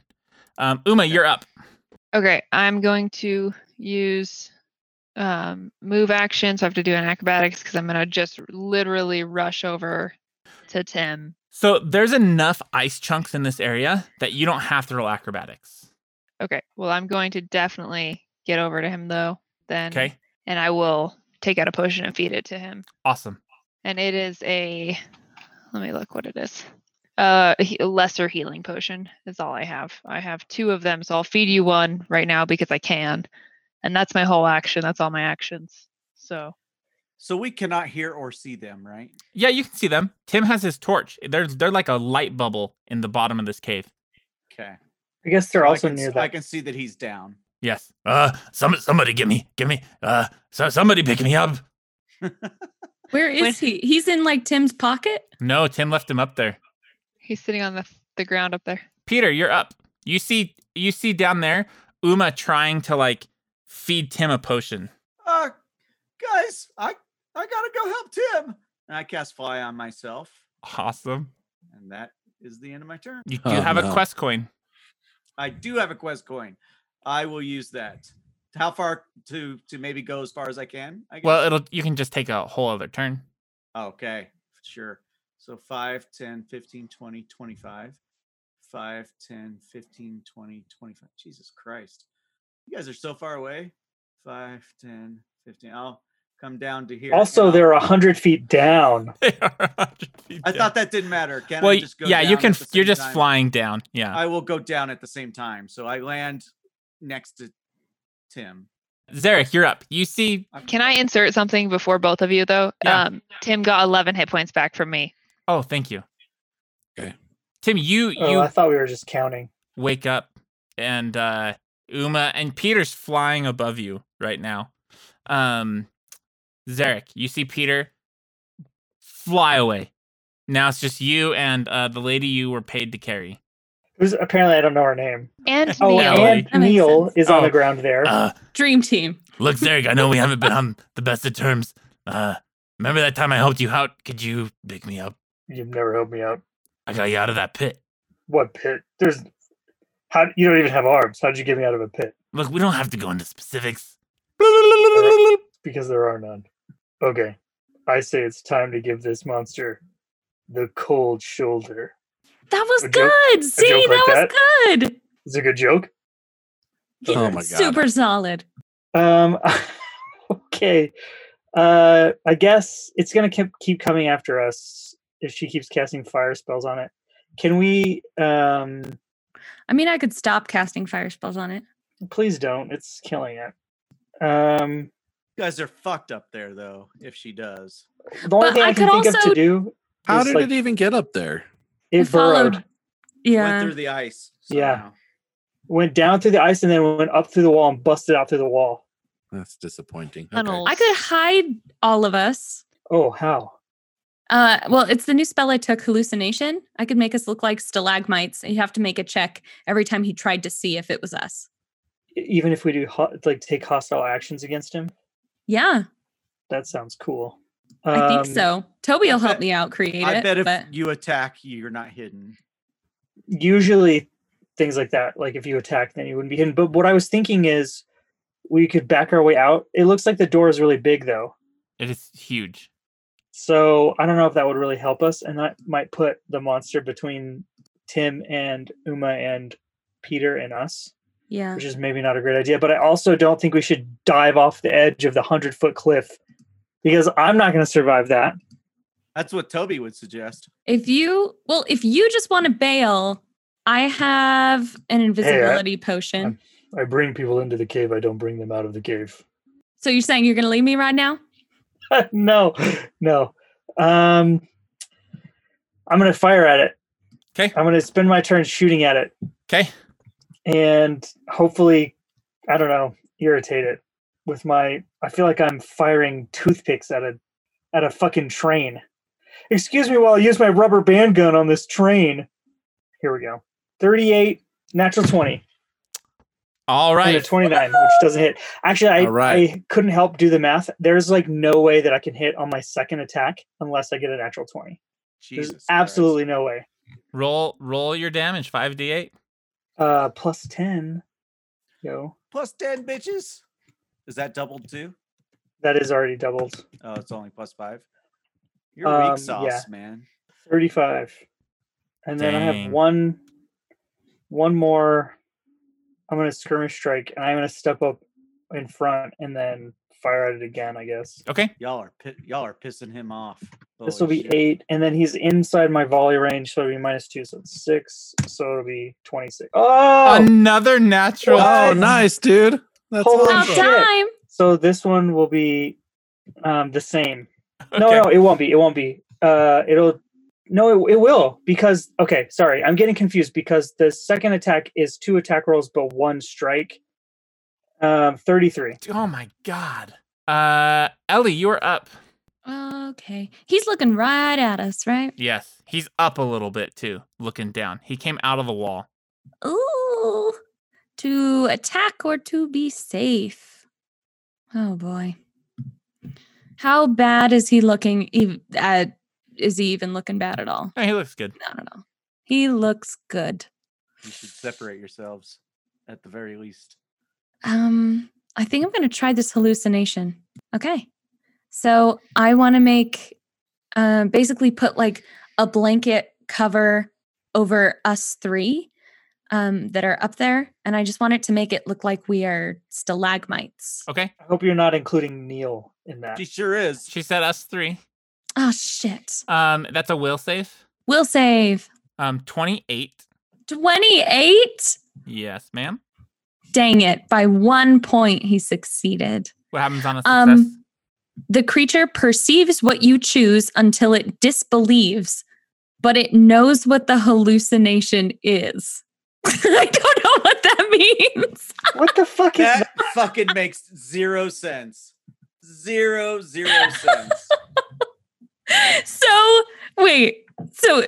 Speaker 2: um uma you're up
Speaker 5: Okay, I'm going to use um, move action, so I have to do an acrobatics because I'm gonna just literally rush over to Tim.
Speaker 2: So there's enough ice chunks in this area that you don't have to roll acrobatics.
Speaker 5: Okay, well I'm going to definitely get over to him though. Then
Speaker 2: Okay.
Speaker 5: and I will take out a potion and feed it to him.
Speaker 2: Awesome.
Speaker 5: And it is a let me look what it is. Uh, a he- a lesser healing potion is all I have. I have two of them, so I'll feed you one right now because I can, and that's my whole action. That's all my actions. So
Speaker 7: So we cannot hear or see them, right?
Speaker 2: Yeah, you can see them. Tim has his torch. They're they're like a light bubble in the bottom of this cave.
Speaker 7: Okay.
Speaker 6: I guess they're
Speaker 7: I
Speaker 6: also
Speaker 7: can s-
Speaker 6: near
Speaker 7: I
Speaker 6: that.
Speaker 7: can see that he's down.
Speaker 2: Yes.
Speaker 8: Uh, some somebody get me, get me. Uh, so somebody pick me up.
Speaker 7: Uh,
Speaker 3: Where is
Speaker 5: When-
Speaker 3: he? He's in like Tim's pocket.
Speaker 2: No, Tim left him up there.
Speaker 5: he's sitting on the f- the ground up there.
Speaker 2: Peter, you're up. You see you see down there Uma trying to like feed Tim a potion.
Speaker 7: Uh, guys, I I gotta go help Tim. And I cast fly on myself,
Speaker 2: Awesome.
Speaker 7: and that is the end of my turn.
Speaker 2: You do
Speaker 4: Oh,
Speaker 2: have a
Speaker 4: no.
Speaker 2: quest coin.
Speaker 7: I do have a quest coin. I will use that. How far to to maybe go as far as I can? I guess.
Speaker 2: Well, it'll you can just take a whole other turn.
Speaker 7: okay, sure. So 5, 10, 15, 20, 25. 5, 10, 15, 20, 25. Jesus Christ. You guys are so far away. 5, 10, 15. I'll come down to here. and
Speaker 6: Also,
Speaker 7: I'll-
Speaker 6: they're a hundred feet down.
Speaker 2: They are 100 feet
Speaker 7: I
Speaker 2: down.
Speaker 7: thought that didn't matter. Can
Speaker 2: well,
Speaker 7: I just go
Speaker 2: yeah, you
Speaker 7: down
Speaker 2: can.
Speaker 7: at the
Speaker 2: f- You're
Speaker 7: same
Speaker 2: just
Speaker 7: time?
Speaker 2: flying down. Yeah.
Speaker 7: I will go down at the same time. So I land next to Tim.
Speaker 2: Zarek, you're up. You see?
Speaker 7: I'm-
Speaker 5: Can I insert something before both of you though?
Speaker 2: Yeah.
Speaker 5: Um, Tim got 11 hit points back from me.
Speaker 2: Oh, thank you.
Speaker 4: Okay.
Speaker 2: Tim, you
Speaker 6: Oh,
Speaker 2: you
Speaker 6: I thought we were just counting.
Speaker 2: wake up and uh Uma and Peter's flying above you right now. Um Zarek, you see Peter fly away. Now it's just you and uh the lady you were paid to carry.
Speaker 6: Who's apparently I don't know her name.
Speaker 5: And
Speaker 6: Oh,
Speaker 5: Neil.
Speaker 2: Ellie.
Speaker 6: and
Speaker 3: That makes
Speaker 6: Neil
Speaker 3: sense.
Speaker 6: is on
Speaker 2: Oh.
Speaker 6: the ground there.
Speaker 8: Uh,
Speaker 3: Dream team.
Speaker 8: look, Zarek, I know we haven't been on the best of terms. Uh, remember that time I helped you out? Could you pick me up?
Speaker 6: You've never helped me out.
Speaker 8: I got you out of that pit.
Speaker 6: What pit? There's how you don't even have arms. How'd you get me out of a pit?
Speaker 8: Look, we don't have to go into specifics.
Speaker 6: Because there are none. Okay. I say it's time to give this monster the cold shoulder.
Speaker 3: That was
Speaker 6: A joke-
Speaker 3: good. See,
Speaker 6: joke like
Speaker 3: that was good.
Speaker 6: Is it a good joke?
Speaker 4: Oh my God.
Speaker 3: Super solid.
Speaker 6: Um okay. Uh I guess it's gonna keep keep coming after us if she keeps casting fire spells on it. Can we um
Speaker 3: I mean, I could stop casting fire spells on it.
Speaker 6: please don't, it's killing it. Um
Speaker 7: You guys are fucked up there though, if she does.
Speaker 6: the only
Speaker 3: But
Speaker 6: thing I,
Speaker 3: I
Speaker 6: can
Speaker 3: could
Speaker 6: think of
Speaker 3: also-
Speaker 6: to do
Speaker 4: How
Speaker 6: is
Speaker 4: did
Speaker 6: like
Speaker 4: it even get up there?
Speaker 3: I
Speaker 6: it burrowed.
Speaker 3: followed. Yeah.
Speaker 7: Went through the ice.
Speaker 6: Yeah.
Speaker 7: Somehow.
Speaker 6: went down through the ice and then went up through the wall and busted out through the wall.
Speaker 4: That's disappointing.
Speaker 5: Tunnels.
Speaker 3: I could hide all of us.
Speaker 6: Oh, how?
Speaker 3: Uh, well, it's the new spell I took, hallucination. I could make us look like stalagmites. and You have to make a check every time he tried to see if it was us.
Speaker 6: E- Even if we do ho- like take hostile actions against him,
Speaker 3: Yeah,
Speaker 6: that sounds cool.
Speaker 3: I think
Speaker 6: Um,
Speaker 3: so. Toby
Speaker 7: I
Speaker 3: will help
Speaker 7: bet-
Speaker 3: me out create
Speaker 7: I
Speaker 3: it.
Speaker 7: bet if
Speaker 3: but
Speaker 7: you attack, you're not hidden.
Speaker 6: Usually, things like that, like if you attack, then you wouldn't be hidden. But what I was thinking is, we could back our way out. It looks like the door is really big, though,
Speaker 2: It is huge.
Speaker 6: so I don't know if that would really help us, and that might put the monster between Tim and Uma and Peter and us.
Speaker 3: yeah,
Speaker 6: which is maybe not a great idea. But I also don't think we should dive off the edge of the hundred foot cliff because I'm not going to survive that.
Speaker 7: That's what Toby would suggest.
Speaker 3: if you well, if you just want to bail, I have an invisibility potion.
Speaker 6: I'm- I bring people into the cave. I don't bring them out of the cave.
Speaker 3: so you're saying you're going to leave me right now?
Speaker 6: no, no. Um, I'm going to fire at it.
Speaker 2: 'Kay.
Speaker 6: I'm going to spend my turn shooting at it
Speaker 2: Okay.
Speaker 6: and hopefully, I don't know, irritate it with my. I feel like I'm firing toothpicks at a at a fucking train. Excuse me while I use my rubber band gun on this train. Here we go. 38, natural 20,
Speaker 2: All
Speaker 6: and a
Speaker 2: right.
Speaker 6: 29, which doesn't hit. Actually, I,
Speaker 4: All right.
Speaker 6: I couldn't help do the math. There's like no way that I can hit on my second attack unless I get a natural 20.
Speaker 7: Jesus.
Speaker 6: There's
Speaker 7: Christ.
Speaker 6: absolutely no way.
Speaker 2: Roll roll your damage. Five d eight.
Speaker 6: Uh, plus 10. Yo.
Speaker 7: plus ten bitches. Is that doubled too?
Speaker 6: That is already doubled.
Speaker 7: Oh, it's only plus five. You're
Speaker 6: Um,
Speaker 7: weak sauce,
Speaker 6: yeah.
Speaker 7: man.
Speaker 6: 35 and then i have
Speaker 2: Dang.
Speaker 6: one one more i'm going to skirmish strike and i'm going to step up in front and then fire at it again i guess
Speaker 2: Okay.
Speaker 7: Y'all are pi- y'all are pissing him off.
Speaker 6: this will
Speaker 7: Holy
Speaker 6: be
Speaker 7: shit.
Speaker 6: eight and then he's inside my volley range so it'll be minus two so it's six so it'll be 26 oh Uh,
Speaker 2: Another natural.
Speaker 4: Oh,
Speaker 6: What?
Speaker 4: nice, dude. That's
Speaker 6: Holy
Speaker 3: About
Speaker 6: shit.
Speaker 4: awesome.
Speaker 3: time.
Speaker 6: so this one will be um the same no
Speaker 2: Okay.
Speaker 6: no it won't be it won't be uh it'll no it, it will because okay sorry i'm getting confused because the second attack is two attack rolls but one strike um 33
Speaker 2: Oh my god. Uh, Ellie, you're up.
Speaker 3: Okay. He's looking right at us, right?
Speaker 2: Yes, he's up a little bit too, looking down. He came out of the wall.
Speaker 3: Ooh. To attack or to be safe. Oh boy. How bad is he looking? ev- At, is he even looking bad at all?
Speaker 2: Oh, he looks good.
Speaker 3: I don't know. He looks good.
Speaker 7: You should separate yourselves at the very least.
Speaker 3: Um, I think I'm going to try this hallucination. Okay. So I want to make um, basically put like a blanket cover over us three um, that are up there. And I just want it to make it look like we are stalagmites.
Speaker 2: Okay.
Speaker 6: i hope you're not including neil in that
Speaker 7: She sure is.
Speaker 2: She said us three.
Speaker 3: Oh, shit.
Speaker 2: Um, that's a will save.
Speaker 3: We'll save
Speaker 2: Um, twenty-eight.
Speaker 3: 28.
Speaker 2: Yes, ma'am.
Speaker 3: Dang it. By one point, he succeeded.
Speaker 2: What happens on a success?
Speaker 3: Um, The creature perceives what you choose until it disbelieves, but it knows what the hallucination is. I don't know what that means.
Speaker 6: what the fuck is that?
Speaker 7: That fucking makes zero sense. Zero zero sense.
Speaker 3: So, wait. So,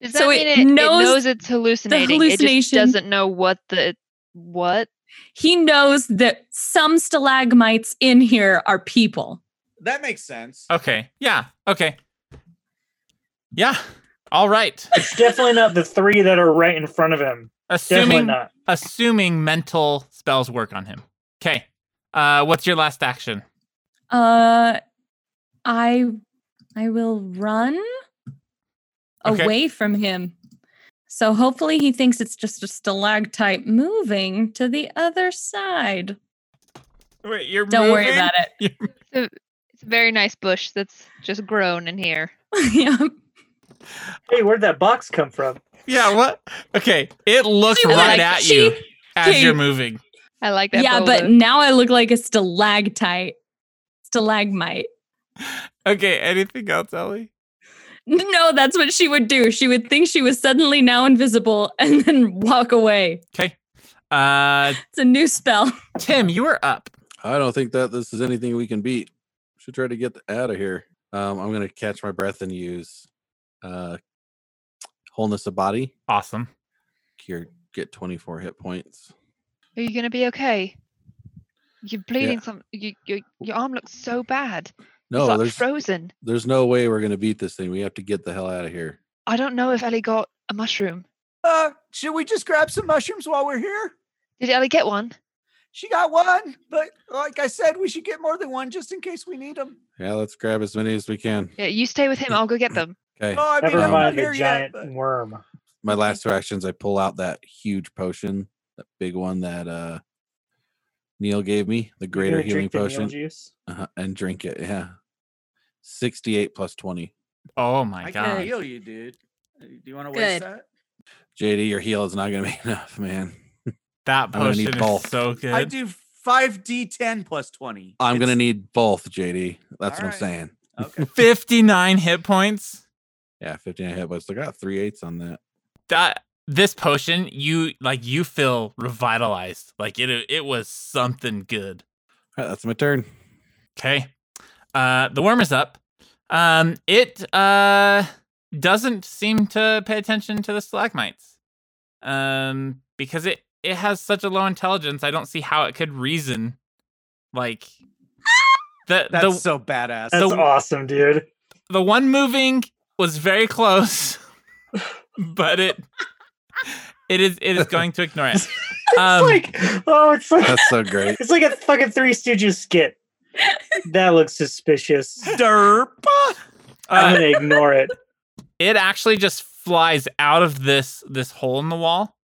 Speaker 5: Does that
Speaker 3: So
Speaker 5: mean
Speaker 3: it
Speaker 5: it it
Speaker 3: knows
Speaker 5: knows, it's hallucinating? It just
Speaker 3: hallucination-
Speaker 5: doesn't know what the what.
Speaker 3: he knows that some stalagmites in here are people.
Speaker 7: That makes sense.
Speaker 2: okay. Yeah. Okay. Yeah. All right.
Speaker 6: it's definitely not the three that are right in front of him definitely
Speaker 2: assuming
Speaker 6: not
Speaker 2: assuming mental spells work on him. Okay. Uh, what's your last action?
Speaker 3: Uh I I will run
Speaker 2: Okay.
Speaker 3: away from him. So hopefully he thinks it's just a stalactite moving to the other side.
Speaker 2: Wait, you're
Speaker 3: Don't worry about it.
Speaker 5: It's a very nice bush that's just grown in here.
Speaker 3: yeah.
Speaker 6: hey where'd that box come from
Speaker 2: Yeah. What? Okay. It looks
Speaker 3: She was
Speaker 2: right
Speaker 3: like-
Speaker 2: at
Speaker 3: she-
Speaker 2: you as
Speaker 3: she-
Speaker 2: you're moving.
Speaker 5: I like that.
Speaker 3: yeah,
Speaker 5: boulder.
Speaker 3: but now I look like a stalactite. Stalagmite.
Speaker 2: Okay. Anything else, Ellie?
Speaker 3: No, that's what she would do. She would think she was suddenly now invisible and then walk away.
Speaker 2: Okay. Uh,
Speaker 3: It's a new spell.
Speaker 2: Tim, you are up.
Speaker 4: I don't think that this is anything we can beat. Should try to get out of here. Um, I'm gonna catch my breath and use uh wholeness of body.
Speaker 2: Awesome.
Speaker 4: Cure get 24 hit points.
Speaker 5: Are you gonna be okay? You're bleeding. Some you, you, your arm looks so bad.
Speaker 4: No,
Speaker 5: it's like
Speaker 4: there's
Speaker 5: frozen.
Speaker 4: there's no way we're gonna beat this thing. We have to get the hell out of here.
Speaker 5: I don't know if Ellie got a mushroom.
Speaker 7: Uh, should we just grab some mushrooms while we're here?
Speaker 5: Did Ellie get one?
Speaker 7: She got one, but like I said, we should get more than one just in case we need them.
Speaker 4: Yeah, let's grab as many as we can.
Speaker 5: Yeah, you stay with him. I'll go get them.
Speaker 4: Okay.
Speaker 7: Oh, I mean,
Speaker 6: never
Speaker 7: I'm
Speaker 6: mind
Speaker 7: not
Speaker 6: the
Speaker 7: here yet.
Speaker 6: giant
Speaker 7: but-
Speaker 6: worm
Speaker 4: My last two actions, I pull out that huge potion, that big one that uh Neil gave me, the
Speaker 6: You're
Speaker 4: greater
Speaker 6: gonna
Speaker 4: healing
Speaker 6: drink the Neil
Speaker 4: potion,
Speaker 6: juice?
Speaker 4: uh and drink it. Yeah. 68 plus 20.
Speaker 2: Oh my
Speaker 7: I
Speaker 2: god.
Speaker 7: can heal you, dude. Uh, Do you want to
Speaker 3: Good.
Speaker 7: waste that?
Speaker 4: JD, your heal is not gonna be enough, man.
Speaker 2: That
Speaker 4: gonna need
Speaker 2: potion is
Speaker 4: both.
Speaker 2: so good.
Speaker 7: I do five d10 plus twenty.
Speaker 4: I'm gonna
Speaker 7: It's-
Speaker 4: need both, JD. That's what I'm
Speaker 7: Alright.
Speaker 4: saying.
Speaker 7: Okay.
Speaker 2: 59 hit points.
Speaker 4: Yeah, 15 hit, but still got three eights on that.
Speaker 2: That this potion, you like you feel revitalized. Like it it was something good.
Speaker 4: All right, that's my turn.
Speaker 2: Okay. Uh the worm is up. Um it uh doesn't seem to pay attention to the stalagmites. Um because it it has such a low intelligence, I don't see how it could reason like the
Speaker 7: That's
Speaker 2: the
Speaker 7: so badass.
Speaker 6: that's
Speaker 2: So-
Speaker 6: awesome dude
Speaker 2: the one moving was very close, but it it is it is going to ignore it.
Speaker 6: it's
Speaker 2: Um,
Speaker 6: like oh it's like
Speaker 4: That's so great.
Speaker 6: It's like a fucking Three Stooges skit. That looks suspicious.
Speaker 7: Derp.
Speaker 6: I'm
Speaker 2: Uh,
Speaker 6: gonna ignore it.
Speaker 2: it actually just flies out of this this hole in the wall.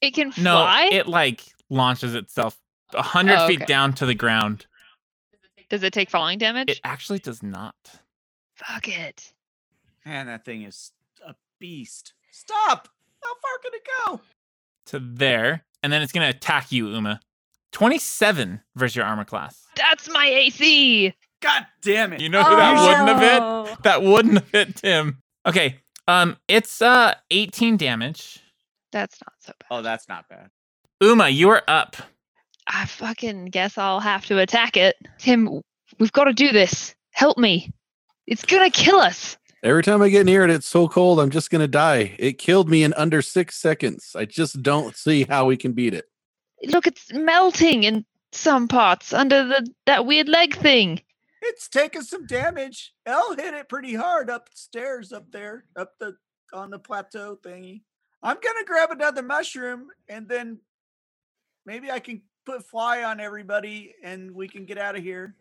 Speaker 5: It can
Speaker 2: No,
Speaker 5: fly.
Speaker 2: it like launches itself a hundred
Speaker 5: Oh,
Speaker 2: feet
Speaker 5: okay.
Speaker 2: down to the ground.
Speaker 5: Does it take falling damage?
Speaker 2: It actually does not.
Speaker 5: Fuck it.
Speaker 7: Man, that thing is a beast. Stop! How far can it go?
Speaker 2: To there, and then it's gonna attack you, Uma. Twenty-seven versus your armor class.
Speaker 5: That's my AC.
Speaker 7: God damn it!
Speaker 2: You know who that
Speaker 3: Oh,
Speaker 2: wouldn't have hit?
Speaker 3: no.
Speaker 2: That wouldn't have hit Tim. Okay. Um, it's uh 18 damage.
Speaker 5: That's not so bad.
Speaker 7: oh, that's not bad.
Speaker 2: Uma, you are up.
Speaker 5: I fucking guess I'll have to attack it. Tim, we've got to do this. Help me. It's gonna kill us.
Speaker 4: Every time I get near it, it's so cold, I'm just going to die. It killed me in under six seconds. I just don't see how we can beat it.
Speaker 5: Look, it's melting in some parts under the that weird leg thing.
Speaker 7: It's taking some damage. L hit it pretty hard upstairs, up there, up the on the plateau thingy. I'm gonna grab another mushroom and then maybe I can put fly on everybody and we can get out of here.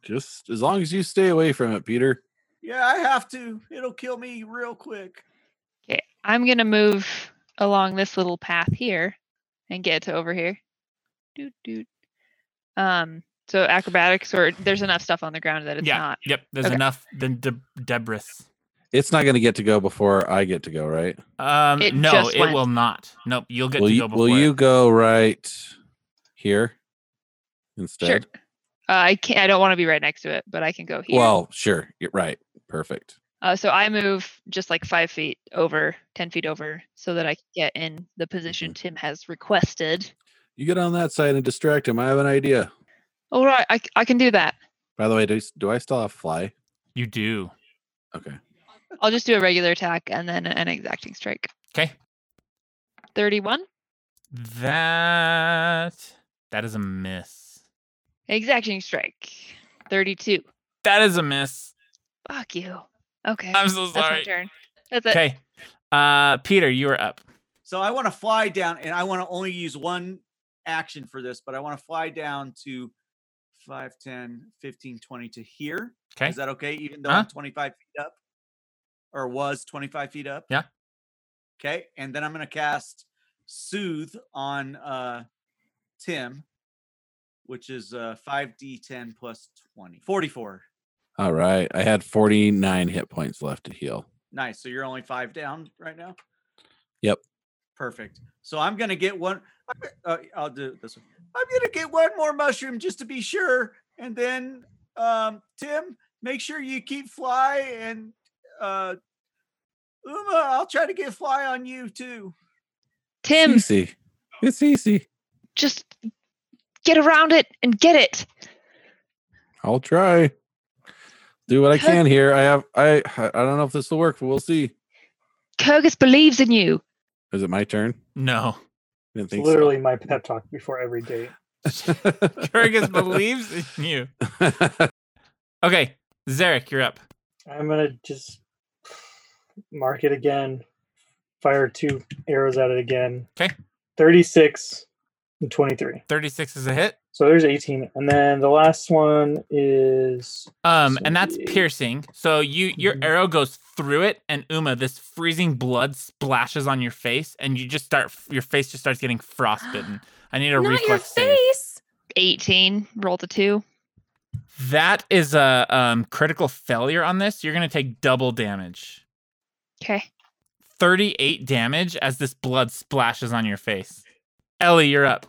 Speaker 4: Just as long as you stay away from it, Peter.
Speaker 7: Yeah, I have to. It'll kill me real quick.
Speaker 5: I'm gonna move along this little path here and get to over here. Doot doot. Um. So acrobatics, or there's enough stuff on the ground that it's
Speaker 2: yeah.
Speaker 5: not.
Speaker 2: Yep. There's
Speaker 5: Okay.
Speaker 2: enough the de- debris.
Speaker 4: It's not going to get to go before I get to go, right?
Speaker 2: Um,
Speaker 5: It
Speaker 2: no,
Speaker 5: just
Speaker 2: it
Speaker 5: went.
Speaker 2: will not. Nope. You'll get
Speaker 4: will
Speaker 2: to
Speaker 4: you,
Speaker 2: go before.
Speaker 4: will
Speaker 2: it.
Speaker 4: you go right here instead?
Speaker 5: Sure. Uh, I can't. I don't want to be right next to it, but I can go here.
Speaker 4: Well, sure. You're right. Perfect.
Speaker 5: Uh, so I move just like five feet over, ten feet over, so that I can get in the position Tim has requested.
Speaker 4: You get on that side and distract him. I have an idea.
Speaker 5: All Oh, right, I, c- I can do that.
Speaker 4: By the way, do, do I still have fly?
Speaker 2: You do.
Speaker 4: Okay.
Speaker 5: I'll just do a regular attack and then an exacting strike.
Speaker 2: Okay.
Speaker 5: Thirty-one
Speaker 2: That that is a miss.
Speaker 5: exacting strike. Thirty-two.
Speaker 2: That is a miss.
Speaker 5: Fuck you. Okay.
Speaker 2: I'm so
Speaker 5: That's my
Speaker 2: sorry.
Speaker 5: turn. That's it.
Speaker 2: Okay. Uh, Peter, you are up.
Speaker 7: So I want to fly down and I want to only use one action for this, but I want to fly down to 5, 10, 15, 20 to here.
Speaker 2: Okay.
Speaker 7: Is that okay? Even though I'm
Speaker 2: Uh-huh.
Speaker 7: 25 feet up or was 25 feet up?
Speaker 2: Yeah.
Speaker 7: Okay. And then I'm going to cast Soothe on uh, Tim, which is uh, 5d10 plus 20. 44.
Speaker 4: All right. I had 49 hit points left to heal.
Speaker 7: Nice. So you're only five down right now.
Speaker 4: Yep.
Speaker 7: Perfect. So I'm gonna get one. I'm go- Uh, I'll do it this one. I'm gonna get one more mushroom just to be sure, and then um, Tim, make sure you keep fly and uh, Uma. I'll try to get fly on you too.
Speaker 5: Tim,
Speaker 4: It's easy. It's easy.
Speaker 5: just get around it and get it.
Speaker 4: I'll try. Do what I can here. I have I I don't know if this will work, but we'll see.
Speaker 5: Kurgus believes in you.
Speaker 4: Is it my turn?
Speaker 2: No.
Speaker 4: I didn't
Speaker 6: It's
Speaker 4: think
Speaker 6: literally my pep talk before every date.
Speaker 4: so.
Speaker 2: Kurgus believes in you. Okay. Zarek, you're up.
Speaker 6: I'm gonna just mark it again. Fire two arrows at it again.
Speaker 2: 'Kay.
Speaker 6: Thirty-six and twenty-three.
Speaker 2: 36 is a hit.
Speaker 6: So there's eighteen, and then the last one is
Speaker 2: Um, and that's
Speaker 6: 78.
Speaker 2: piercing. So you your
Speaker 3: Mm-hmm.
Speaker 6: Mhm.
Speaker 2: arrow goes through it, and Uma, this freezing blood splashes on your face, and you just start your face just starts getting frostbitten. I need a
Speaker 3: Not your
Speaker 2: reflex save.
Speaker 3: face.
Speaker 5: 18, roll the two.
Speaker 2: That is a um, critical failure on this. You're gonna take double damage,
Speaker 5: Okay.
Speaker 2: thirty-eight damage as this blood splashes on your face. Ellie, you're up.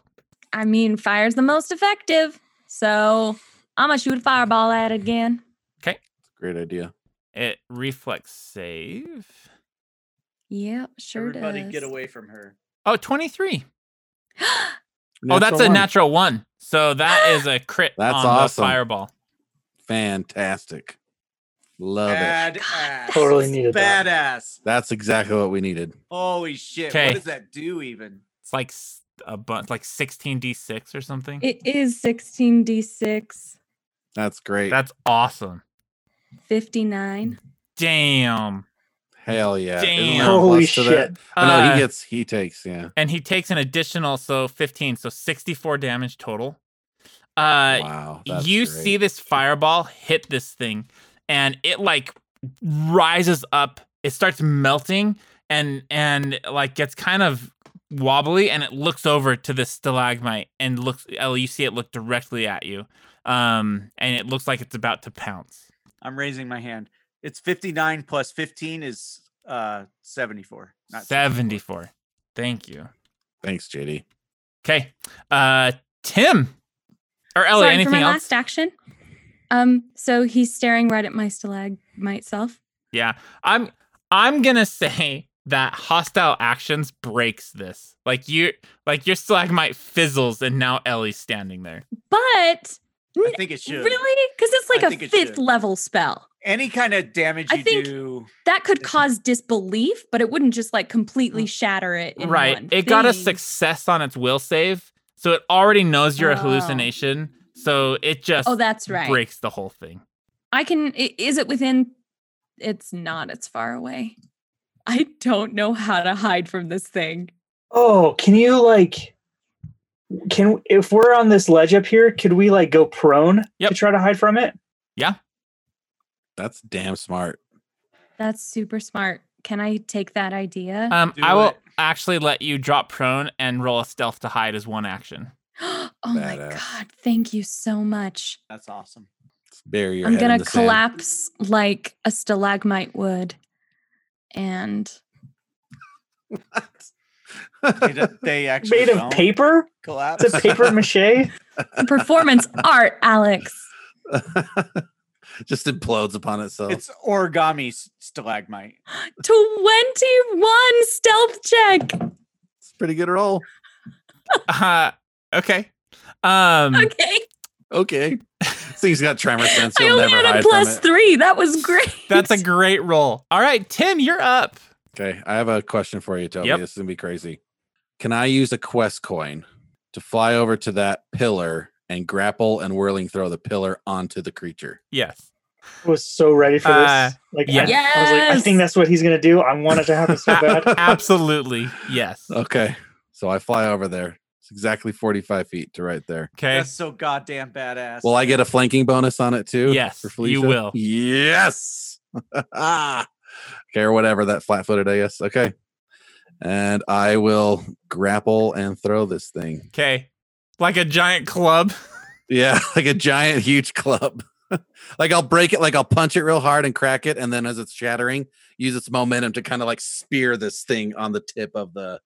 Speaker 3: I mean, fire's the most effective. So I'm gonna shoot a fireball at it again.
Speaker 4: Great idea.
Speaker 2: It reflex save.
Speaker 3: Yep, sure
Speaker 7: Everybody,
Speaker 3: does.
Speaker 7: get away from her.
Speaker 2: Oh, 23. oh, that's a
Speaker 4: one.
Speaker 2: natural one. So that is a crit
Speaker 4: That's
Speaker 2: on
Speaker 4: awesome.
Speaker 2: the fireball.
Speaker 4: Fantastic. Love
Speaker 6: Ah.
Speaker 4: it.
Speaker 7: Badass.
Speaker 6: Totally needed that.
Speaker 7: Badass.
Speaker 4: That's exactly what we needed.
Speaker 7: Holy shit!
Speaker 2: Okay.
Speaker 7: What does that do even?
Speaker 2: It's like s- a bunch, like 16d6 or something.
Speaker 3: It is 16d6,
Speaker 4: That's great.
Speaker 2: That's awesome.
Speaker 3: 59.
Speaker 2: Damn.
Speaker 4: Hell yeah. Isn't
Speaker 2: Damn.
Speaker 4: there a
Speaker 6: holy
Speaker 4: plus to that?
Speaker 6: shit.
Speaker 4: Oh, no,
Speaker 2: Uh,
Speaker 4: he gets he takes, yeah.
Speaker 2: and he takes an additional, so 15, so 64 damage total. Uh,
Speaker 4: wow.
Speaker 2: you see this fireball hit this thing and it like rises up it starts melting and and like gets kind of wobbly and it looks over to this stalagmite and looks Ellie, you see it look directly at you um and it looks like it's about to pounce
Speaker 7: I'm raising my hand. It's 59 plus 15 is uh 74. Not
Speaker 2: 74 thank you
Speaker 4: Thanks, JD.
Speaker 2: okay uh tim or ellie
Speaker 3: Sorry, for
Speaker 2: anything
Speaker 3: my
Speaker 2: else
Speaker 3: last action. Um, so he's staring right at my stalagmite self.
Speaker 2: Yeah. I'm I'm gonna say that hostile actions breaks this. Like you like your stalagmite fizzles and now Ellie's standing there.
Speaker 3: But
Speaker 7: 74. I think it should.
Speaker 3: really, because it's like
Speaker 7: I
Speaker 3: a
Speaker 7: think it
Speaker 3: fifth
Speaker 7: should.
Speaker 3: level spell
Speaker 7: Any kind of damage
Speaker 3: I
Speaker 7: you
Speaker 3: think-
Speaker 7: do.
Speaker 3: that could
Speaker 7: It's-
Speaker 3: cause disbelief, but it wouldn't just like
Speaker 7: Mm.
Speaker 3: completely shatter it. in
Speaker 2: right.
Speaker 3: one
Speaker 2: It got a
Speaker 3: thing.
Speaker 2: success on its will save, so it already knows you're a
Speaker 3: Oh.
Speaker 2: hallucination. So it just
Speaker 3: Oh, that's right.
Speaker 2: breaks the whole thing.
Speaker 3: I can. i- Is it within? It's not. It's far away. I don't know how to hide from this thing.
Speaker 6: Oh, can you like can if we're on this ledge up here, could we like go prone
Speaker 2: Yep.
Speaker 6: to try to hide from it?
Speaker 4: That's damn smart.
Speaker 3: That's super smart. Can I take that idea?
Speaker 2: Um
Speaker 7: Do
Speaker 2: I will
Speaker 7: it.
Speaker 2: actually let you drop prone and roll a stealth to hide as one action.
Speaker 3: oh my
Speaker 4: Badass.
Speaker 3: god! Thank you so much.
Speaker 7: That's awesome.
Speaker 4: Let's bury your
Speaker 3: I'm
Speaker 4: head in
Speaker 3: gonna
Speaker 4: the sand.
Speaker 3: collapse like a stalagmite would, and
Speaker 7: They, don't- they actually
Speaker 6: Made of
Speaker 7: don't
Speaker 6: paper?
Speaker 7: collapse.
Speaker 6: It's a paper mache?
Speaker 3: performance art, Alex.
Speaker 4: Just implodes upon itself.
Speaker 7: It's origami s- stalagmite.
Speaker 3: Twenty-one stealth check.
Speaker 4: It's a pretty good roll.
Speaker 2: Uh okay. Um
Speaker 3: Okay,
Speaker 4: Okay. Thing's got tremor sense.
Speaker 3: I
Speaker 4: You'll
Speaker 3: only
Speaker 4: never
Speaker 3: had a
Speaker 4: hide
Speaker 3: plus
Speaker 4: from it.
Speaker 3: three. That was great.
Speaker 2: that's a great roll. All right, Tim, you're up.
Speaker 4: Okay. I have a question for you, Toby.
Speaker 2: Yep.
Speaker 4: This is gonna be crazy. Can I use a quest coin to fly over to that pillar and grapple and whirling throw the pillar onto the creature?
Speaker 2: Yes.
Speaker 6: I was so ready for
Speaker 2: Uh,
Speaker 6: this. Like
Speaker 2: yeah.
Speaker 6: I, I was like, I
Speaker 3: Yes.
Speaker 6: think that's what he's gonna do. I want it to happen so bad.
Speaker 2: A- Absolutely. Yes.
Speaker 4: Okay. So I fly over there. It's exactly 45 feet to right there.
Speaker 2: Okay.
Speaker 7: That's so goddamn badass.
Speaker 4: Will I get a flanking bonus on it too?
Speaker 2: Yes,
Speaker 4: for
Speaker 2: you
Speaker 4: Felicia?
Speaker 2: will.
Speaker 4: Yes. okay, or whatever that flat footed, I guess. Okay. And I will grapple and throw this thing.
Speaker 2: Okay. Like a giant club.
Speaker 4: Yeah, like a giant, huge club. like I'll break it, like I'll punch it real hard and crack it. And then as it's shattering, use its momentum to kind of like spear this thing on the tip of the,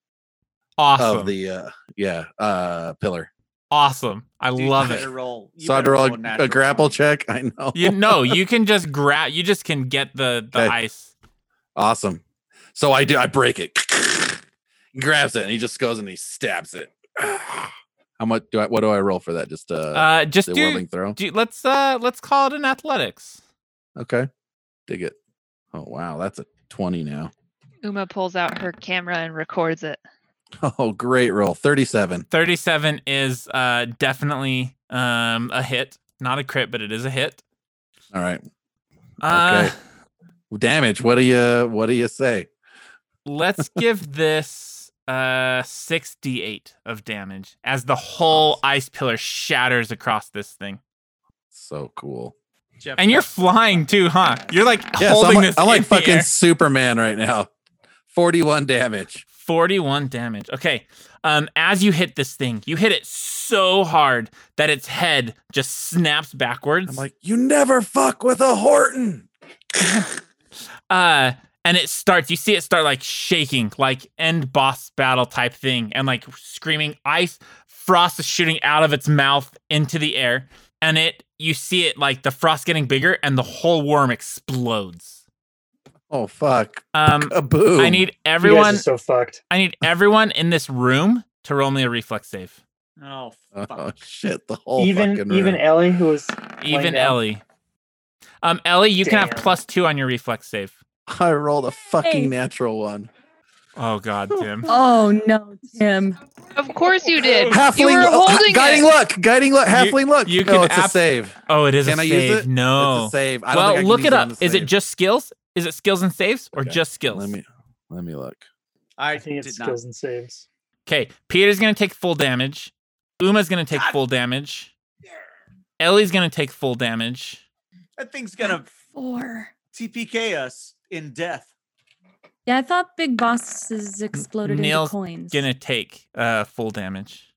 Speaker 2: Awesome.
Speaker 4: of the, uh, yeah, uh, pillar.
Speaker 2: awesome. I
Speaker 7: Dude, you
Speaker 2: love it.
Speaker 7: better Roll, you
Speaker 4: so I have to
Speaker 7: better
Speaker 4: roll
Speaker 7: a
Speaker 4: a, a
Speaker 7: natural
Speaker 4: grapple
Speaker 7: 20.
Speaker 4: check. I know.
Speaker 2: You know, you can just grab you just can get the the
Speaker 4: Okay.
Speaker 2: ice.
Speaker 4: Awesome. So I do. I break it. He grabs it and he just goes and he stabs it. How much do I? What do I roll for that? Just uh,
Speaker 2: Uh just
Speaker 4: the
Speaker 2: do,
Speaker 4: whirling throw.
Speaker 2: do let's uh let's call it an athletics.
Speaker 4: Okay, dig it. Oh wow, that's a twenty now.
Speaker 5: Uma pulls out her camera and records it.
Speaker 4: Oh great roll, thirty-seven.
Speaker 2: 37 is uh definitely um a hit. Not a crit, but it is a hit.
Speaker 4: All right,
Speaker 2: Uh
Speaker 4: Okay. damage. What do you? What do you say?
Speaker 2: let's give this uh 68 of damage as the whole ice pillar shatters across this thing.
Speaker 4: So cool.
Speaker 7: Jeff,
Speaker 2: And you're flying too, huh? You're like
Speaker 4: Yeah, so
Speaker 2: holding
Speaker 4: I'm like,
Speaker 2: this.
Speaker 4: I'm like
Speaker 2: in the
Speaker 4: fucking
Speaker 2: air.
Speaker 4: Superman right now. Forty-one damage.
Speaker 2: 41 damage. Okay. Um, as you hit this thing, you hit it so hard that its head just snaps backwards.
Speaker 4: I'm like, you never fuck with a Horton.
Speaker 2: uh, and it starts, you see it start like shaking, like end boss battle type thing, and like screaming ice. Frost is shooting out of its mouth into the air. And it, you see it like the frost getting bigger, and the whole worm explodes.
Speaker 4: Oh fuck.
Speaker 2: Um,
Speaker 4: Kaboom.
Speaker 2: I need
Speaker 6: You guys
Speaker 2: everyone,
Speaker 6: are so fucked.
Speaker 2: I need everyone in this room to roll me a reflex save.
Speaker 7: oh, fuck.
Speaker 4: Oh shit! The whole
Speaker 6: even
Speaker 4: fucking
Speaker 6: even
Speaker 4: room.
Speaker 6: Ellie, who was
Speaker 2: Even
Speaker 6: down.
Speaker 2: Ellie. Um, Ellie, you can have
Speaker 6: Damn.
Speaker 2: plus two on your reflex save.
Speaker 4: I rolled a
Speaker 3: Hey.
Speaker 4: fucking natural one.
Speaker 2: Oh God, Tim.
Speaker 3: Oh no, Tim.
Speaker 5: Of course you did.
Speaker 4: Halfling,
Speaker 5: you were
Speaker 4: oh, ha-
Speaker 5: holding
Speaker 4: guiding
Speaker 5: it.
Speaker 4: luck, guiding luck,
Speaker 2: You-
Speaker 4: halfling luck.
Speaker 2: you
Speaker 4: no,
Speaker 2: can
Speaker 4: it's a
Speaker 2: abs-
Speaker 4: save.
Speaker 2: Oh, it is
Speaker 4: Can
Speaker 2: a
Speaker 4: I use
Speaker 2: save.
Speaker 4: it?
Speaker 2: No.
Speaker 4: It's a save. I don't
Speaker 2: well,
Speaker 4: think I can
Speaker 2: look
Speaker 4: use
Speaker 2: it
Speaker 4: on
Speaker 2: up.
Speaker 4: the
Speaker 2: Is it
Speaker 4: save.
Speaker 2: just skills? Is it skills and saves or
Speaker 4: Okay,
Speaker 2: just skills?
Speaker 4: Let me let me look.
Speaker 7: I
Speaker 6: I think it's
Speaker 7: did not.
Speaker 6: skills and saves.
Speaker 2: Okay, Peter's gonna take full damage. Uma's gonna take
Speaker 7: God.
Speaker 2: full damage. Ellie's gonna take full damage.
Speaker 7: That thing's gonna
Speaker 3: four.
Speaker 7: TPK us in death.
Speaker 3: Yeah, I thought big bosses exploded
Speaker 2: Neil's
Speaker 3: into coins.
Speaker 2: Gonna take uh full damage.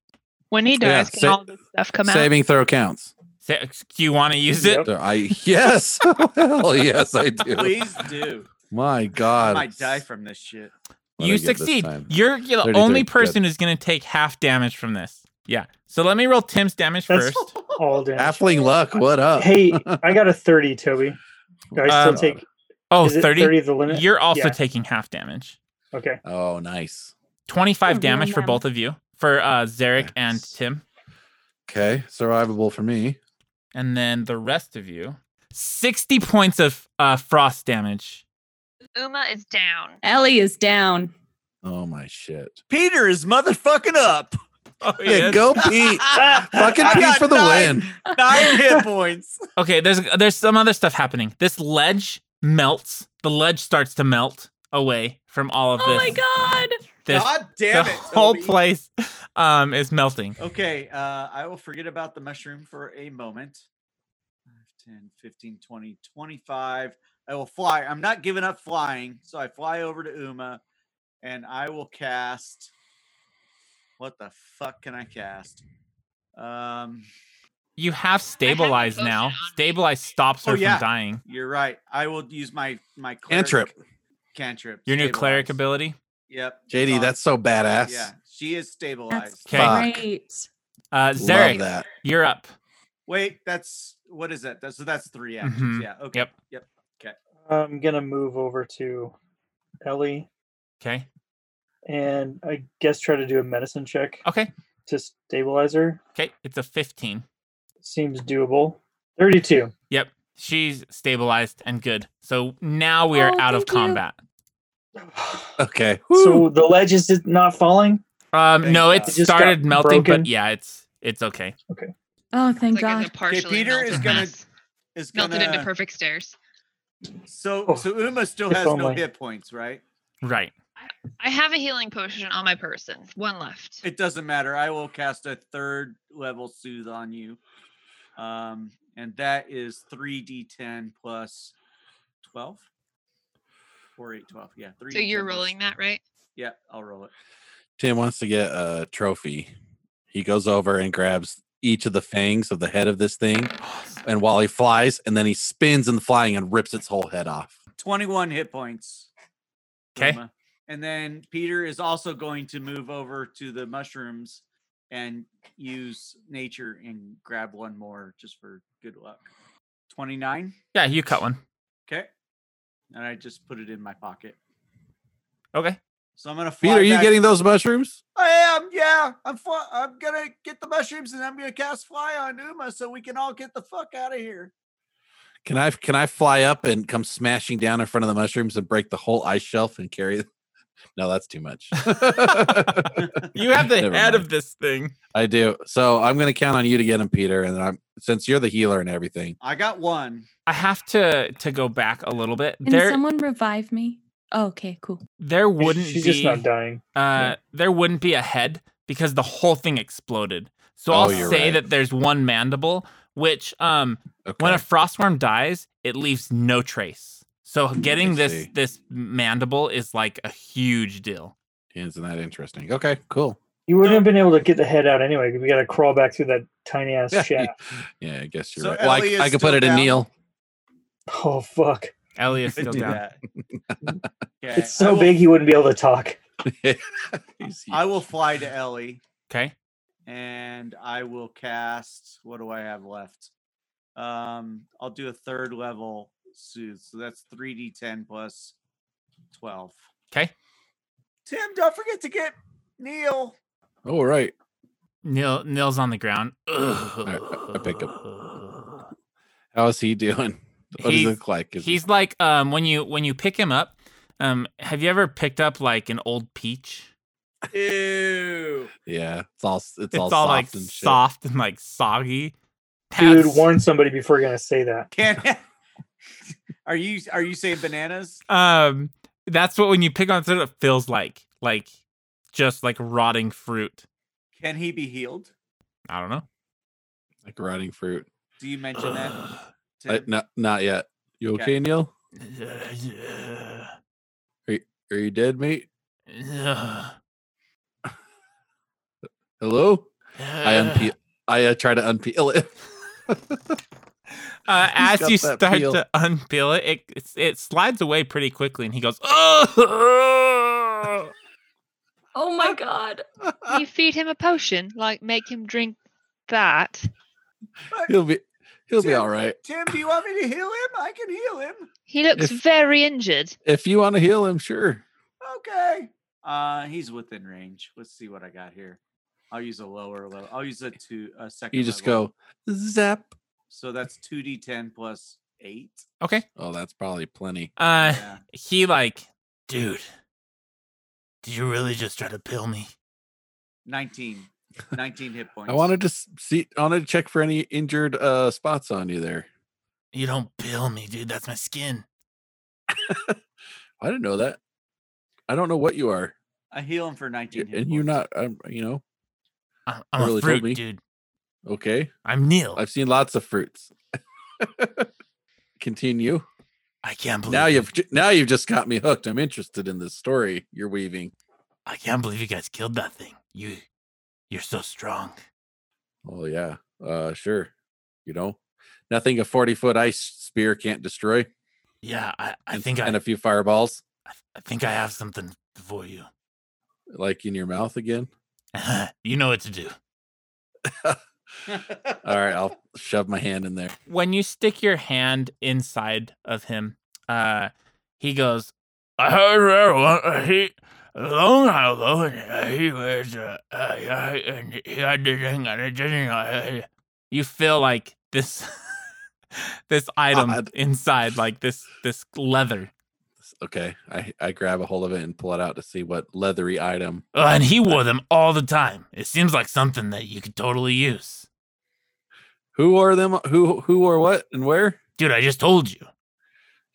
Speaker 5: When he
Speaker 4: Yeah,
Speaker 5: dies, can
Speaker 4: sa-
Speaker 5: all this stuff come out?
Speaker 4: Saving throw counts.
Speaker 2: Sa- Do you want to use it?
Speaker 6: Yep.
Speaker 4: So I yes, well, yes, I do.
Speaker 7: Please do.
Speaker 4: My
Speaker 7: I
Speaker 4: God,
Speaker 7: might die from this shit.
Speaker 4: What'd
Speaker 2: You
Speaker 4: I get this
Speaker 2: succeed.
Speaker 4: time?
Speaker 2: You're, you're the
Speaker 4: 33,
Speaker 2: only
Speaker 4: good.
Speaker 2: person who's gonna take half damage from this. Yeah. So let me roll Tim's damage
Speaker 6: That's-
Speaker 2: first.
Speaker 6: All damage.
Speaker 4: Halfling luck. What up?
Speaker 6: Hey, I got a 30, Toby. Do I still
Speaker 2: Um,
Speaker 6: take
Speaker 2: Oh,
Speaker 6: is it
Speaker 2: 30?
Speaker 6: 30 the limit?
Speaker 2: You're also
Speaker 6: Yeah.
Speaker 2: taking half damage.
Speaker 6: okay.
Speaker 4: Oh, nice.
Speaker 2: 25
Speaker 3: Oh,
Speaker 2: damage
Speaker 3: damn.
Speaker 2: for both of you, for uh, Zarek and
Speaker 4: Yes.
Speaker 2: Tim.
Speaker 4: Okay, survivable for me.
Speaker 2: And then the rest of you 60 points of uh, frost damage.
Speaker 5: Uma is down.
Speaker 3: Ellie is down.
Speaker 4: Oh my shit.
Speaker 7: Peter is motherfucking up.
Speaker 2: Oh,
Speaker 4: Yeah, go Pete. Fucking
Speaker 7: I
Speaker 4: Pete
Speaker 7: got
Speaker 4: for the
Speaker 7: nine-
Speaker 4: win.
Speaker 7: Nine hit points.
Speaker 2: Okay, there's there's some other stuff happening. This ledge melts. The ledge starts to melt away from all of
Speaker 3: Oh
Speaker 2: this.
Speaker 3: my god.
Speaker 2: This,
Speaker 7: God damn
Speaker 2: the
Speaker 7: it.
Speaker 2: whole
Speaker 7: Toby.
Speaker 2: place um, is melting.
Speaker 7: Okay, uh, I will forget about the mushroom for a moment. 5, 10, 15, 20, 25. I will fly. I'm not giving up flying. So I fly over to Uma and I will cast. What the fuck can I cast? Um,
Speaker 2: You have stabilize
Speaker 5: potion
Speaker 2: now.
Speaker 5: on me.
Speaker 2: Stabilize stops her
Speaker 7: Oh, yeah.
Speaker 2: from dying.
Speaker 7: you're right. I will use my my cleric
Speaker 4: Cantrip.
Speaker 7: Cantrip.
Speaker 2: Your new cleric
Speaker 7: stabilize.
Speaker 2: ability.
Speaker 7: Yep. it's
Speaker 4: JD,
Speaker 7: on.
Speaker 4: that's so badass.
Speaker 7: yeah. She is
Speaker 3: That's
Speaker 7: stabilized.
Speaker 2: Okay. Fuck.
Speaker 3: great.
Speaker 2: Uh,
Speaker 4: Love
Speaker 2: Zarek,
Speaker 4: that.
Speaker 2: you're up.
Speaker 7: Wait, that's what is that? That's so that's three actions.
Speaker 2: Mhm.
Speaker 7: Yeah. Okay.
Speaker 2: Yep.
Speaker 7: Yep.
Speaker 6: I'm going to move over to Ellie
Speaker 2: Okay.
Speaker 6: and I guess try to do a medicine check
Speaker 2: Okay.
Speaker 6: to stabilize her.
Speaker 2: Okay. It's a 15.
Speaker 6: Seems doable. 32.
Speaker 2: Yep. She's stabilized and good. So now we are
Speaker 3: Oh,
Speaker 2: out of
Speaker 3: thank you.
Speaker 2: combat.
Speaker 4: Okay.
Speaker 6: So the ledge is just not falling?
Speaker 2: Um,
Speaker 7: Thank
Speaker 2: no,
Speaker 7: God.
Speaker 2: it
Speaker 6: It just got
Speaker 2: started melting,
Speaker 6: broken.
Speaker 2: but yeah, it's it's okay.
Speaker 3: Oh, thank
Speaker 5: It's like as
Speaker 3: God.
Speaker 5: a partially
Speaker 7: Peter
Speaker 5: melted
Speaker 7: is gonna-
Speaker 5: mess.
Speaker 7: It's
Speaker 5: melted into
Speaker 7: gonna-
Speaker 5: perfect stairs.
Speaker 7: So
Speaker 6: Oh,
Speaker 7: so Uma still
Speaker 6: if
Speaker 7: has no
Speaker 6: only.
Speaker 7: hit points, right?
Speaker 2: Right.
Speaker 5: I have a healing potion on my person. One left.
Speaker 7: It doesn't matter. I will cast a third level soothe on you. Um and that is 3d10 plus 12. 4 8 12. Yeah, 3
Speaker 5: So you're rolling that, right?
Speaker 7: Yeah, I'll roll it.
Speaker 4: Tim wants to get a trophy. He goes over and grabs each of the fangs of the head of this thing. And while he flies, and then he spins in the flying and rips its whole head off.
Speaker 7: 21 hit points.
Speaker 2: Okay.
Speaker 7: Uma. And then Peter is also going to move over to the mushrooms and use nature and grab one more just for good luck. 29.
Speaker 2: Yeah, you cut one.
Speaker 7: Okay. And I just put it in my pocket.
Speaker 2: Okay.
Speaker 7: So I'm gonna fly.
Speaker 4: Pete, are you
Speaker 7: back-
Speaker 4: getting those mushrooms?
Speaker 7: I am. Yeah, I'm. Fly- I'm gonna get the mushrooms and I'm gonna cast fly on Uma so we can all get the fuck out of here.
Speaker 4: Can I can I fly up and come smashing down in front of the mushrooms and break the whole ice shelf and carry? them? No, that's too much.
Speaker 2: You have the
Speaker 4: Never
Speaker 2: head
Speaker 4: mind.
Speaker 2: of this thing.
Speaker 4: I do. So I'm going to count on you to get him, Peter. And I'm since you're the healer and everything.
Speaker 7: I got one.
Speaker 2: I have to to go back a little bit.
Speaker 3: Can
Speaker 2: there
Speaker 3: someone revive me? Oh, okay, cool.
Speaker 2: there wouldn't
Speaker 6: She's
Speaker 2: be
Speaker 6: just not dying.
Speaker 2: uh there wouldn't be a head because the whole thing exploded. So I'll
Speaker 4: Oh, you're
Speaker 2: say
Speaker 4: right.
Speaker 2: that there's one mandible, which um
Speaker 4: Okay.
Speaker 2: when a frostworm dies, it leaves no trace. So getting this
Speaker 4: Hmm, see.
Speaker 2: this mandible is like a huge deal.
Speaker 4: Isn't that interesting? Okay, cool.
Speaker 6: You wouldn't have been able to get the head out anyway 'cause we got to crawl back through that tiny ass
Speaker 4: Yeah,
Speaker 6: shaft.
Speaker 4: Yeah, I guess you're
Speaker 7: So
Speaker 4: right. Well,
Speaker 7: Ellie
Speaker 4: I,
Speaker 7: is
Speaker 4: I could
Speaker 7: still
Speaker 4: put it
Speaker 7: down?
Speaker 4: in Neil.
Speaker 6: Oh, fuck.
Speaker 2: Ellie is
Speaker 7: Could
Speaker 2: still
Speaker 7: do
Speaker 2: down.
Speaker 7: that. Okay,
Speaker 6: It's
Speaker 7: I
Speaker 6: so
Speaker 7: will-
Speaker 6: big he wouldn't be able to talk.
Speaker 4: He's-
Speaker 7: I will fly to Ellie
Speaker 2: Okay.
Speaker 7: and I will cast. What do I have left? Um, I'll do a third level soothe. So that's three d10 plus twelve.
Speaker 2: 'Kay.
Speaker 7: Tim, don't forget to get Neil.
Speaker 4: oh, right.
Speaker 2: Neil Neil's on the ground.
Speaker 4: I- I pick How is he doing? What
Speaker 2: He's-
Speaker 4: does it look like? Is he-
Speaker 2: He's like um when you when you pick him up, um have you ever picked up like an old peach?
Speaker 7: Ew.
Speaker 4: yeah, it's all it's,
Speaker 2: It's,
Speaker 4: all,
Speaker 2: all,
Speaker 4: soft
Speaker 2: like
Speaker 4: and shit.
Speaker 2: soft and like soggy.
Speaker 6: Dude,
Speaker 2: That's-
Speaker 6: warn somebody before you're gonna say that.
Speaker 7: Can are you are you saying bananas?
Speaker 2: um that's what when you pick on something it feels like like just like rotting fruit.
Speaker 7: Can he be healed?
Speaker 2: I don't know.
Speaker 4: like rotting fruit.
Speaker 7: Do you mention that? To,
Speaker 4: I, not not yet. You okay,
Speaker 7: Okay.
Speaker 4: Neil? Are you dead, mate? Hello? I unpeel. I uh, try to unpeel it.
Speaker 2: Uh,
Speaker 4: He's
Speaker 2: as
Speaker 4: got
Speaker 2: you
Speaker 4: that
Speaker 2: start
Speaker 4: peel.
Speaker 2: to unpeel it, it, it, it slides away pretty quickly, and he goes, "Oh!"
Speaker 3: Oh my god.
Speaker 4: Ah.
Speaker 5: You feed him a potion, like make him drink that.
Speaker 4: he'll be he'll be all right.
Speaker 7: Tim, do you want me to heal him? I can heal him.
Speaker 5: He looks
Speaker 4: If-
Speaker 5: very injured.
Speaker 4: If you want to heal him, sure.
Speaker 7: Okay. Uh, he's within range. Let's see what I got here. I'll use a lower level. I'll use a two, a second.
Speaker 4: You just
Speaker 7: level.
Speaker 4: go zap.
Speaker 7: So that's two d10 plus eight.
Speaker 2: Okay.
Speaker 4: Oh, that's probably plenty.
Speaker 2: Uh,
Speaker 7: Yeah.
Speaker 2: he like
Speaker 8: Dude, did you really just try to pill me?
Speaker 7: 19. 19 hit points.
Speaker 4: I wanted to s- see. I wanted to check for any injured uh spots on you there.
Speaker 8: You don't pill me, dude. That's my skin.
Speaker 4: I didn't know that. I don't know what you are,
Speaker 7: I heal him for
Speaker 4: y-
Speaker 7: 19 hit
Speaker 4: and you're
Speaker 7: points.
Speaker 4: not. I'm, you know,
Speaker 8: I- I'm
Speaker 4: really
Speaker 8: a
Speaker 4: told
Speaker 8: fruit,
Speaker 4: me.
Speaker 8: dude.
Speaker 4: okay.
Speaker 8: I'm Neil. I,
Speaker 4: I've seen lots of fruits. Continue.
Speaker 8: can't believe
Speaker 4: Now
Speaker 8: you-
Speaker 4: you've ju- now you've just got me hooked. I'm interested in this story you're weaving.
Speaker 8: I can't believe you guys killed that thing. You, you're so strong.
Speaker 4: Oh yeah, uh, sure. You know, nothing a forty foot ice spear can't destroy.
Speaker 8: Yeah, I, I
Speaker 4: and-
Speaker 8: think I,
Speaker 4: and a few fireballs
Speaker 8: I, I think I have something for you.
Speaker 4: like in your mouth again.
Speaker 8: you know what to do.
Speaker 7: uh, oh,
Speaker 4: All right, I'll shove my hand in there.
Speaker 2: when you stick your hand inside of him, uh, he goes,
Speaker 8: I heard where one, uh, he long ago and uh, he was uh, uh, uh, and he had the thing and it didn't uh,
Speaker 2: "You feel like this, this item
Speaker 4: God.
Speaker 2: inside, like this, this leather."
Speaker 4: Okay, I I grab a hold of it and pull it out to see what leathery item.
Speaker 8: uh, and he wore them all the time. It seems like something that you could totally use,
Speaker 4: Who are them? Who who or what and where?
Speaker 8: dude. I just told you.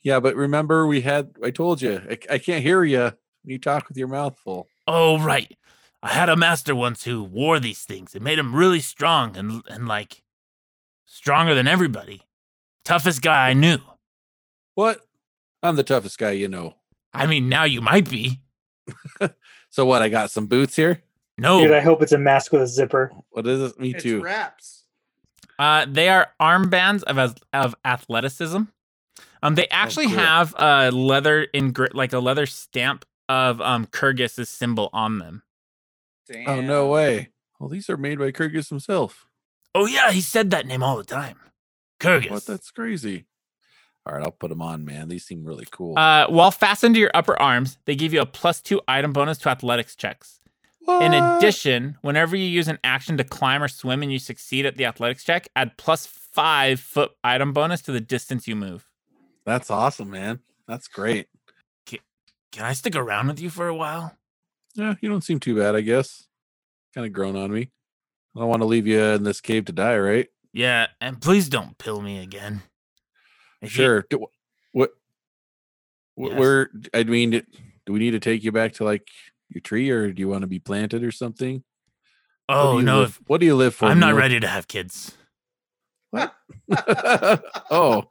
Speaker 4: Yeah, but remember we had. I told you I, I can't hear you. when You talk with your mouth full.
Speaker 8: Oh right, I had a master once who wore these things. It made him really strong and and like stronger than everybody. Toughest guy I knew.
Speaker 4: What? I'm the toughest guy you know.
Speaker 8: I mean, now you might be.
Speaker 4: So what? I got some boots here.
Speaker 2: Oh.
Speaker 8: No,
Speaker 6: Dude, I hope it's a mask with a zipper.
Speaker 4: What is it? Me too.
Speaker 7: wraps.
Speaker 2: Uh, they are armbands of ath- of athleticism. Um, they actually
Speaker 4: Oh, cool.
Speaker 2: have a leather engr- like a leather stamp of um Kyrgyz's symbol on them.
Speaker 4: Oh no way. Well, these are made by Kyrgyz himself.
Speaker 8: Oh yeah, he said that name all the time. Kyrgyz.
Speaker 4: What? That's crazy. All right, I'll put them on, man. These seem really cool.
Speaker 2: Uh, while fastened to your upper arms, they give you a plus two item bonus to athletics checks. In
Speaker 4: What?
Speaker 2: addition, whenever you use an action to climb or swim and you succeed at the athletics check, add plus five foot item bonus to the distance you move.
Speaker 4: that's awesome, man. That's great.
Speaker 8: Can I stick around with you for a while?
Speaker 4: Yeah, you don't seem too bad, I guess. Kind of grown on me. I don't want to leave you in this cave to die, right?
Speaker 8: Yeah, and please don't pill me again. If you-
Speaker 4: sure. Do, what? wh-
Speaker 8: Yes.
Speaker 4: Where? I mean, d- do we need to take you back to like your tree, or do you want to be planted or something? What do
Speaker 8: oh
Speaker 4: you
Speaker 8: no,
Speaker 4: live-
Speaker 8: if,
Speaker 4: what do you live for?
Speaker 8: I'm not
Speaker 4: Neil?
Speaker 8: ready to have kids.
Speaker 4: oh,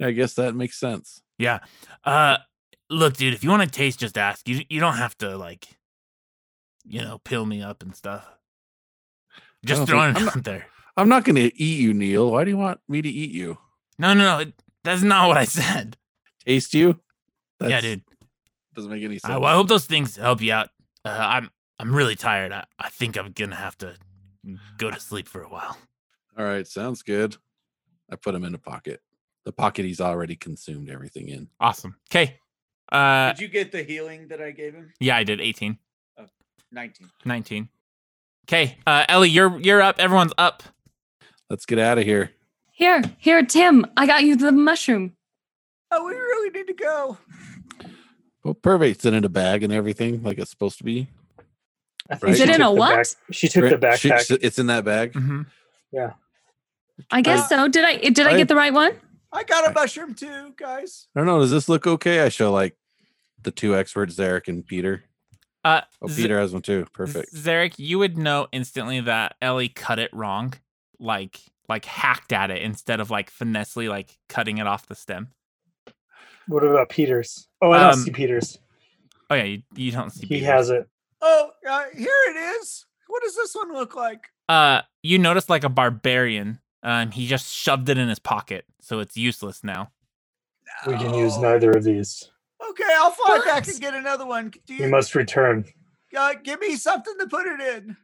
Speaker 4: I guess that makes sense.
Speaker 8: Yeah. Uh, look, dude, if you want to taste, just ask. You you don't have to like, you know, pill me up and stuff. Just
Speaker 4: don't think-
Speaker 8: throwing it
Speaker 4: I'm
Speaker 8: out
Speaker 4: not-
Speaker 8: there.
Speaker 4: I'm not going to eat you, Neil. Why do you want me to eat you?
Speaker 8: No, no, no. It, that's not what I said.
Speaker 4: Taste you?
Speaker 8: yeah,
Speaker 4: That's-
Speaker 8: dude.
Speaker 4: Doesn't make any sense.
Speaker 8: I, well, I hope those things help you out. Uh, I'm I'm really tired. I, I think I'm gonna have to go to sleep for a while.
Speaker 4: All right, sounds good. I put him in a pocket. The pocket he's already consumed everything in.
Speaker 2: Awesome. Okay. Uh,
Speaker 7: Did you get the healing that I gave him?
Speaker 2: yeah, I did 18,
Speaker 7: 19.
Speaker 2: 19. Okay, uh, Ellie, you're you're up. Everyone's up.
Speaker 4: Let's get out of here.
Speaker 3: Here, here, Tim. I got you the mushroom.
Speaker 7: Oh, we really need to go.
Speaker 4: Well, pervate's in, in a bag and everything like it's supposed to be.
Speaker 6: I
Speaker 4: Right.
Speaker 6: she
Speaker 4: Is it
Speaker 3: in
Speaker 6: took
Speaker 3: a
Speaker 6: the
Speaker 3: what?
Speaker 6: back- she took the
Speaker 4: Right? She-
Speaker 6: backpack.
Speaker 4: she- it's in that bag.
Speaker 2: Mm-hmm.
Speaker 3: I guess so. Did I did I
Speaker 4: I-
Speaker 3: get the right one?
Speaker 7: I got a
Speaker 4: Right.
Speaker 7: mushroom too, guys.
Speaker 4: I don't know. Does this look okay? I show like the two experts, Zarek and Peter.
Speaker 2: Uh,
Speaker 4: Oh,
Speaker 2: Z-
Speaker 4: Peter has one too. Perfect.
Speaker 2: Zarek, you would know instantly that Ellie cut it wrong. Like like hacked at it instead of like finessely like cutting it off the stem.
Speaker 6: What about Peters? Oh, I don't
Speaker 2: Um,
Speaker 6: see Peters.
Speaker 2: Oh yeah, you, you don't see.
Speaker 6: He
Speaker 2: Peter.
Speaker 6: has it.
Speaker 7: Oh, uh, here it is. What does this one look like?
Speaker 2: Uh, you notice like a barbarian. Um, he just shoved it in his pocket, so it's useless now.
Speaker 6: We can use
Speaker 7: No.
Speaker 6: neither of these.
Speaker 7: Okay, I'll fly back
Speaker 3: What?
Speaker 7: and get another one. Do
Speaker 6: We
Speaker 7: you
Speaker 6: must return.
Speaker 7: uh, give me something to put it in?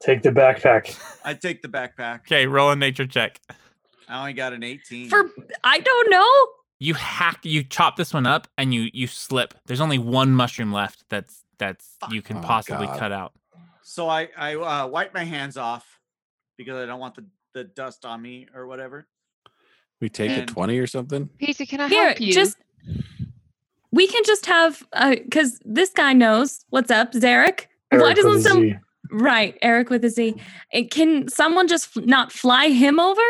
Speaker 6: Take the backpack.
Speaker 7: I take the backpack.
Speaker 2: Okay, roll a nature check.
Speaker 7: I only got an 18.
Speaker 3: For I don't know.
Speaker 2: You hack, you chop this one up, and you you slip. There's only one mushroom left that's that's you can
Speaker 4: Oh,
Speaker 2: possibly
Speaker 4: God.
Speaker 2: cut out.
Speaker 7: so I I uh, wipe my hands off because I don't want the the dust on me or whatever.
Speaker 4: We take a
Speaker 7: And-
Speaker 4: 20 or something.
Speaker 5: Pizza, can I
Speaker 3: Here,
Speaker 5: help you?
Speaker 3: just we can just have because this guy knows what's up, Zarek. Why
Speaker 6: Eric with
Speaker 3: doesn't
Speaker 6: a
Speaker 3: some
Speaker 6: Z.
Speaker 3: right Eric with a Z? It, can someone just f- not fly him over?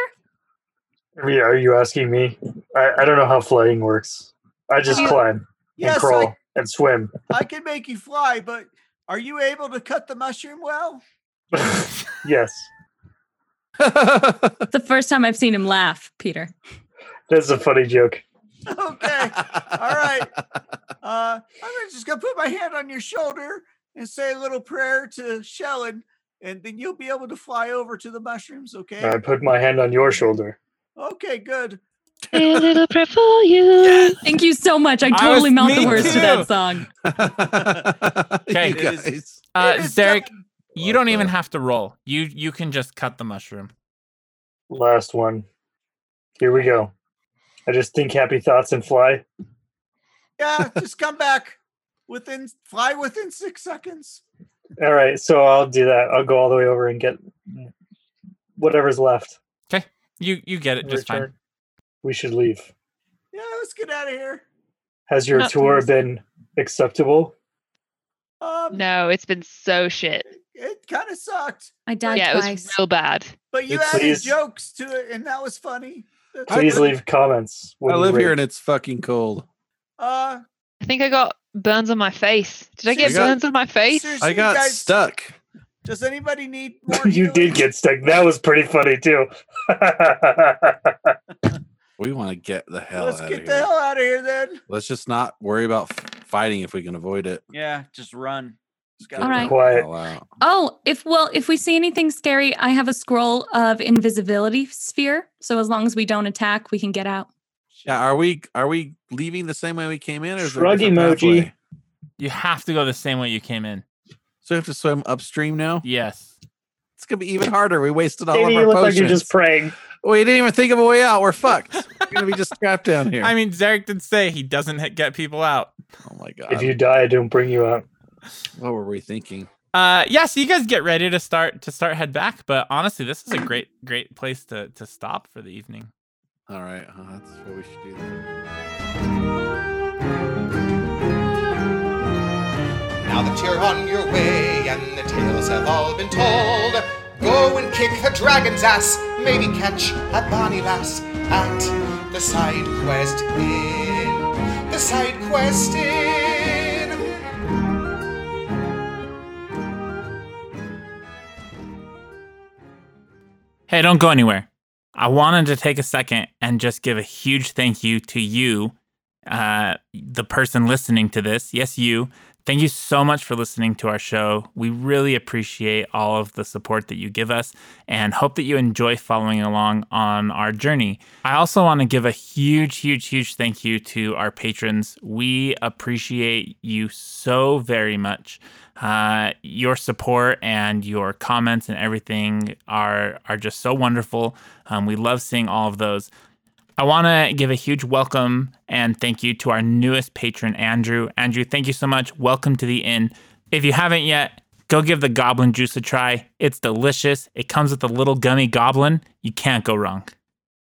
Speaker 6: I mean, Are you asking me? I, I don't know how flying works. I just
Speaker 5: You-
Speaker 6: climb and
Speaker 7: Yes,
Speaker 6: crawl
Speaker 7: I,
Speaker 6: and swim.
Speaker 7: I can make you fly, but are you able to cut the mushroom well?
Speaker 6: yes,
Speaker 3: It's the first time I've seen him laugh, Peter.
Speaker 6: that's a funny joke.
Speaker 7: Okay. All right. Uh, I'm just gonna put my hand on your shoulder and say a little prayer to Shellen, and then you'll be able to fly over to the mushrooms. Okay.
Speaker 6: I put my hand on your shoulder.
Speaker 7: Okay. Good.
Speaker 5: a little prayer for you.
Speaker 3: Thank you so much. I
Speaker 2: was-
Speaker 3: totally mouth
Speaker 2: me
Speaker 3: the words
Speaker 2: too.
Speaker 3: to that song.
Speaker 2: Okay.
Speaker 4: okay,
Speaker 7: It is-
Speaker 2: Uh,
Speaker 7: It is
Speaker 2: Derek,
Speaker 7: done.
Speaker 2: you don't even have to roll. You you can just cut the mushroom.
Speaker 6: Last one. Here we go. I just think happy thoughts and fly.
Speaker 7: Yeah. Just come back within fly within six seconds.
Speaker 6: All right, so I'll do that. I'll go all the way over and get whatever's left.
Speaker 2: You you get it
Speaker 6: in
Speaker 2: just fine.
Speaker 6: return. We should leave.
Speaker 7: Yeah. Let's get out of here.
Speaker 6: Has your
Speaker 5: Not
Speaker 6: tour
Speaker 5: pleased.
Speaker 6: been acceptable?
Speaker 7: Um,
Speaker 5: No, it's been so shit.
Speaker 7: It kind of sucked,
Speaker 3: I died
Speaker 5: yeah, it
Speaker 3: twice.
Speaker 5: was real bad.
Speaker 7: but you
Speaker 6: It's-
Speaker 7: added
Speaker 6: Please.
Speaker 7: jokes to it, and that was funny. That's
Speaker 4: I
Speaker 6: Please
Speaker 4: live-
Speaker 7: good.
Speaker 6: leave comments. when
Speaker 4: I
Speaker 6: you
Speaker 4: live here
Speaker 6: rate.
Speaker 4: and it's fucking cold.
Speaker 7: Uh,
Speaker 5: I think I got burns on my face. Did I
Speaker 7: Seriously,
Speaker 5: get
Speaker 4: I got-
Speaker 5: burns on my face?
Speaker 7: seriously,
Speaker 4: I
Speaker 7: you
Speaker 4: got
Speaker 7: guys-
Speaker 4: stuck.
Speaker 7: Does anybody need more?
Speaker 6: you
Speaker 7: healing?
Speaker 6: did get stuck. That was pretty funny too.
Speaker 4: We want to get the hell
Speaker 7: Let's
Speaker 4: out
Speaker 7: get
Speaker 4: of
Speaker 7: the
Speaker 4: here.
Speaker 7: hell out of here then.
Speaker 4: Let's just not worry about f- fighting if we can avoid it.
Speaker 7: Yeah, just run. Just
Speaker 4: Get
Speaker 7: gotta
Speaker 3: All
Speaker 4: the
Speaker 3: right.
Speaker 6: Quiet.
Speaker 4: hell out.
Speaker 3: Oh, if well, if we see anything scary, I have a scroll of invisibility sphere. So as long as we don't attack, we can get out.
Speaker 4: Yeah, are we are we leaving the same way we came in? Or is there a
Speaker 6: Shrug
Speaker 4: different
Speaker 6: emoji.
Speaker 4: pathway?
Speaker 2: You have to go the same way you came in.
Speaker 4: So we have to swim upstream now.
Speaker 2: Yes.
Speaker 4: It's gonna be even harder. We wasted all
Speaker 6: Katie,
Speaker 4: of
Speaker 6: you
Speaker 4: our
Speaker 6: look like
Speaker 4: potions.
Speaker 6: you're just praying.
Speaker 4: we didn't even think of a way out. We're fucked. We're gonna be just trapped down here.
Speaker 2: I mean, Zarek did say he doesn't hit- get people out.
Speaker 4: oh my god.
Speaker 6: If you die, I don't bring you out.
Speaker 4: what were we thinking?
Speaker 2: Uh, yeah. So you guys get ready to start to start head back. But honestly, this is a great great place to to stop for the evening.
Speaker 4: All right, uh, that's what we should do.
Speaker 1: Now that you're on your way and the tales have all been told, go and kick the dragon's ass, maybe catch a bonny lass at the side quest inn. The side quest inn.
Speaker 2: Hey, don't go anywhere. I wanted to take a second and just give a huge thank you to you, uh, the person listening to this. Yes, you. Thank you so much for listening to our show. We really appreciate all of the support that you give us and hope that you enjoy following along on our journey. I also want to give a huge, huge, huge thank you to our patrons. We appreciate you so very much uh, your support and your comments and everything are are just so wonderful. Um, we love seeing all of those. I want to give a huge welcome and thank you to our newest patron, Andrew. Andrew, thank you so much. Welcome to the inn. If you haven't yet, go give the goblin juice a try. It's delicious. It comes with a little gummy goblin. You can't go wrong.